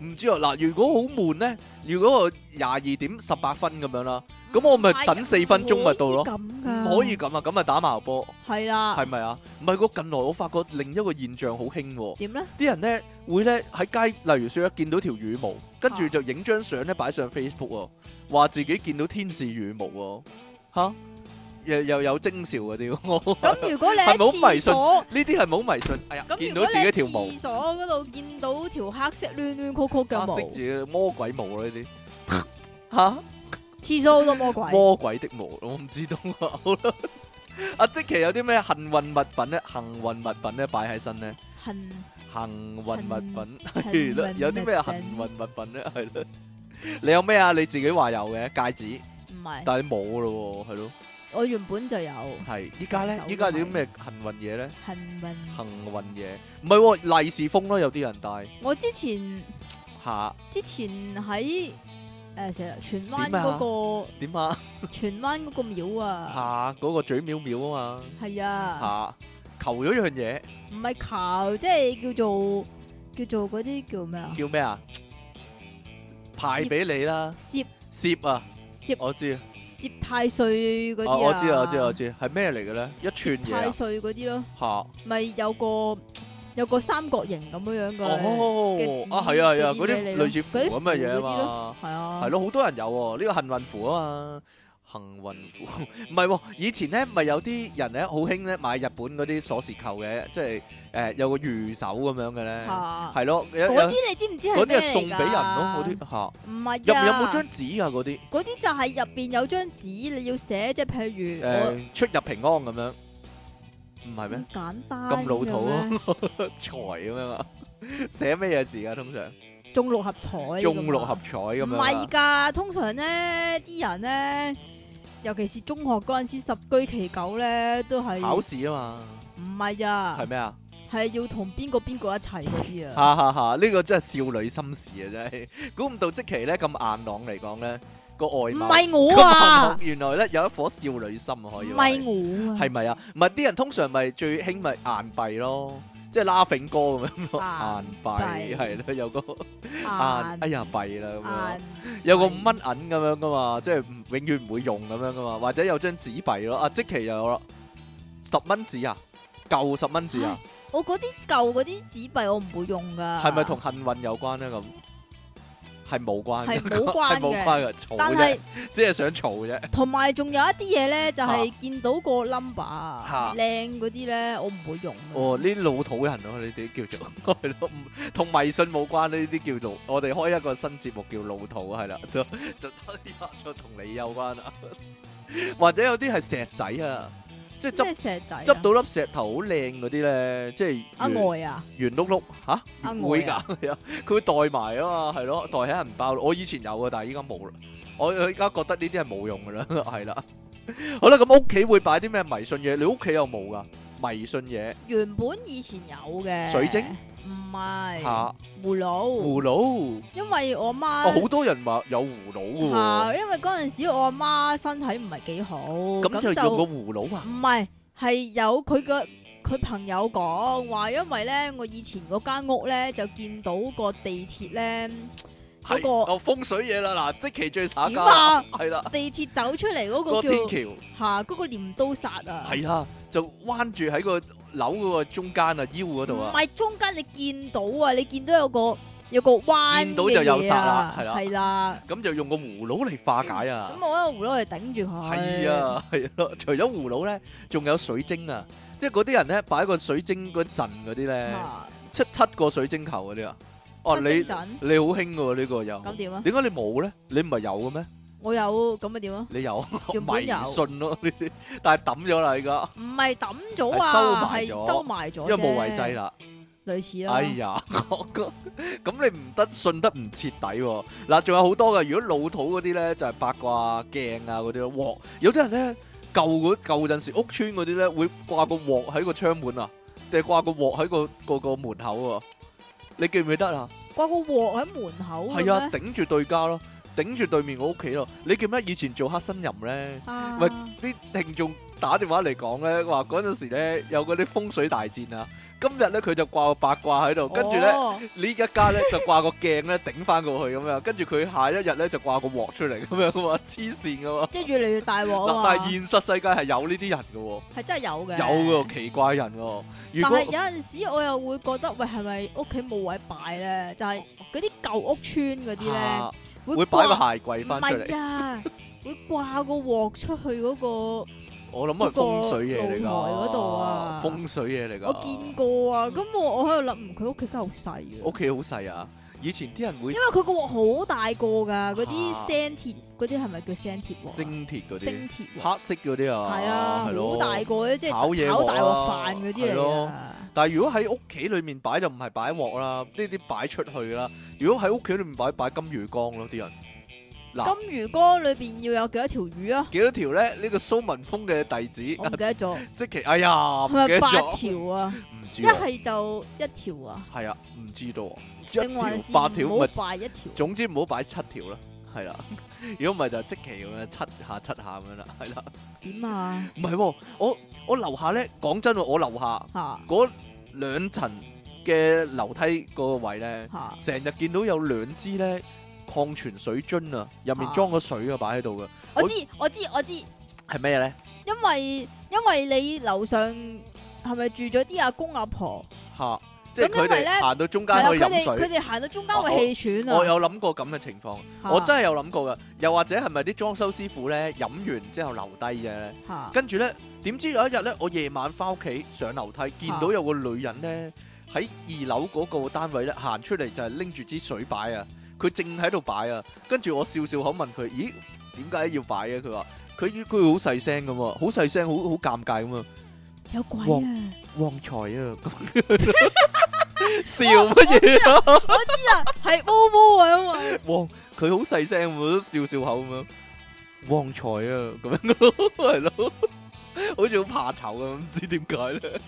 B: 唔知啊。嗱，如果好悶咧，如果我廿二點十八分咁樣啦，咁我咪等四分鐘咪到咯
A: 咁噶，
B: 唔可以咁啊，咁啊打麻波，
A: 係啦
B: 係。咪啊？唔係喎，近來我發覺另一個現象好興喎。
A: 點咧？
B: 啲人咧會咧喺街，例如說見到條羽毛，跟住
A: 啊
B: 就影張相咧擺上 Facebook 喎，話自己見到天使羽毛喎，吓又又有徵兆嗰啲喎，
A: 咁如果你喺
B: 係咪好迷
A: 廁
B: 信
A: 所，
B: 呢啲係冇迷信。哎呀，
A: 咁
B: 見
A: 如
B: 到
A: 果
B: 自
A: 你喺
B: 己條毛，
A: 廁所嗰度見到條黑色攣攣曲曲嘅
B: 啊
A: 毛，
B: 識自己魔鬼毛啦呢 啲，吓
A: 廁所好多魔鬼。
B: 魔鬼的毛，我唔知道啊。好 啦，阿即奇有啲咩幸運物品咧？幸運物品咧擺喺身咧？
A: 恨
B: 幸運物品 係
A: 幸
B: 啦，
A: 運
B: 有啲咩
A: 物品
B: 幸運物品咧？係咯，你有咩啊？你自己話有嘅戒指，
A: 唔係，
B: 但係你冇咯喎，係咯，
A: 我原本就有
B: 係依家咧
A: 手，
B: 依家有啲
A: 牌
B: 咩幸運嘢咧？
A: 恨運。
B: 幸運嘢唔係喎，利是封咯，有啲人戴
A: 我之前
B: 下
A: 之前喺誒成日荃灣
B: 點啊
A: 嗰個
B: 點啊？
A: 荃灣嗰個廟 啊，
B: 下嗰個嘴藐藐啊嘛，
A: 係啊，
B: 下求咗樣嘢
A: 唔係求，即係叫做叫做嗰啲叫咩啊？
B: 叫咩啊？派俾你啦，
A: 攝
B: 攝啊！
A: 攝
B: 我知啊，
A: 攝太歲嗰
B: 啊
A: 啲
B: 我知啊，我知啊，我知啊，係咩嚟嘅咧？一串
A: 攝太
B: 嘢
A: 歲嗰啲咯，
B: 啊，
A: 咪有個有個三角形咁樣樣
B: 嚇
A: 嘅，
B: 哦
A: 嘅紙
B: 啊係啊係
A: 嗰
B: 啊，
A: 啲
B: 嗰
A: 俾
B: 啲
A: 你咯
B: 類似符
A: 嗰啲
B: 咁嘅嘢啊
A: 符嗰啲
B: 嘛。
A: 係啊，
B: 係，咯，好多人有喎，呢個幸運符啊嘛，幸運符 唔係喎，以前咧咪有啲人咧好興咧買日本嗰啲鎖匙扣嘅，即係誒、呃有個魚手咁樣嘅咧，
A: 嚇
B: 係啊咯，有有
A: 嗰啲你知唔知係
B: 嗰啲
A: 咩
B: 係送俾人咯，嗰啲
A: 啲
B: 嚇
A: 唔係
B: 入面
A: 啊
B: 有冇張紙啊？嗰啲
A: 嗰啲就係入邊有張紙，你要寫，即係譬如我
B: 誒出入平安咁樣，唔係咩
A: 咁簡單
B: 咁老土啊
A: 嘅咩，
B: 財咁樣啊？寫咩嘢字啊？通常
A: 中六合彩，啊
B: 中六合。彩咁
A: 唔
B: 樣
A: 係
B: 啊，
A: 㗎，通常咧啲人咧，尤其是中學嗰陣時十居其九咧，都係
B: 考試啊嘛，
A: 唔係啊
B: 係，咩啊？
A: 係要同邊個邊個一齊嗰啲啊。
B: 哈哈哈！呢個真係少女心事啊，真係 估唔到即期咧咁硬朗嚟講咧個外
A: 唔
B: 貌，
A: 係
B: 個
A: 我
B: 外貌
A: 啊，
B: 原來咧有一顆少女心啊可
A: 唔
B: 以話
A: 係我啊，
B: 係咪啊？唔係啲人通常咪最興咪硬幣咯，即係拉揈哥咁樣
A: 啊
B: 咯， 硬幣
A: 幣
B: 係咯，有個硬
A: 硬
B: 哎呀幣啦咁樣，
A: 硬
B: 有個五蚊銀咁樣噶嘛，即係唔永遠唔會用咁樣噶嘛，或者有張紙幣咯，啊即期又有啦，十蚊紙啊，舊十蚊紙啊，
A: 我嗰啲舊嗰啲紙幣我唔會用㗎。
B: 係咪同幸運有關咧？咁係冇關嘅，
A: 係冇關嘅
B: 係冇關嘅，嘈
A: 但
B: 啫
A: 係，
B: 即係想嘈啫。
A: 同埋仲有一啲嘢咧，就係
B: 啊
A: 見到個 number 啊靚嗰啲咧，我唔會用㗎。
B: 哦，呢啲老土人咯，呢啲叫做 係咯，唔同迷信冇關呢啲叫老。我哋開一個新節目叫老土係啦，就就就同你有關啦。 或者有啲係石仔啊，即
A: 即
B: 係執
A: 係石仔啊
B: 執到粒石頭好靚嗰啲咧，即係
A: 阿
B: 圓
A: 外啊，
B: 圓碌碌吓，
A: 啊
B: 會
A: 外
B: 㗎
A: 啊，
B: 係啊佢會袋埋啊嘛，係咯，袋喺銀包。我以前有啊，但係依家冇啦。我我依家覺得呢啲係冇用㗎啦， 係啦。好啦，咁屋企會擺啲咩迷信嘢？你屋企有冇㗎？迷信嘢
A: 原本以前有嘅
B: 水晶
A: 唔係
B: 嚇，
A: 葫蘆，
B: 葫蘆。
A: 因為我媽
B: 哦，好多人話有葫蘆㗎
A: 嚇
B: 喎，
A: 因為嗰陣時我阿媽身體唔係幾好，咁
B: 咁就
A: 就
B: 用個葫蘆啊
A: 唔係係有佢嘅佢朋友講話，因為咧我以前嗰間屋咧就見到個地鐵咧
B: 係
A: 嗰個
B: 哦風水嘢啦，嗱，即其最耍
A: 點
B: 家
A: 啊
B: 啦係啦，
A: 地鐵走出嚟嗰
B: 個
A: 個叫
B: 天
A: 嚇嗰個鐮刀殺啊
B: 橋，係啊，就彎住喺個樓嗰個中間啊，腰嗰度
A: 唔
B: 啊，
A: 係嗯中間你見到啊，你見到有個有個彎
B: 見到就
A: 嘅
B: 有
A: 嘢
B: 殺啦
A: 啊，
B: 係啦
A: 係啦。
B: 咁就用個葫蘆嚟化解啊。
A: 咁我攞個葫蘆嚟頂住佢。
B: 係，啊，係咯，除咗葫蘆咧，仲有水晶啊，即係嗰啲人咧擺個水晶嗰陣嗰啲咧，
A: 啊
B: 七七個水晶球嗰啲啊，哦
A: 七
B: 你
A: 星
B: 你
A: 陣
B: 好興喎呢個又，
A: 咁點啊？
B: 點解你冇咧？你唔係有嘅咩？
A: 我有咁啊點啊？
B: 你有
A: 原本有
B: 迷信咯呢啲，但係抌咗啦而家，
A: 唔係抌咗啊，係
B: 係收埋咗
A: 收埋咗，
B: 因為無謂制，啦。
A: 類似啦。
B: 哎 呀，我覺咁你唔得信得唔徹底喎。嗱，仲有好多嘅，如果老土嗰啲咧就係八卦鏡啊嗰啲咯，鑊有啲人咧舊嗰舊陣時屋村嗰啲咧會掛個鑊喺個窗門啊，定係掛個鑊喺個個個門口啊。你記唔記得啊？
A: 掛個鑊喺門口嘅咩
B: 係啊，頂住對家咯，頂住對面我屋企咯。你記唔記得以前做黑新人咧？
A: 啊
B: 喂啲聽眾打電話嚟講咧，話嗰陣時咧有嗰啲風水大戰啊。今日咧佢就掛個八卦喺度，跟住咧
A: 哦
B: 呢一家咧就掛個鏡咧頂翻過去咁樣，跟住佢下一日咧就掛個鑊出嚟咁樣喎， 黐線噶喎。
A: 即係越嚟越大鑊
B: 嗱，
A: 啊
B: 但
A: 嘛
B: 係，現實世界係有呢啲人嘅喎。
A: 係真係有嘅，
B: 有噶奇怪人喎，如
A: 但
B: 果
A: 係有陣時我又會覺得，喂，係咪屋企冇位擺咧？就係嗰啲舊屋村嗰啲咧，
B: 啊
A: 會
B: 會擺個
A: 掛
B: 鞋櫃翻出
A: 唔
B: 嚟，
A: 係啊，會掛個鑊出去嗰個，
B: 我諗係風水嘢
A: 嗰個露
B: 嚟
A: 台
B: 㗎，
A: 嗰度啊
B: 風水嘢嚟㗎。嗯
A: 我見過啊。咁我我喺度諗，佢屋企真係好細嘅，因
B: 屋企好細啊，以前啲人會
A: 為佢個鑊好大個㗎，嗰啲
B: 啊
A: 聲鐵嗰啲係咪叫聲鐵鑊啊？
B: 蒸鐵嗰
A: 聲
B: 啲，
A: 鐵鑊
B: 黑色嗰啲啊，
A: 係啊，
B: 係咯
A: 好大個嘅，即係
B: 炒嘢鑊啊
A: 炒大鑊飯嗰啲
B: 係
A: 嚟
B: 咯
A: 㗎。
B: 但係如果喺屋企裏面擺就唔係擺鑊啦，呢啲擺出去啦。如果喺屋企裏面擺擺金魚缸咯，啲人嗱
A: 金魚缸裏邊要有幾多條魚 啊？
B: 幾多條咧？呢個蘇文峰嘅弟子
A: 我唔記得咗，
B: 即其哎呀
A: 哦係
B: 唔記
A: 咪
B: 得
A: 八
B: 咗，
A: 條 啊？
B: 唔
A: 一
B: 知啊，
A: 係就一條啊，
B: 係啊，唔知道啊，
A: 定還
B: 一
A: 是
B: 條八條
A: 唔好
B: 咪。
A: 擺一條？
B: 總之唔好擺七條啦，係啦。 如果唔係就即期咁樣七下七下咁樣啦，係啦。
A: 點 啊？
B: 唔係喎，我我樓下咧，講真喎，我樓下
A: 吓
B: 嗰兩層嘅樓梯嗰個位咧，
A: 吓
B: 成日見到有兩支咧礦泉水樽啊，入面裝咗水啊，擺喺度嘅，
A: 我知我知我知，
B: 係咩咧？
A: 因為因為你樓上係咪住咗啲阿公阿婆？
B: 嚇！即係
A: 咁
B: 佢
A: 因為呢
B: 哋行到中間
A: 係啦，啊
B: 可以
A: 佢哋
B: 飲
A: 佢
B: 水。
A: 哋行到中間會氣喘
B: 我
A: 啊！
B: 有諗過咁嘅情況，
A: 嚇
B: 我真係有諗過㗎。又或者係咪啲裝修師傅咧飲完之後留低嘅咧？
A: 吓
B: 跟住呢，點知有一日呢，我夜晚翻屋企上樓梯，見到有個女人呢，喺二樓嗰個單位呢行出嚟，就係拎住支水擺啊，佢正喺度擺啊。跟住我笑笑口問佢：咦，點解要擺嘅？佢話：佢佢好細聲咁啊，好細聲，好好尷尬咁啊，
A: 有鬼
B: 哇
A: 啊！
B: 旺財啊！咁笑乜嘢啊？
A: 係毛毛啊，因為
B: 旺佢好細聲，我都笑笑口咁樣，旺財啊咁樣 咯，係咯，好似好怕醜咁，唔知點解咧，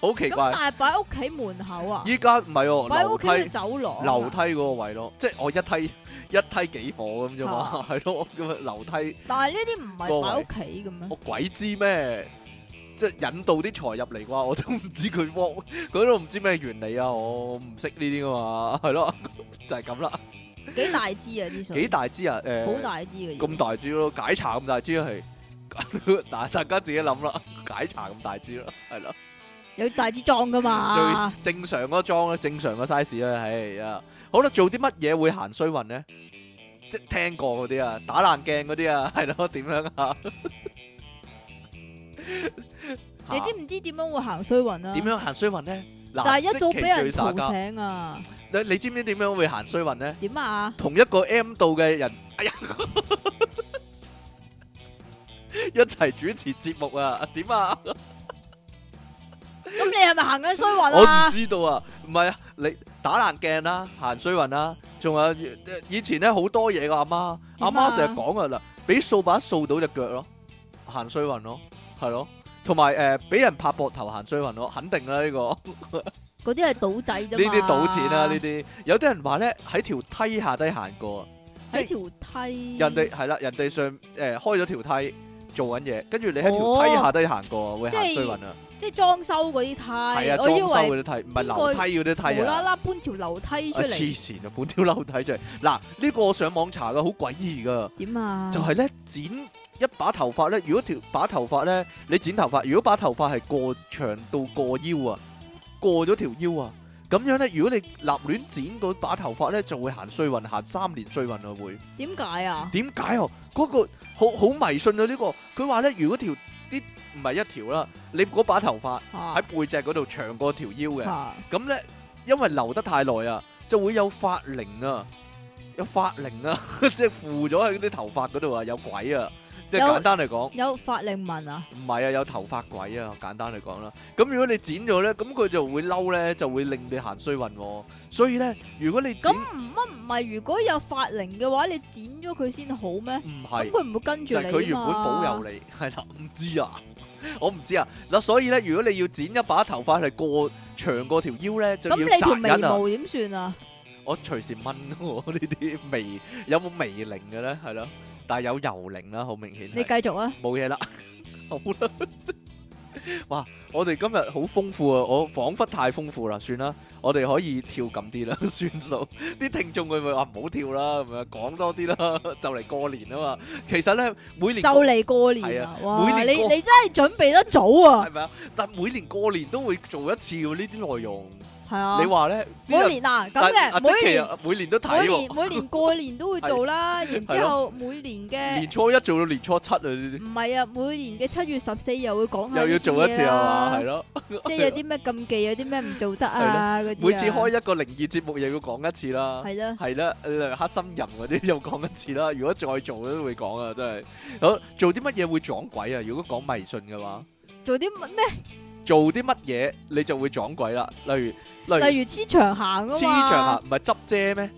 B: 好奇
A: 咁
B: 怪
A: 但。係擺屋企門口啊，
B: 依家唔係喎，
A: 擺
B: 樓
A: 屋企嘅
B: 梯
A: 走廊啊
B: 樓梯嗰個位咯，即係我一梯 一梯幾火咁啫嘛
A: 啊，
B: 係咯，咁啊樓梯
A: 但係呢啲唔係擺屋企嘅咩
B: 我？鬼知咩？即係引導啲財入嚟啩，我都唔知佢喎 佢都唔知咩原理啊！我唔識呢啲噶嘛，係咯， 就係咁啦。
A: 幾大支啊啲水？
B: 幾？大支啊？誒，
A: 好大支嘅嘢。
B: 咁大支咯，解茶咁大支係，嗱大家自己諗啦，解茶咁大支咯，係 咯，
A: 有大支裝噶嘛？
B: 最正常嗰個裝咧，正常個 size 啦，唉啊，好啦，做啲乜嘢會行衰運咧？即係聽過嗰啲啊，打爛鏡嗰啲啊， 係咯，點樣啊？
A: 你知唔知點樣會行衰運啊？
B: 點？樣行衰運咧？嗱，
A: 就係一早
B: 即
A: 俾
B: 期
A: 人
B: 最
A: 嘈
B: 耍家
A: 醒啊！
B: 你你知唔知點樣會行衰運咧？
A: 點啊？
B: 同一個 M 度嘅人， 哎呀，一齊主持節目啊？點啊？
A: 咁你係咪行緊衰運
B: 我唔
A: 啊？
B: 知道啊，唔係啊，你打爛鏡啦，行衰運啦，仲有呃以前咧好多嘢噶阿媽，阿
A: 點啊
B: 媽成日講噶啦，俾掃把掃到只腳咯，行衰運咯，係咯，同埋誒俾人拍膊頭行衰運咯，肯定啦呢、個呢
A: 嗰啲係賭仔啫嘛。
B: 啲賭錢啊啦呢啲，有啲人話咧喺條梯下低行過啊，
A: 喺條梯。
B: 人哋係啦，人哋上誒、呃、開咗條梯做緊嘢，跟住你喺條梯
A: 哦
B: 下低行過啊，會
A: 即
B: 行
A: 係
B: 衰運啊，
A: 即係裝修嗰啲
B: 係
A: 梯
B: 啊，，
A: 我以
B: 裝修
A: 為
B: 嗰啲梯，唔係樓梯嗰啲梯
A: 無
B: 啊
A: 啦。啦搬條樓梯出
B: 啊黐
A: 嚟，
B: 線啊！半條樓梯出嚟，嗱呢個我上網查嘅，好詭異噶，
A: 點啊？
B: 就係咧剪一把頭髮咧，如果條把頭髮咧，你剪頭髮，如果把頭髮係過長到過腰啊，過咗條腰啊，咁樣咧，如果你立亂剪嗰把頭髮咧，就會行衰運，行三年衰運啊會。
A: 點解啊？
B: 點解哦？嗰、個好好迷信啊！呢、個佢話咧，如果條啲唔係一條啦，你嗰把頭髮喺
A: 嚇
B: 背脊嗰度啊長過條腰嘅。
A: 嚇
B: 咁咧，因為留得太耐啊，就會有法靈啊，有法靈啊， 即係附咗喺啲頭髮嗰度啊，有鬼啊！即係
A: 有
B: 簡單嚟講，
A: 有法令紋啊？
B: 唔係啊，有頭髮鬼啊，簡單嚟講啦。咁如果你剪咗咧，咁佢就會嬲咧，就會令你行衰運喎。所以咧，如果你剪
A: 咁唔乜唔係？如果有法令嘅話，你剪咗佢先好咩？
B: 唔
A: 咁
B: 係，
A: 佢唔會跟住
B: 就
A: 你啊
B: 係佢原本保佑
A: 你。
B: 你，係啦，唔知啊， 我唔知啊。嗱，所以咧，如果你要剪一把頭髮係過長過條腰咧，就要
A: 咁你條
B: 擲
A: 眉
B: 人啊。
A: 毛點算啊？
B: 我隨時問我呢啲 微有冇微靈嘅咧，係咯，但係有油靈啦，好明顯係。
A: 你繼續啊！
B: 冇嘢啦，好啦，哇！我哋今日好豐富啊，我彷彿太豐富啦，算啦，我哋可以跳咁啲啦， 算數。啲聽眾佢咪話唔好跳啦，咁樣講多啲啦， 就嚟過年啊嘛。其實咧，每年
A: 就嚟過年
B: 係
A: 啦
B: 啊，
A: 哇！
B: 每
A: 你
B: 年過
A: 你真係準備得早啊，
B: 係咪啊？但每年過年都會做一次喎呢啲內容。
A: 係啊
B: 你。話咧，啲
A: 每
B: 人
A: 年啊，咁
B: 但
A: 嘅
B: 阿
A: 每
B: 即奇
A: 年
B: 啊每年都 à, 睇
A: 每
B: 喎，
A: 年每年過年都會做啦，然之後每年嘅
B: 年初一做到年初七啊，呢
A: 唔係啊，每年嘅七月十四又會講
B: 啲
A: 下
B: 又要做一次
A: 呢啲嘢
B: 啊 Dạ. 嘛，
A: 啦
B: 係，咯。
A: 即係有啲咩禁忌，有啲咩唔做得啊嗰啲啊。
B: 每次開一個靈異節目又要講一次啦。
A: 係啦，
B: 係啦，例如黑心人嗰啲又講一次啦。如果再做都會講啊，真係。好做啲乜嘢會撞鬼啊？如果講迷信嘅話，
A: 做啲乜咩？
B: 做啲乜嘢你就會撞鬼啦。例如例
A: 例如黐牆行
B: 如
A: 啊
B: 黐
A: 嘛，
B: 牆鞋唔係執遮咩？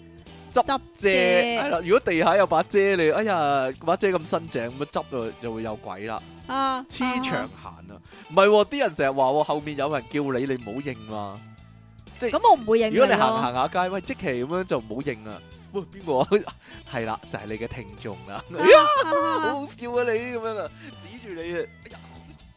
A: 執
B: 遮係
A: 遮
B: 啦。如果地下有把遮你，哎呀把遮咁新淨咁樣執就就會有鬼啦。
A: 啊，
B: 黐
A: 啊
B: 牆行啊，唔係喎，啲人成日話喎，後面有人叫你，你唔好應嘛。
A: 咁我唔會認
B: 如果
A: 咯
B: 你
A: 啊
B: 行行下街，喂，即期咁樣就唔好應啦。喂，邊個啊？ 係啦，就係你嘅聽眾啦。好
A: 啊啊
B: 好笑啊你咁樣啊，指住你啊，哎呀，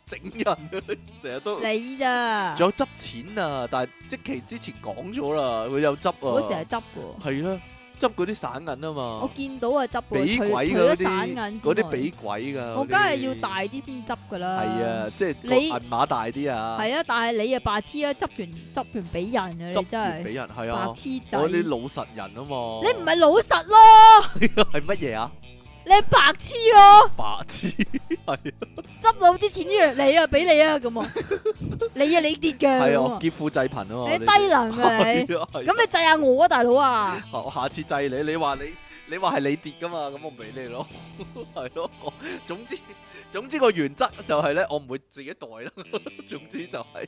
B: 整人啊，你成日都。
A: 你咋？
B: 仲有執錢啊，但係即期之前講咗啦，佢有執
A: 我成日
B: 啊。
A: 執嘅，
B: 係啦，執嗰啲散銀啊
A: 我
B: 嘛，
A: 見到啊執
B: 俾
A: 嘅，除
B: 鬼
A: 除
B: 㗎嗰
A: 咗散銀
B: 啲，
A: 之
B: 嗰
A: 外，
B: 啲俾鬼㗎。
A: 我
B: 嗰
A: 梗係
B: 啲
A: 要大啲先執噶啦。
B: 係啊，即係個
A: 你
B: 銀碼大啲啊。
A: 係啊，但係你啊白痴啊，執完執完俾人啊，
B: 執
A: 你真
B: 完俾
A: 係
B: 人係啊
A: 白，痴仔，
B: 我啲
A: 你
B: 老實人啊嘛。
A: 唔係老實咯，
B: 係乜嘢啊？
A: 你係白痴咯，
B: 白痴係啊
A: 執到啲錢約你啊，俾你啊 咁啊，你啊你跌嘅
B: 係
A: 咁
B: 啊，我
A: 啊，
B: 劫富濟貧啊嘛。
A: 你低能 啊你，
B: 係啊係啊
A: 咁你制下我啊大佬啊，
B: 我下次制你，你話你你話係你跌噶嘛，咁我俾你咯，係咯。我總之總之個原則就係咧，我唔會自己袋 啦。總之就係、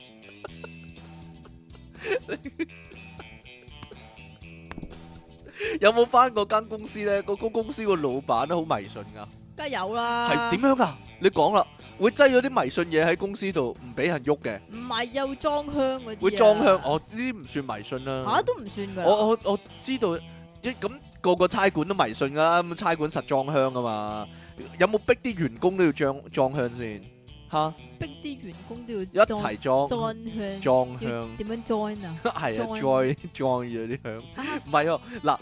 B: 有冇翻嗰間公司咧？嗰間公司個老闆都好迷信噶，
A: 梗係有啦，
B: 係點、啊樣噶？你講啦，會擠咗啲迷信嘢喺公司度，唔俾人喐嘅，
A: 唔係又裝香嗰啲啊，
B: 會裝香。我呢啲唔算迷信啦。
A: 吓都唔算噶，
B: 我我我知道，一咁個個差館都迷信噶啦，咁差館實裝香啊嘛，有冇逼啲員工都要裝裝香先？吓，
A: 逼啲員工都
B: 一
A: 要
B: 齊裝
A: join 香，
B: 裝
A: 要
B: 香，
A: 點樣 join 啊？
B: 係啊
A: join
B: ，join join 咗啲香，唔係啊，嗱，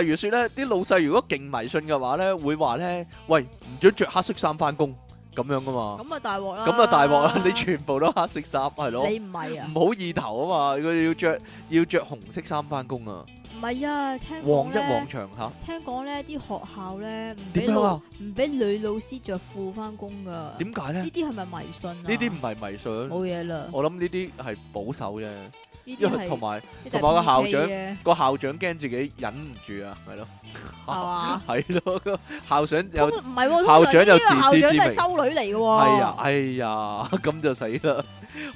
B: 例如說咧，啲老細如果勁迷信嘅話咧，會話咧，喂，唔准着黑色衫翻工咁樣噶嘛，
A: 咁啊大鑊啦！
B: 咁啊 大鑊啦，你全部都嗯黑色衫係咯，
A: 你唔係啊？
B: 唔好意頭啊嘛，佢要着要着紅色衫翻工啊，
A: 唔係啊，聽
B: 旺
A: 講
B: 一旺
A: 咧，
B: 場吓。
A: 聽講咧啲學校咧唔俾
B: 點樣
A: 老
B: 啊？
A: 唔俾女老師着褲翻工噶。
B: 點解咧？
A: 呢
B: 呢
A: 啲係咪迷信啊？呢
B: 啲唔係迷信，
A: 冇嘢啦，
B: 我諗呢啲係保守啫，
A: 呢啲
B: 因為同
A: 係
B: 埋
A: 呢啲係
B: 同埋個校
A: PK
B: 長
A: 嘅
B: 個校長驚自己忍唔住啊，係咯，
A: 係嘛？
B: 係咯，個校長
A: 通
B: 有
A: 唔係喎，
B: 校
A: 校
B: 長
A: 長
B: 有
A: 有
B: 自
A: 校
B: 知
A: 長
B: 之
A: 都
B: 明
A: 係修女嚟嘅喎。
B: 哎呀， 哎呀，咁就死啦。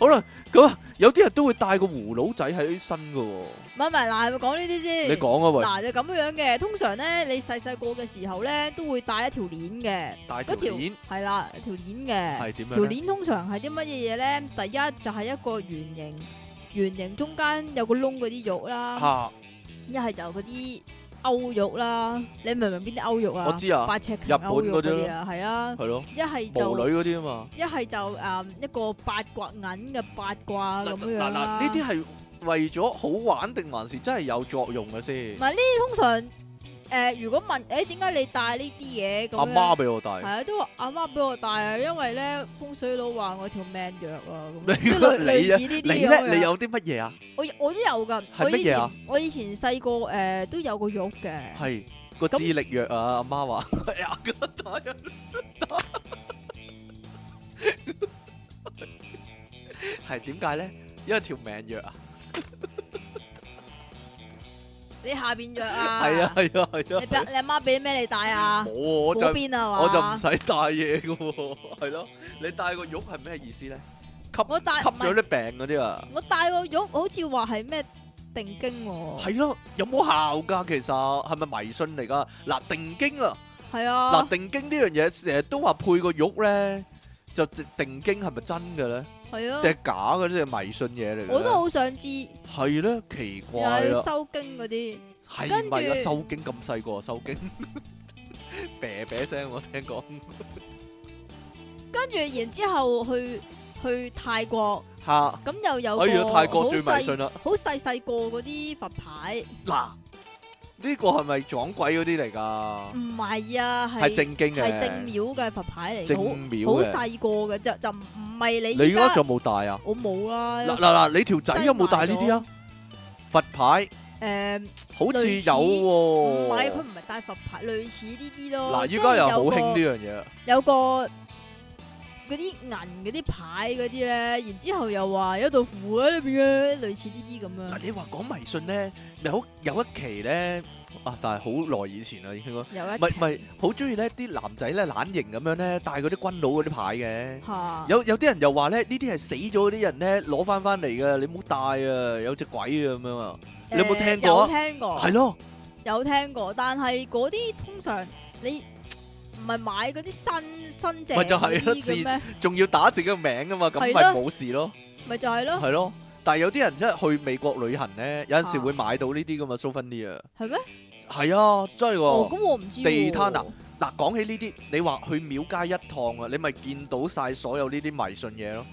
B: 好啦，咁啊，有啲人都會帶個葫蘆仔喺身噶喎，
A: 唔係唔係，嗱，咪講呢啲先。
B: 你講啊喂，
A: 嗱就咁樣嘅，通常咧你細細個嘅時候咧都會帶一條鏈嘅，
B: 帶條
A: 嗰條
B: 鏈
A: 係啦，條鏈嘅。
B: 係點
A: 條
B: 樣咧？
A: 鏈通常係啲乜嘢嘢咧？第一就係一個圓形，圓形中間有個窿嗰啲肉啦，
B: 嚇，
A: 一係就嗰啲鈎肉啦。你明唔明邊啲鈎肉啊？
B: 我知啊
A: 八尺
B: 日
A: 琴
B: 本
A: 鈎肉嗰
B: 嗰啲
A: 啲啊，係啊。
B: 係咯，
A: 一係
B: 巫
A: 就
B: 女嗰啲啊嘛。
A: 一係就誒一個八卦銀嘅八卦咁
B: 嗱
A: 樣
B: 嗱，
A: 樣
B: 呢
A: 啦。
B: 啲係為咗好玩定還是真係有作用嘅先
A: 唔？係呢啲通常誒，如果問誒點解你帶呢啲嘢
B: 阿
A: 咁樣？
B: 媽俾我帶
A: 係。啊，都話阿媽俾我帶啊，因為咧風水佬話我條命弱啊，
B: 你
A: 咁即係類類
B: 你
A: 似
B: 啊
A: 呢啲
B: 你
A: 咁
B: 咧，
A: 樣
B: 你有啲乜嘢啊？
A: 我我都有噶，
B: 係
A: 我
B: 乜
A: 以
B: 嘢啊啊
A: 前我以前細個誒都有個玉嘅，
B: 係個智
A: 咁
B: 力弱啊！阿媽話： 哎呀，係點解咧？因為條命弱啊！
A: 你下邊藥啊，
B: 係啊，，係啊，係
A: 你
B: 啊！
A: 俾你阿媽俾咩你帶啊
B: 冇啊？我就
A: 嗰邊啊嘛，
B: 我就唔使帶嘢嘅喎，係咯？你帶個玉係咩意思咧？吸
A: 我帶
B: 吸
A: 唔係
B: 咗啲病嗰啲啊！
A: 我帶個玉，好似話係咩定經喎，
B: 係咯，有冇效㗎？其實係咪迷信嚟㗎？嗱，定經啊！
A: 係
B: 嗱，
A: 啊，
B: 定經呢樣嘢成日都話配個玉咧，就定經係咪真嘅咧？
A: 係
B: 即係
A: 啊，
B: 假嘅，即係迷信嘢嚟嘅咧。
A: 我都好想知，
B: 係咧，奇怪
A: 又
B: 啊，
A: 係收經嗰啲，
B: 係
A: 跟
B: 咪啊？
A: 住
B: 收經咁 細個啊收經，啤啤聲我聽講
A: 跟住然之後去去泰國，
B: 吓，
A: 咁又有
B: 哎呀
A: 個
B: 泰國
A: 好
B: 最迷
A: 細
B: 信啦，
A: 好細細個嗰啲佛牌，
B: 嗱呢個係咪撞鬼嗰啲嚟噶
A: 唔？係啊，
B: 係
A: 係
B: 正經
A: 係
B: 嘅，
A: 正廟嘅佛牌嚟，
B: 正
A: 好
B: 廟
A: 好
B: 嘅。
A: 細個嘅啫，就唔唔係你
B: 你
A: 而
B: 嗰
A: 家
B: 仲有冇帶啊？
A: 我冇啦，
B: 嗱嗱嗱，你條仔有冇帶呢啲啊？佛牌
A: 誒
B: 好似有
A: 類似唔係佢
B: 喎。
A: 唔係戴佛牌，類似呢啲咯。
B: 哦嗱，
A: 即
B: 依
A: 係
B: 家又好
A: 有個
B: 興呢樣嘢啦。
A: 有個嗰啲銀嗰啲牌嗰啲咧，然之後又話有道符喺裏邊嘅，類似呢啲咁
B: 嗱，
A: 樣。
B: 你話講迷信咧，你好有一期咧啊，但係好耐以前啦，應該。
A: 有一
B: 咪咪好中意咧，啲男仔咧懶型咁樣咧，戴嗰啲軍佬嗰啲牌嘅。
A: 嚇
B: 有有啲人又話咧，呢啲係死咗嗰啲人咧攞翻翻嚟嘅，你唔好戴啊，有隻鬼啊咁樣啊。你有冇
A: 誒
B: 聽過
A: 有
B: 啊
A: 聽過，
B: 係咯，
A: 有聽過，但係嗰啲通常你唔係買嗰啲新新淨
B: 咪就係
A: 嗰
B: 咯
A: 啲嘅咩？
B: 仲要打自己個名啊嘛，咁咪
A: 係咯
B: 冇事咯，
A: 咪就係咯，
B: 係咯。但係有啲人真係去美國旅行咧，有陣時
A: 啊
B: 會買到呢啲噶嘛，souvenir 啊。
A: 係咩？
B: 係啊，真係
A: 哦，
B: 喎。
A: 咁我唔知
B: 地
A: 喎
B: 攤啊嗱，講起呢啲，你話去廟街一趟啊，你咪見到晒所有呢啲迷信嘢咯。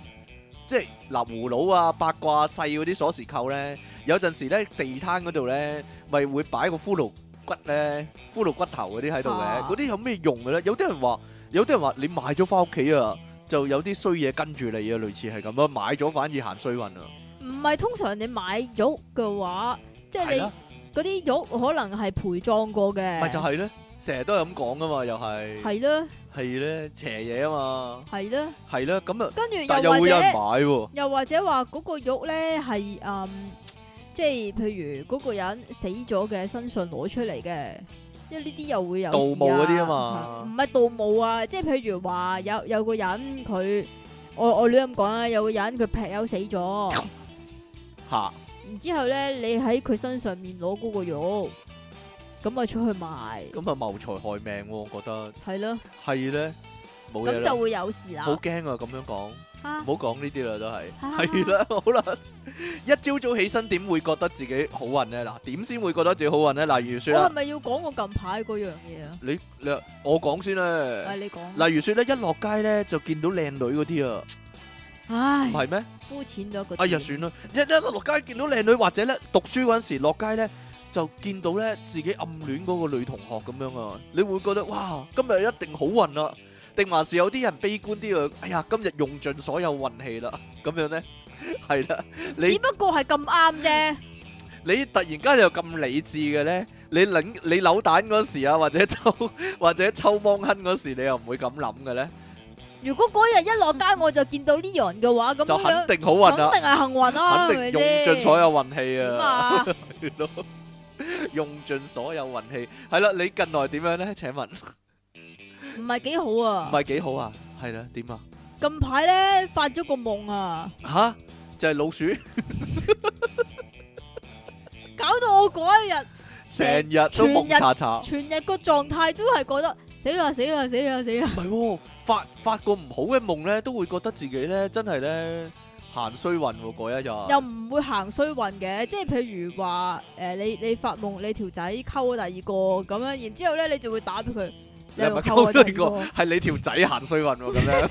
B: 即係嗱，葫蘆啊、八卦細嗰啲鎖匙扣咧，有陣時咧地攤嗰度咧，咪會擺個骷髏骨咧、骷髏骨頭嗰啲喺度嘅，
A: 啊
B: 嗰啲有咩用嘅咧？有啲人話，有啲人話你買咗翻屋企啊，就有啲衰嘢跟住你啊，類似係咁咯，買咗反而行衰運啊，
A: 唔係通常你買玉嘅話，即係
B: 係啦，
A: 你嗰啲玉可能係陪葬過嘅，
B: 咪就係咧，成日都係咁講噶嘛，又係
A: 係啦，
B: 係咧邪嘢啊嘛，
A: 係啦，
B: 係啦，咁啊，
A: 跟住
B: 但又
A: 又
B: 會
A: 或
B: 有
A: 者
B: 人買喎。
A: 又或者話嗰個玉咧係嗯，即係譬如嗰個人死咗嘅身上攞出嚟嘅，因為呢啲又會有事
B: 盜墓嗰啲啊嘛
A: 唔係盜墓啊，即係譬如話有有個人佢，我我亂咁講啊，有個人佢劈友死咗，
B: 吓，
A: 然之後咧你喺佢身上面攞嗰個玉，咁啊出去賣，
B: 咁啊謀財害命喎，我覺得
A: 係咯，
B: 係咧，冇嘢
A: 咁就
B: 啦，
A: 會有事啦
B: 好，驚啊！咁樣講，唔
A: 嚇
B: 好講呢啲啦，都係
A: 哈
B: 係啦，好啦，一朝早起身點會覺得自己好運呢？嗱，點先會覺得自己好運呢？例如說
A: 我係
B: 啦，
A: 咪要講我近排嗰樣嘢啊？
B: 你你我講先啦
A: 喂，，你講，
B: 例如說咧，一落街咧就見到靚女嗰啲啊，唔
A: 唉，
B: 係咩？
A: 膚淺咗一個點，
B: 哎呀，算啦，一一落街見到靚女，或者咧讀書嗰陣時落街咧，就見到咧自己暗戀嗰個女同學咁樣啊，你會覺得哇，今日一定好運啦，定還是有啲人悲觀啲啊？哎呀，今日用盡所有運氣啦，咁樣咧，係啦，
A: 只不過係咁啱啫。
B: 你突然間又咁理智嘅咧，你擰你扭蛋嗰時啊，或者抽或者抽芒亨嗰時，你又唔會咁諗嘅咧，
A: 如果嗰日一落街我就見到呢樣嘅話，咁
B: 就
A: 樣
B: 肯定好運啦
A: 肯，定係幸運啦，
B: 肯
A: 係咪
B: 定用
A: 先？
B: 盡所有運氣
A: 點
B: 啊！
A: 啊？
B: 咯，用盡所有運氣。係啦，你近來點樣咧？請問唔
A: 唔係幾好啊！
B: 係幾好啊？係啦，點啊？
A: 近排咧發咗個夢啊，
B: 吓，就係老鼠，
A: 搞到我嗰一日
B: 成日都蒙查查。唔
A: 全日個狀態都係覺得死啦死啦死啦死啦，
B: 係喎，發發個唔好嘅夢咧，都會覺得自己咧真係咧行衰運喎嗰一
A: 又
B: 日。
A: 唔會行衰運嘅，即係譬如話誒、你你發夢你條仔溝咗第二個咁樣，然之後咧你就會打俾佢，
B: 你
A: 又
B: 係咪
A: 溝
B: 溝
A: 咗第
B: 咗呢
A: 二
B: 個
A: 個。
B: 係你條仔行衰運喎咁樣，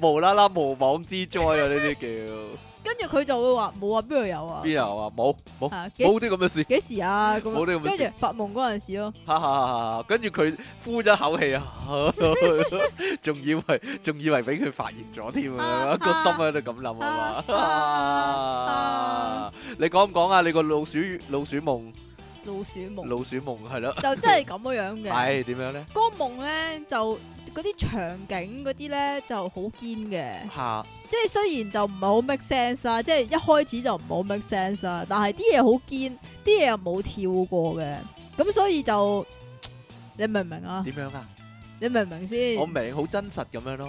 B: 無啦啦無妄之災啊！呢啲
A: 跟住佢就會話冇啊，邊度有啊
B: 叫？邊有啊？冇冇
A: 啊幾
B: 冇
A: 時
B: 啲咁嘅事。
A: 幾時啊？咁
B: 冇呢咁
A: 樣
B: 嘅事
A: 跟住發夢嗰陣時咯，
B: 哈哈哈哈！跟住佢呼咗口氣啊， 仲以為仲以為俾佢發現咗添啊，個心喺度咁諗啊嘛。你講唔講啊？你個老鼠老鼠夢
A: 老鼠夢
B: 老鼠夢係咯，
A: 就真係咁樣樣嘅。
B: 係點樣 咧？
A: 嗰個夢咧就嗰啲場景嗰啲咧就好堅嘅，
B: 嚇
A: 即係雖然就唔係好 make sense 啦，即係一開始就唔係好 make sense 啦，但係啲嘢好堅，啲嘢又冇跳過嘅，咁所以就你明唔明啊？
B: 點樣啊？
A: 你明唔明先？
B: 我明，好真實咁樣咯，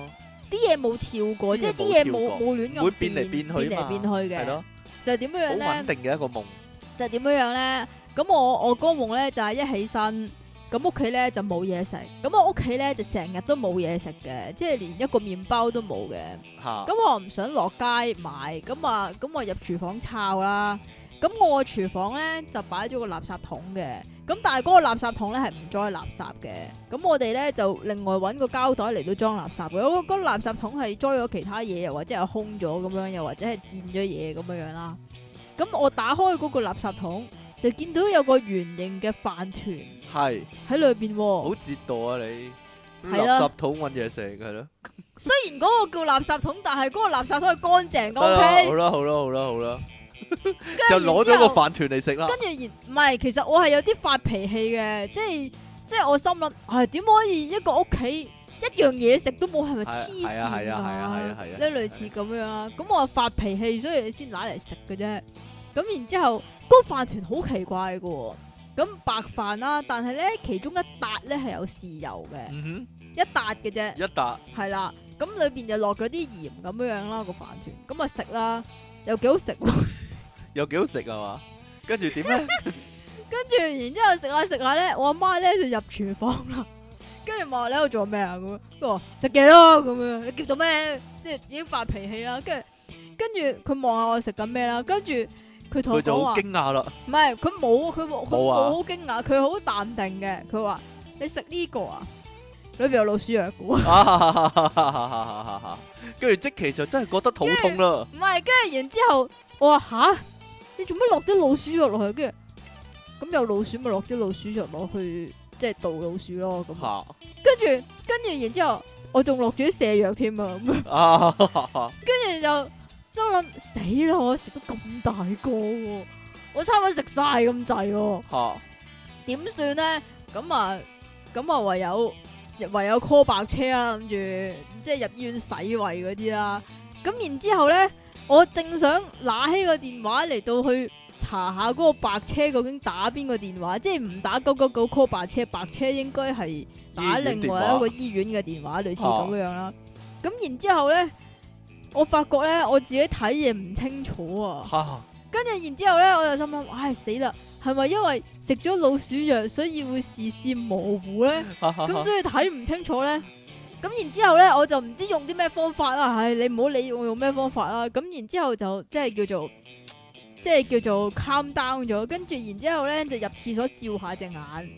A: 啲嘢冇跳過，
B: 啲嘢
A: 即係
B: 冇
A: 啲嘢
B: 跳
A: 冇
B: 過
A: 冇亂咁
B: 會變嚟變去
A: 變
B: 啊嘛
A: 嚟變去
B: 係
A: 嘅，
B: 咯，
A: 就係點樣
B: 好
A: 樣
B: 啊
A: 咧
B: 穩？定嘅一個夢。
A: 就係點樣樣咧？咁我我嗰個夢咧就係、一起身，咁屋企咧就冇嘢食，咁我屋企咧就成日都冇嘢食嘅，即係連一個麵包都冇嘅。
B: 嚇
A: 咁我唔想落街買，咁啊咁我入廚房抄啦。咁我廚房咧就擺咗個垃圾桶嘅，咁但係嗰個垃圾桶咧係唔裝垃圾嘅，咁我哋咧就另外揾個膠袋嚟到裝垃圾嘅。嗰、嗰個垃圾桶係裝咗其他嘢，又或者係空咗咁樣，又或者係濺咗嘢咁樣樣啦。咁我打開嗰個垃圾桶，就見到有個圓形嘅飯團
B: 係
A: 喺裏邊喎。
B: 好折墮啊你！
A: 係啦
B: 垃圾桶揾嘢食係咯，
A: 雖然嗰個叫垃圾桶，但係嗰個垃圾桶係乾淨嘅
B: 得啦，好
A: ，OK。
B: 啦好啦好啦好啦，啊就
A: 跟住然
B: 攞咗
A: 之後
B: 個飯團嚟食啦
A: 跟。住然唔係，其實我係有啲發脾氣嘅，即係即係我心諗，唉、點可以一個屋企一樣嘢食都冇，係咪
B: 係啊
A: 黐
B: 係啊係
A: 線
B: 啊係啊係啊
A: 啊？
B: 係啊
A: 呢類似咁樣啊，咁我發脾氣，所以你先攞嚟食嘅啫。咁然之後，嗰、個飯團好奇怪嘅喎，咁白飯啦、但係咧其中一笪咧係有豉油嘅，
B: 嗯
A: 一笪嘅啫
B: 哼，。一笪
A: 係啦，咁裏边就落咗啲鹽咁樣样啦個飯團，咁啊食啦，又幾好食喎。
B: 又幾好食啊嘛，跟住點咧？
A: 跟住然之後食下食下咧，我阿媽咧就入廚房啦， 跟住問我你喺度做咩啊咁樣，跟住我話食嘢咯咁樣，你叫到咩？即係已經發脾氣啦，跟住跟住佢望下我食緊咩啦，跟住佢同
B: 佢
A: 我
B: 就
A: 講
B: 好
A: 話，
B: 驚訝啦，
A: 唔係佢冇佢冇佢
B: 冇
A: 冇
B: 啊
A: 好驚訝，佢好淡定嘅，佢話你食呢個啊，裏邊有老鼠藥嘅喎。
B: 啊跟住即期就真係覺得肚痛啦，
A: 唔係，跟住然之後，我話吓，你做乜落啲老鼠藥落去？跟住咁有老鼠咪落啲老鼠藥落去，即係導老鼠咯。咁啊
B: 嚇
A: 跟住跟住然之後，我仲落咗啲瀉藥添啊。咁樣
B: 啊！
A: 跟住就心諗死啦，我食得咁大個喎，我差唔多食晒咁滯喎，
B: 嚇
A: 點算咧？咁啊咁啊，唯有唯有 call 白車啦，諗住即係入醫院洗胃嗰啲啦。咁然之後咧，我正想拿起個電話嚟到去查下嗰個白車究竟打邊個電話，即係唔打九九九 call 白車，白車應該係打
B: 醫院
A: 另
B: 電
A: 外
B: 話哦
A: 一個醫院嘅電話，類似咁樣啦。咁然之後咧，我發覺咧我自己睇嘢唔清楚啊。
B: 嚇
A: 跟住然之後咧，我就心諗，唉死啦，係咪因為食咗老鼠藥，所以會視線模糊 咧？咁所以睇唔清楚咧？咁然之後咧，我就唔知用啲咩方法啦。唉，你唔好理我用咩方法啦。咁然之後就即係叫做即係叫做 calm down 咗。跟住然之後咧就入廁所照下隻眼，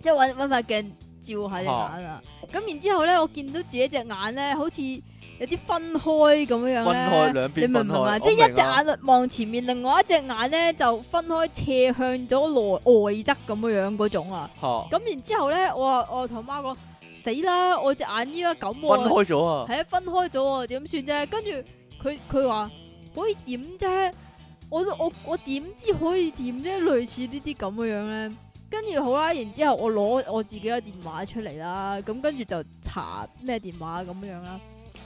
A: 即係揾揾塊鏡照下隻眼啊。咁然之後咧，我見到自己隻眼咧好似有啲分開咁樣樣
B: 分
A: 咧。
B: 開兩
A: 你
B: 邊
A: 明
B: 分
A: 唔明啊？
B: 開，
A: 即係
B: 我
A: 一
B: 明
A: 隻
B: 啊
A: 眼望前面，另外一隻眼咧就分開斜向咗內外側咁樣樣嗰種啊。
B: 嚇
A: 咁然之後咧，我話我同媽講死啦，我隻眼依家咁
B: 分
A: 喎，
B: 開咗啊！
A: 係啊分開咗喎，點算啫？跟住佢佢話可以點啫？我都我我點知可以點啫？類似呢啲咁嘅樣咧。跟住好啦，然之後我攞我自己嘅電話出嚟啦，咁跟住就查咩電話咁樣啦。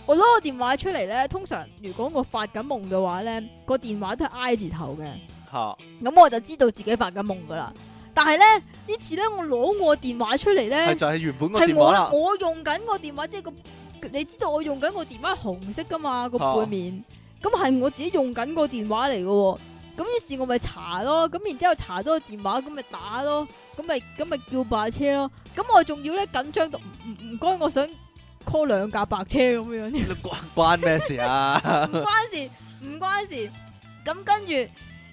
A: 我攞個電話出嚟咧，通常如果我發緊夢嘅話咧，個電話都係 I 字頭嘅。
B: 嚇
A: 咁我就知道自己發緊夢噶啦。但係咧呢次咧，我攞我電話出嚟
B: 係
A: 咧，
B: 就係原本個
A: 係
B: 電話啦
A: 我，我用緊個電話，即係個你知道我用緊個電話係紅色噶嘛個
B: 啊
A: 背面，咁係我自己用緊個電話嚟嘅喎。咁於是我咪查咯，咁然之後查到個電話，咁咪打咯，咁咪咁咪叫白車咯。咁我仲要咧緊張到唔唔唔該，我想 call 兩架白車咁樣 添。
B: 關關咩事啊？
A: 唔關事，唔關事。咁跟住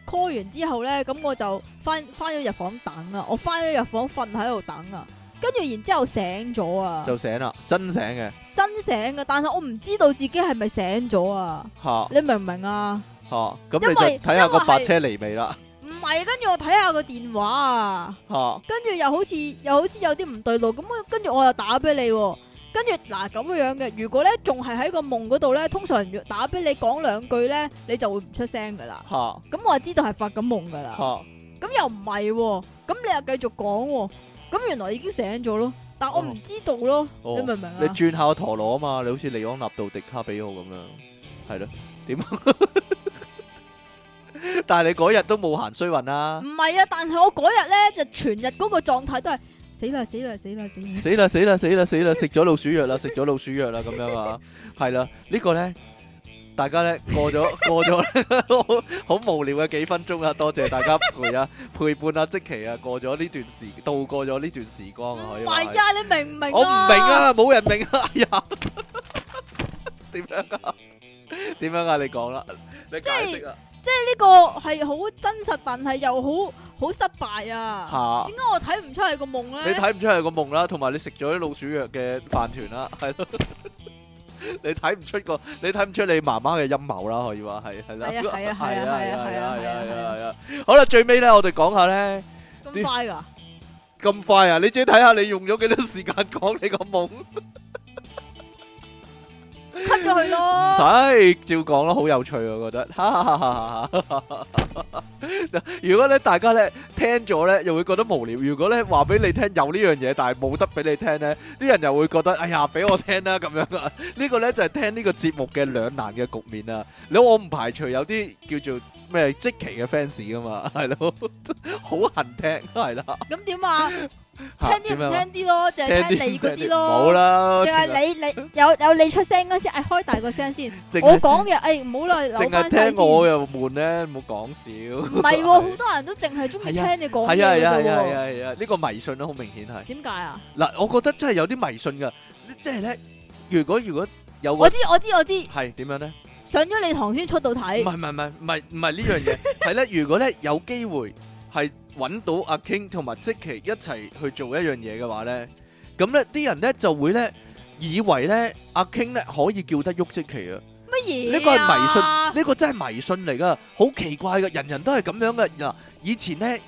A: call 完之後咧，咁我就翻翻咗入房等啊，我翻咗入房瞓喺度等啊。跟住然之後醒咗啊，
B: 就醒啦，真醒嘅
A: 真醒噶，但係我唔知道自己係咪醒咗啊？
B: 嚇
A: 你明唔明啊？
B: 嚇，
A: 因
B: 咁你
A: 為
B: 就睇下個
A: 因為係
B: 白車嚟未啦
A: 唔係，跟住我睇下個電話啊，
B: 嚇
A: 跟住又好似又好似有啲唔對路，咁我跟住我又打俾你、喎。跟住嗱咁樣嘅，如果咧仲係喺個夢嗰度咧，通常如果打俾你講兩句咧，你就會唔出聲噶啦。
B: 嚇
A: 咁我就知道係發緊夢噶啦。
B: 嚇
A: 咁又唔係喎，咁你又繼續講喎，咁原來已經醒咗咯，但我唔知道咯，
B: 哦
A: 你明唔明
B: 你
A: 啊？
B: 轉下個陀螺啊嘛，你好似利安納道迪卡比奧咁樣，係咯？點啊？ 但係你嗰日都冇行衰運啦
A: 唔，係啊，但係我嗰日咧就全日嗰個狀態都係死啦死啦死啦死啦，
B: 死啦死啦死啦死啦，食咗老鼠藥啦，食咗老鼠藥啦咁樣啊，係啦，呢個呢，大家呢過咗 過咗好好無聊嘅幾分鐘啦，多謝大家陪啊陪伴啊即期啊過咗呢段時度過咗呢段時光啊，可以
A: 唔
B: 話
A: 係
B: 係
A: 啊，你明唔明
B: 我唔明！啊，冇人明 啊，哎呀，點樣啊？點樣啊？你講啦，你解釋啊，
A: 呢個係好真實，但係又好好失敗啊！
B: 吓
A: 點解我睇唔出係個夢
B: 你
A: 咧？
B: 睇唔出係個夢啦，同埋你食咗啲老鼠藥嘅飯團啦，係咯。你睇唔出個，你睇唔出你媽媽嘅陰謀啦，可以話係係啦，
A: 係啊係啊係啊係啊係啊
B: 係係啊
A: 係啊
B: 係啊！好啦，最尾咧，我哋講下咧，
A: 咁快㗎？
B: 咁快啊！你自己睇下你用咗幾多時間講你個夢，唔
A: cut 咗佢咯，
B: 使照講啦，好有趣啊我覺得。哈哈哈哈哈哈 如果咧大家咧聽咗咧，又會覺得無聊；如果咧話俾你聽有呢樣嘢，但係冇得俾你聽咧，啲人又會覺得哎呀，俾我聽啦咁樣啊。呢個咧就係聽呢個節目嘅兩難嘅局面啊。你我唔排除有啲叫做咩即期 嘅 fans 噶嘛，係咯，好恨聽係啦。
A: 咁點啊？聽
B: 嚇
A: 啲唔
B: 點樣啊
A: 聽啲咯，淨係聽
B: 聽
A: 你嗰啲
B: 唔好
A: 咯。
B: 啦，
A: 淨係你你有有你出聲嗰時，誒開大個聲先。
B: 淨係
A: 我講嘅，誒唔好啦，
B: 淨
A: 留翻
B: 係
A: 細先。
B: 聽我
A: 唔
B: 又悶咧，唔好講少。
A: 係喎，好多人都淨係中意
B: 係啊
A: 聽你講嘢
B: 係啊係啊
A: 嘅啫
B: 係啊係啊
A: 喎。
B: 係啊，呢個迷信咯，好明顯係。
A: 點解啊？
B: 嗱，我覺得真係有啲迷信噶，即係咧，如果如果有個
A: 我知我知我知，
B: 係點樣咧？
A: 上咗你堂先出到
B: 唔
A: 睇。
B: 係唔係唔係唔係唔係呢 樣嘢，係咧，如果咧有機會係揾到阿 King 同埋積奇一齊去做一樣嘢嘅話咧，咁咧啲人咧就會咧以為咧阿 King 咧可以叫得喐積奇啊。
A: 乜嘢？
B: 呢個係迷信 呢個真係迷信嚟噶，好奇怪噶，人人都係咁樣噶。嗱，以前咧，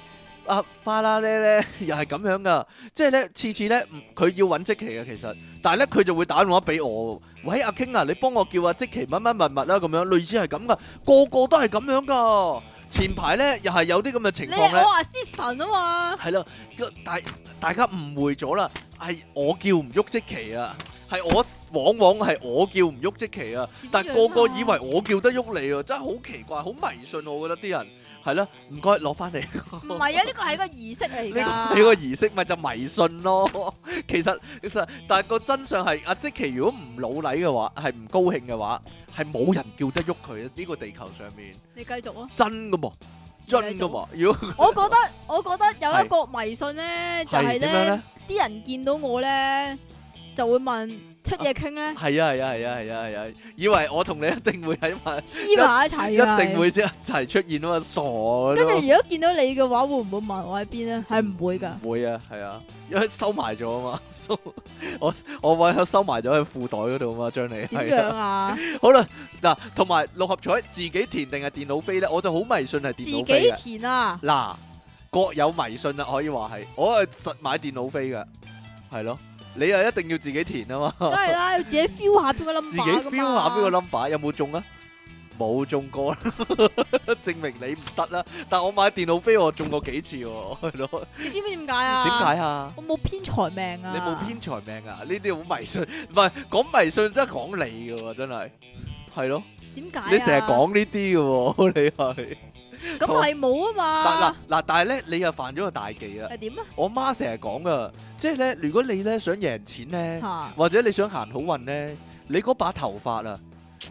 B: 阿花啦咧咧 又係咁樣噶，即係咧次次咧，唔佢要揾即奇嘅其實，但係咧佢就會打電話俾我，喂阿 King 啊，你幫我叫阿即奇乜乜物物啦咁樣，類似係咁噶，個個都係咁樣噶。前排咧又係有啲咁嘅情
A: 你
B: 況
A: 係
B: 咧
A: 我，assistant 啊嘛，
B: 係啦，個大大家誤會咗啦，係我叫唔喐即奇啊，係我往往係我叫唔喐即奇啊。但個個以為我叫得喐你啊，真係好奇怪，好迷信我覺得啲人係啦，唔該攞翻嚟。
A: 唔係啊，呢個係個儀式嚟
B: 呢
A: 㗎。
B: 個呢個儀式咪就迷信咯。其實其實，但係個真相係阿即奇如果唔老禮嘅話，係唔高興 嘅話，係冇人叫得喐佢啊！呢個地球上面
A: 你繼續啊！
B: 真噶嘛，真噶嘛。如果
A: 我覺得我覺得有一個迷信咧，就係
B: 係點樣
A: 咧
B: 咧？
A: 啲人見到我咧就會問出嘢傾 咧，
B: 係啊係啊係啊係啊係啊，以為我同你一定會喺埋，
A: 黐埋一齊
B: 一
A: 㗎。
B: 定會一齊出現啊嘛，傻啊
A: 跟
B: 都
A: 住如果見到你嘅話，會唔會問我喺邊咧？係唔會㗎。
B: 唔會啊，係啊，因為收埋咗啊嘛， 收我我揾收埋咗喺褲袋嗰度啊嘛，將
A: 點
B: 你係
A: 樣
B: 啊。
A: 啊？
B: 好啦，嗱，同埋六合彩自己填定係電腦飛咧，我就好迷信係
A: 自
B: 電腦飛
A: 己
B: 嘅。
A: 填啊！
B: 嗱，各有迷信啦，可以話係，我係實買電腦飛嘅，係咯，你又一定要自己填啊嘛，
A: 梗係啦，要自己 feel 下邊個 number
B: 自己
A: 㗎
B: feel 下
A: 嘛
B: 邊個 number 有冇中啊？冇中過啦， 證明你唔得啦。但我買電腦飛我中過幾次喎，係咯，
A: 你知唔知點解啊？
B: 點？解啊？
A: 我冇偏財命啊！
B: 你冇偏財命啊？呢啲好迷信，唔係講迷信真係講你嘅喎，真係係咯，
A: 偏點解啊？
B: 你成日講呢啲嘅喎，你係
A: 咁係冇啊
B: 嗱嗱
A: 嘛？
B: 嗱，但係咧你又犯咗個大忌啊！
A: 係點啊？
B: 我媽成日講噶，即係咧，如果你咧想贏錢咧，
A: 嚇！
B: 或者你想行好運咧，你嗰把頭髮啊，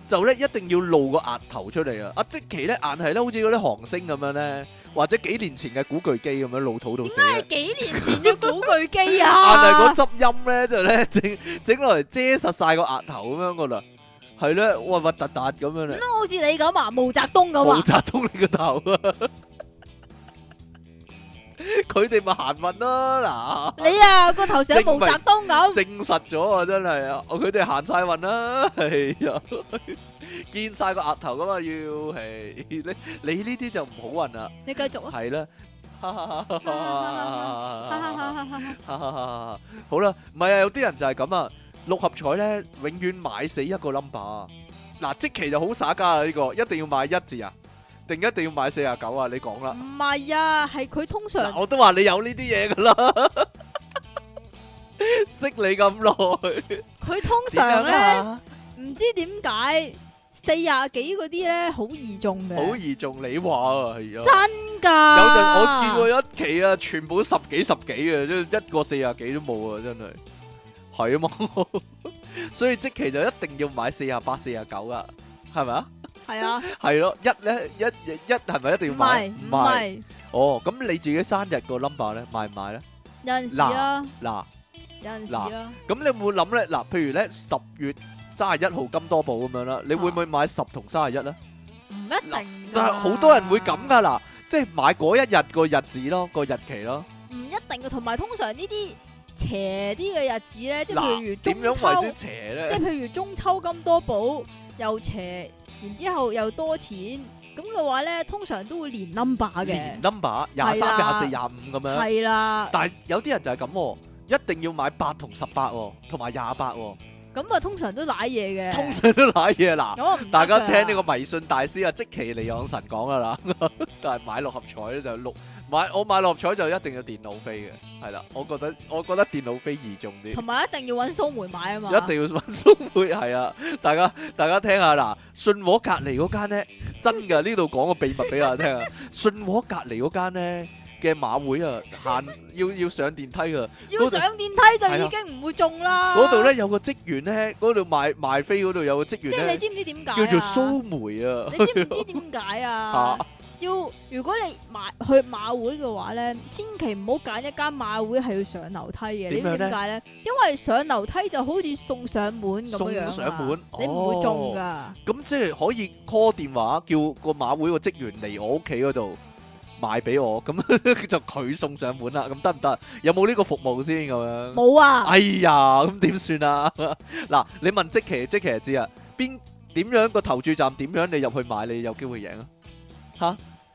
B: 就咧一定要露個額頭出嚟啊！阿即奇咧硬係咧，好似嗰啲韓星咁樣咧，或者幾年前嘅古巨基咁樣露肚度死啊！
A: 幾年前嘅古巨 基
B: 但係
A: 啊
B: 嗰！執音咧就咧整整落嚟遮實晒個額頭咁樣噶啦，係咧，核核突突咁樣咧
A: 咁，都好似你咁啊，毛澤東咁
B: 毛
A: 啊，
B: 澤東你個頭啊！ 佢哋咪行運啦
A: 你啊個頭成毛澤東
B: 嗱，
A: 咁，
B: 證實咗啊真係啊，佢哋行晒運啦， 係啊，見晒個額頭噶嘛要，係你你呢啲就唔好運啦，
A: 你繼續啊！
B: 係啦。啊哈哈哈哈 好啦，唔係啊，有啲人就係咁啊，六合彩咧永遠買死一個 number 啊。嗱，即期就好耍家啊啦呢、個，一定要買一字啊，定一定要買四啊九啊？你講啦，
A: 唔係啊，係佢通
B: 嗱
A: 常
B: 我都話你有呢啲嘢噶啦， 識你咁耐，
A: 佢通
B: 點
A: 常
B: 樣
A: 咧，
B: 啊
A: 唔知點解四廿幾嗰啲咧好易中
B: 好
A: 嘅，
B: 易中你話啊，係啊。
A: 真
B: 有
A: 噶。
B: 陣我見過有一期啊，全部都十幾十幾嘅，即係一個四廿幾都冇啊，真係係啊嘛，所以即期就一定要買四廿八、四廿九啊，係咪啊？
A: 係啊，
B: 係咯，一咧一一一係咪一定
A: 唔
B: 要買？
A: 係唔係，
B: 哦，咁你自己生日個 number 咧，買唔買咧？
A: 有陣時啊，
B: 嗱，
A: 有陣時啊，
B: 咁你有冇諗咧？嗱，譬如咧十月三十一號金多寶咁樣啦，你會唔會買十同三十一咧？
A: 唔一定㗎，
B: 但係好多人會咁噶啦，即係買嗰一日個日子咯，個日期咯。
A: 唔一定嘅，同埋通常呢啲邪啲嘅日子咧，即係譬如
B: 嗱，點
A: 中
B: 樣為
A: 秋
B: 之，邪
A: 即係
B: 咧？
A: 譬如中秋咁多寶又邪，然之後又多錢，咁嘅話咧，通常都會連 number
B: 年
A: 嘅，
B: number 廿
A: 係
B: 三、廿
A: 啦
B: 四、廿五咁樣。
A: 係啦，
B: 但係有啲人就係咁喎，一定要買八同十八喎，同埋廿八喎，
A: 咁啊通常都賴嘢嘅，
B: 通常都攋嘢嗱。
A: 咁啊唔得
B: 大家
A: 㗎
B: 聽呢個迷信大師啊，即其利養神講噶啦， 但係買六合彩咧就六買，我買六合彩就一定要電腦飛嘅，係啦，我覺得我覺得電腦飛易中啲，
A: 同埋一定要揾蘇梅買啊嘛，
B: 一定要揾蘇妹係啊！大家大家聽下嗱，信和隔離嗰間咧真嘅，呢度講個秘密俾大家聽啊！信和隔離嗰間咧嘅馬會啊，行要要上電梯噶。
A: 要
B: 嗰度
A: 上電梯
B: 係
A: 就
B: 啦
A: 已經唔會中啦。
B: 嗰度，咧有個職員咧，嗰度賣賣飛嗰度有個職
A: 即係
B: 員
A: 你
B: 咧，
A: 知唔知點解
B: 叫做
A: 啊
B: 蘇梅啊，
A: 你知唔知點解 啊？要如果你買去馬會嘅話咧，千祈唔好揀一間馬會係要上樓梯嘅。你
B: 點
A: 知
B: 樣呢
A: 點解咧？因為上樓梯就好似送上門咁樣樣啊
B: 送上門哦
A: 你唔會中噶。
B: 咁即係可以 call 電話叫個馬會個職員嚟我屋企嗰度賣俾我，咁 就佢送上門啦，咁得唔得？有冇呢個服務先咁樣？
A: 冇啊，
B: 哎呀，咁點算啊？ 嗱，你問即奇，即奇就知啊，邊點樣個投注站點樣你入去買，你有機會贏啊？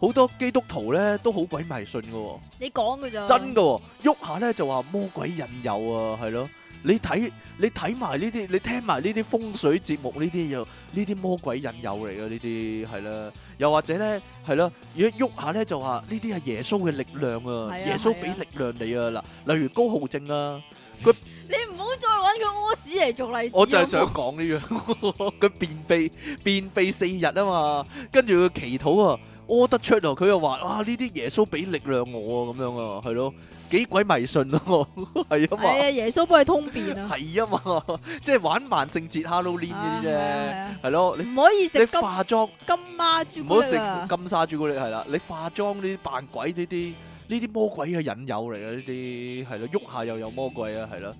B: 好多基督徒咧都好鬼迷信嘅喎。
A: 你講嘅咋？
B: 真噶、喎，喐下咧就話魔鬼引誘啊，係咯。你睇你睇埋呢啲，你聽埋呢啲風水節目呢啲又呢啲魔鬼引誘嚟嘅呢啲係啦。又或者咧係啦，如果喐下咧就話呢啲係耶穌嘅力量
A: 係
B: 啊，
A: 啊
B: 耶穌俾
A: 係啊
B: 力量你啊嗱，例如高浩正啊，
A: 你唔好再揾個屙屎嚟做例子。
B: 我就係
A: 好
B: 想
A: 冇
B: 講呢樣， 佢便秘便秘四日啊嘛，跟住佢祈禱啊，屙得出啊，佢又話啊呢啲耶穌俾力量我啊咁樣啊，係咯，幾鬼迷信咯， 係啊嘛
A: 係。啊，耶穌幫你通便啊。
B: 係啊嘛，即係玩萬聖節 Halloween
A: 啊
B: 呢啲
A: 係啊
B: 啫，
A: 係啊
B: 係咯，你
A: 唔可以
B: 你
A: 食金
B: 化妝
A: 金孖朱
B: 唔
A: 古
B: 好
A: 力啊！
B: 食金沙朱古力係啦，你化妝呢啲扮鬼呢啲呢啲魔鬼嘅引誘嚟嘅呢啲係咯，喐下又有魔鬼啊係咯，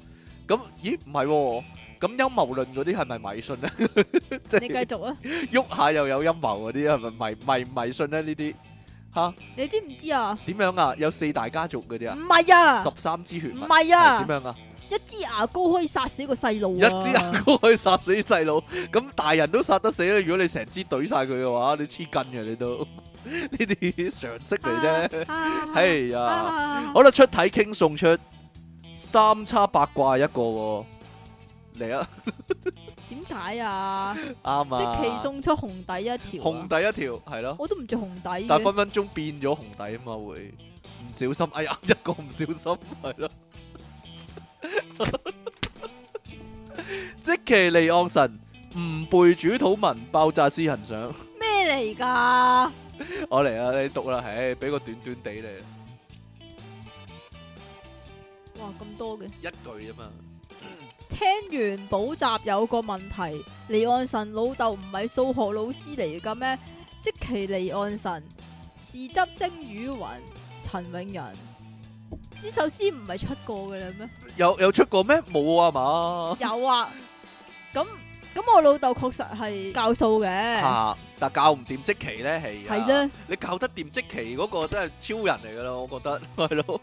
B: 咁咦唔係喎，咁陰謀論嗰啲係咪迷信咧？ 即
A: 你繼
B: 係
A: 續啊！
B: 喐下又有陰謀嗰啲係咪迷迷唔迷信咧？呢啲吓
A: 你知唔知 啊？
B: 點樣啊？有四大家族嗰啲
A: 唔
B: 啊，
A: 係啊，
B: 十三支血
A: 唔
B: 脈
A: 係
B: 係
A: 啊，
B: 點樣啊？
A: 一支牙膏可以殺死個細路
B: 一
A: 啊！
B: 支牙膏可以殺死細佬，咁大人都殺得死啦。如果你成支懟晒佢嘅話，你黐筋嘅你都呢啲常識嚟啫。
A: 啫
B: 哎
A: 啊
B: 呀，
A: 啊
B: 好啦，出體傾送出三叉八卦一個喎，嚟啊，
A: 點解啊？
B: 啱啊，
A: 即期送出紅底一條
B: 紅
A: 啊，
B: 底一條係咯，
A: 我都唔着紅底
B: 但
A: 嘅，
B: 分分鐘變咗紅底啊嘛，會唔小心，哎呀，一個唔小心係 咯，即其離岸神唔背主土文爆炸私人相。
A: 咩嚟㗎？
B: 我嚟啦，你讀啦，唉，俾個短短地你，
A: 哇，咁多嘅！
B: 一句啫嘛。
A: 聽完補習有個問題，離岸神老豆唔係數學老師嚟嘅咩？即其離岸神是執蒸雨雲，陳永仁呢首詩唔係出過嘅啦咩？
B: 有有出過咩？冇啊嘛。
A: 有啊，咁咁我老豆確實係教數嘅，
B: 吓，但教唔掂即期咧，係啊
A: 係咧，
B: 你教得掂即期嗰個真係超人嚟噶啦，我覺得 係咯。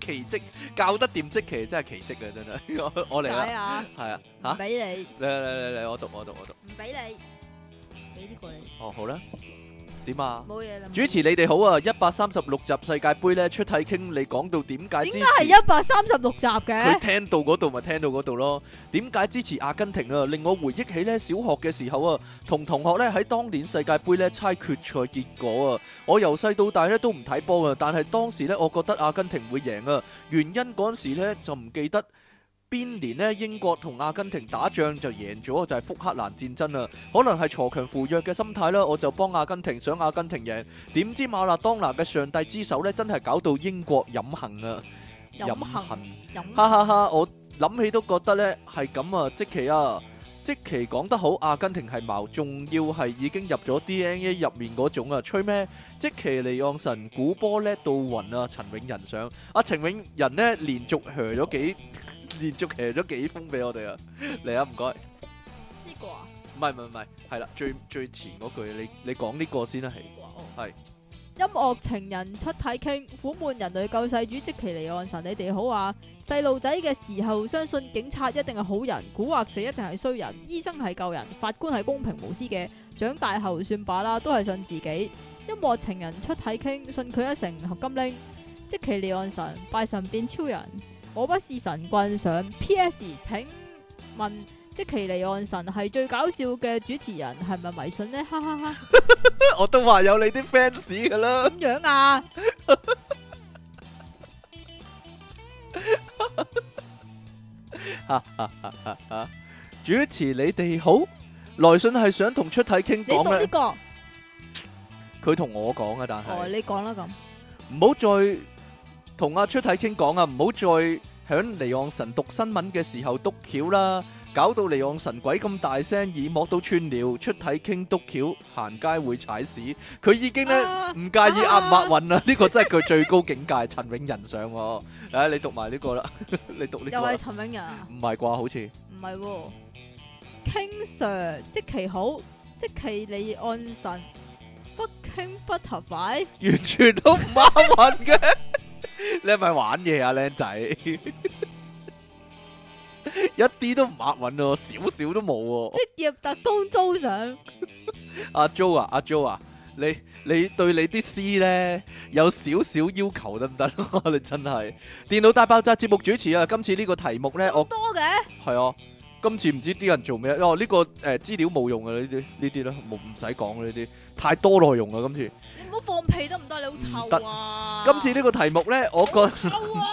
B: 奇蹟教得掂即期真係奇蹟啊！真係， 我我嚟
A: 點
B: 啦
A: 解，啊？
B: 係啊，吓
A: 唔，俾你，
B: 嚟嚟嚟嚟，我讀我讀我讀。
A: 唔俾你，俾呢個你，
B: 哦，好啦，點啊？
A: 冇嘢啦。
B: 主持你哋好啊！一百三十六集世界盃咧，出體傾你講到點解支
A: 點解
B: 持
A: 係一百三十六集
B: 佢
A: 嘅？
B: 聽到嗰度咪聽到嗰度咯。點解支持阿根廷啊？令我回憶起呢小學嘅時候啊，同同學呢喺當年世界盃呢猜決賽結果啊。我由細到大呢都唔睇波啊，但係當時呢，我覺得阿根廷會贏啊。原因嗰陣時呢就唔記得邊年呢？英國同阿根廷打仗就贏咗，就係、福克蘭戰爭啦。可能係鋤強扶弱嘅心態啦，我就幫阿根廷，想阿根廷贏。點知馬勒當拿嘅上帝之手呢，真係搞到英國飲恨啊！
A: 飲恨飲
B: 哈哈哈！我諗起都覺得呢係咁啊，即其啊，即其講得好，阿根廷係矛，仲要係已經入咗 DNA 入面嗰種啊，吹咩？即其尼昂神估波叻到暈啊！陳永仁上，阿陳永仁呢連續射咗幾 連續射咗幾封俾我哋啊！嚟啊，唔該，唔
A: 呢個啊
B: 係唔係唔係，係啦，最最前嗰句，你你講呢個先啦，
A: 呢
B: 係
A: 個哦
B: 係
A: 音樂情人出體傾，苦悶人類救世主即其離岸神，你哋好啊！細路仔嘅時候相信警察一定係好人，蠱惑者一定係衰人，醫生係救人，法官係公平無私嘅。長大後算罷啦，都係信自己。音樂情人出體傾，信佢一成合金鈴，即其離岸神，拜神變超人，我不是神棍上 P.S. 請問即其離岸神係最搞笑嘅主持人，係咪迷信呢？哈哈哈！
B: 我都話有你啲 fans 噶啦。
A: 點樣啊？
B: 主持你哋好，來信係想同出體傾
A: 你讀
B: 講
A: 呢
B: 咧，
A: 個？
B: 佢同我講啊，但
A: 哦，
B: 係
A: 你講啦咁，
B: 唔好再同阿出體傾講啊，唔好再響離岸神讀新聞嘅時候篤橋啦，搞到離岸神鬼咁大聲，耳膜都穿了，出體傾篤橋，行街會踩屎，佢已經咧。
A: 啊
B: 唔介意壓唔壓韻啊！呢 個真係佢最高境界，陳永仁上喎。誒，你讀埋呢個啦， 你讀呢
A: 又
B: 個啦
A: 係，陳永仁啊？
B: 唔係啩？好似
A: 唔係喎，King Sir 即其好，即其你安神，fucking butterfly，
B: 完全都唔啱韻嘅。你係咪玩嘢啊，靚仔？一啲都唔押韻喎，少少都冇喎。
A: 職業特工租上，
B: 阿 Jo 啊，阿 Jo 啊，你你對你啲詩咧有少少要求得唔 得？你真係電腦大爆炸節目主持啊！今次呢個題目咧，我
A: 咁多嘅，
B: 係啊，今次唔知啲人做咩哦？呢、個誒、呃、資料冇用嘅呢啲呢啲啦，冇唔使講嘅呢啲，太多內容啦今次。
A: 你唔好放屁得唔得？你好
B: 唔
A: 臭
B: 得
A: 啊！
B: 今次呢個題目呢，我覺
A: 臭 啊！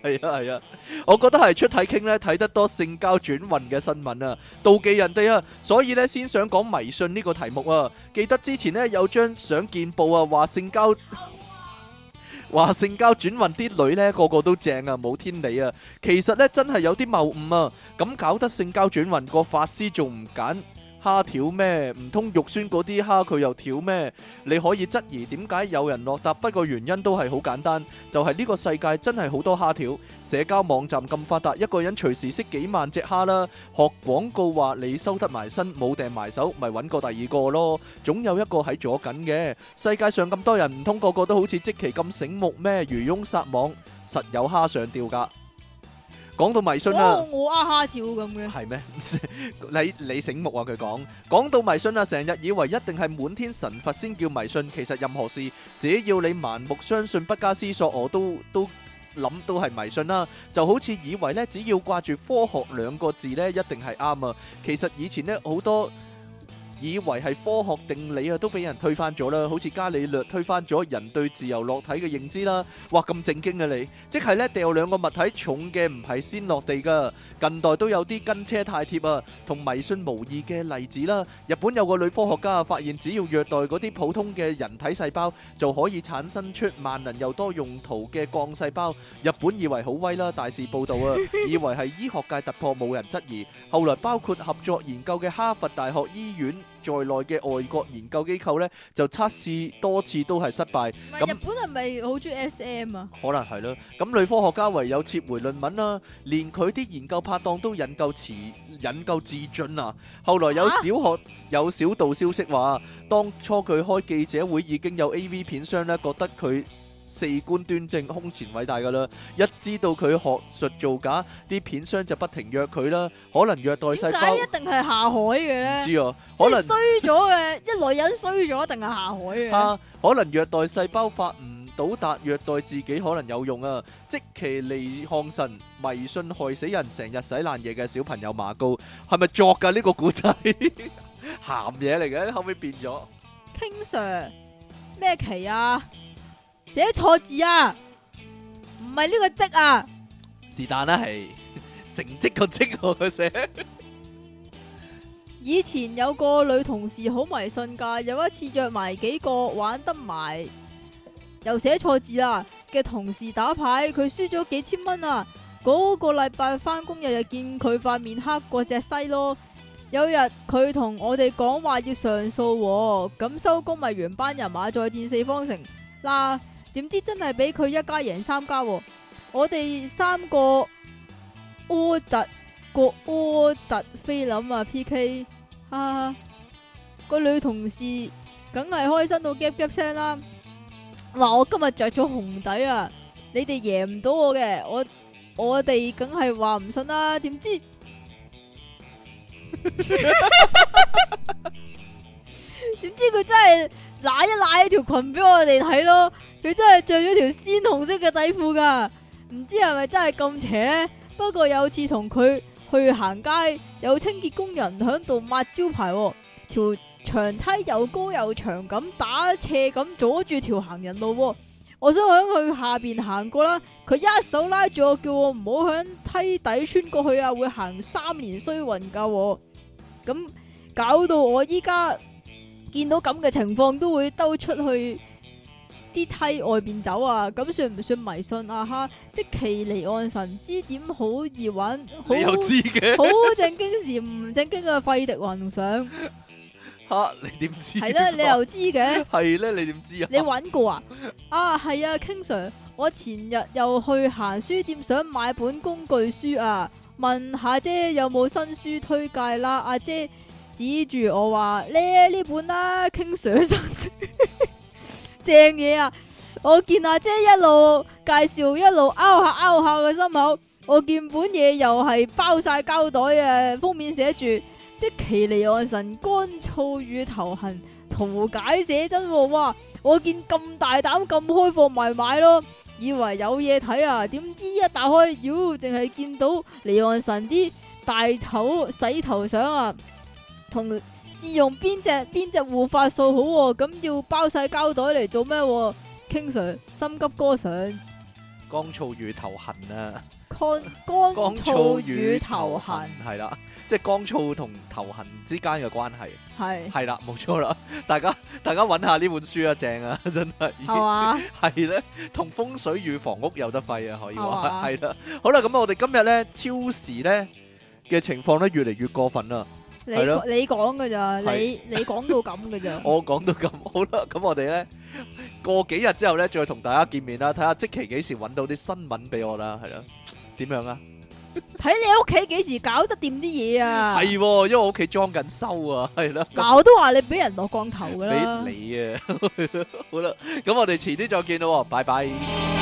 B: 係啊係啊，我覺得係出體傾呢睇得多性交轉運嘅新聞啊，妒忌人哋啊，所以呢，先想講迷信呢個題目啊。記得之前呢，有張相見報啊，話性交。 話性交轉運啲女呢個個都正啊，冇天理啊！其實呢，真係有啲謬誤啊！咁搞得性交轉運個法師仲唔揀蝦條咩？唔通肉酸嗰啲蝦佢又條咩？你可以質疑點解有人落搭，不過原因都係好簡單，就係、呢個世界真係好多蝦條。社交網站咁發達，一個人隨時識幾萬隻蝦啦。學廣告話你收得埋身，冇掟埋手，咪揾個第二個咯。總有一個喺左緊嘅。世界上咁多人，唔通個個都好似即期咁醒目咩？漁翁撒網，實有蝦上釣㗎。講到迷信啦
A: 嗰個。我啊蝦照咁嘅，
B: 係咩？ 你你醒目啊！佢講講到迷信啊，成日以為一定係滿天神佛先叫迷信，其實任何事只要你盲目相信、不加思索，我都都諗都係迷信啦。就好似以為呢，只要掛住科學兩個字呢，一定係啱啊。其實以前呢，好多。以為係科學定理啊，都俾人推翻咗啦，好似伽利略推翻咗人對自由落體嘅認知啦。哇，咁正經嘅你，即係呢，掉兩個物體重嘅唔係先落地㗎。近代都有啲跟車太貼啊，同迷信無異嘅例子啦。日本有個女科學家啊，發現只要虐待嗰啲普通嘅人體細胞，就可以產生出萬能又多用途嘅幹細胞。日本以為好威啦，大肆報導啊，以為係醫學界突破，冇人質疑。後來包括合作研究嘅哈佛大學醫院在內嘅外國研究機構呢，就測試多次都係失敗。
A: 唔
B: 咁
A: 係日本係咪好中意 SM 啊？
B: 可能係啦。咁女科學家唯有撤回論文啦，連佢啲研究拍檔都引咎辭引咎自盡啊！後來有小學有小道消息話，當初佢開記者會已經有 A.V. 片商咧，覺得佢。四官端正、空前偉大噶啦！一知道佢學術造假，啲片商就不停約佢啦。可能虐待
A: 點
B: 細
A: 解
B: 胞，
A: 一定係下海嘅
B: 唔
A: 咧？
B: 知啊。
A: 即係
B: 可能
A: 衰咗嘅，一女人衰咗一定係下海嘅。
B: 啊，可能虐待細胞發唔到達，虐待自己可能有用啊！即其利漢神迷信害死人，成日洗爛嘢嘅小朋友馬高，係咪作㗎呢、個古仔？ 鹹嘢嚟嘅，後尾變咗。
A: King Sir 咩棋啊？寫錯字啊！唔係呢個職啊！
B: 是但啦，係是成績個績喎，佢寫
A: 以前有個女同事好迷信㗎，有一次約埋幾個玩得埋，又寫錯字啦嘅同事打牌，佢輸咗幾千蚊啊！嗰、個禮拜翻工日日見佢塊面黑過隻西咯。有日佢同我哋講話要上訴喎，咁收工咪原班人馬再戰四方城啦。點知真係俾佢一家贏三家喎、我哋三個柯特。個柯特菲林啊 P.K. 哈哈，個女同事梗係開心到 gap gap 聲啦。嗱，我今日着咗紅底啊，你哋贏唔到我嘅，我我哋梗係話唔信啦。點知點知佢真係揦一揦條裙俾我哋睇咯，佢真係着咗條鮮紅色嘅底褲噶，唔知係咪真係咁邪咧？不過有次同佢去行街，有清潔工人喺度抹招牌、喎，條長梯又高又長咁打斜咁阻住條行人路、喎。我想喺佢下邊行過啦，佢一手拉住我，叫我唔好響梯底穿過去啊，會行三年衰運噶、喎。咁搞到我依家見到咁嘅情況，都會兜出去啲梯外邊走啊。咁算唔算迷信啊？哈！即其離岸神知點好易玩，好
B: 你又知嘅
A: 好正經時唔正經嘅費迪幻想，
B: 吓，你點知？
A: 係啦，你 又知嘅，
B: 係咧，你點知啊？
A: 你揾過啊？啊，係啊，King Sir，我前日又去行書店想買本工具書啊，問下姐有冇新書推介啦？阿姐指住我話咧呢本啦，King Sir 新書 正嘢啊！我見阿姐一路介紹一路拗下拗下個心口，我見本嘢又係包晒膠袋啊，封面寫住即其離岸神乾燥與頭痕圖解寫真喎、哇！我見咁大膽咁開放咪買咯，以為有嘢睇啊，點知一打開，妖淨係見到離岸神啲大頭洗頭相啊，同試用邊隻邊隻護髮素好喎、咁要包晒膠袋嚟做咩、喎 King Sir 心急歌上
B: 乾燥與頭痕啊！
A: 乾
B: 乾
A: 乾燥與頭痕
B: 係啦，即係乾燥同頭痕之間嘅關係，
A: 係
B: 係啦， 冇錯啦，大家大家揾下呢本書啊，正啊， 真係
A: 係 嘛？
B: 係咧，同風水與房屋有得揮啊，可以
A: 係
B: 話
A: 嘛
B: 係啦。好啦，咁我哋今日咧超時咧嘅情況咧越嚟越過分啦。
A: 你
B: 係咯
A: 你講噶咋？你
B: 係
A: 你講到咁噶 咋？
B: 我講到咁 好啦，咁我哋咧過幾日之後咧，再同大家見面啦，睇下即期幾時揾到啲新聞俾我啦，係啦，點樣啊？
A: 睇你屋企幾時搞得掂啲嘢啊？
B: 係喎，因為我屋企裝緊修啊，係啦，
A: 嗱，我都話你俾人落降頭噶啦。
B: 俾你啊，好啦，咁我哋遲啲再見咯喎，拜拜。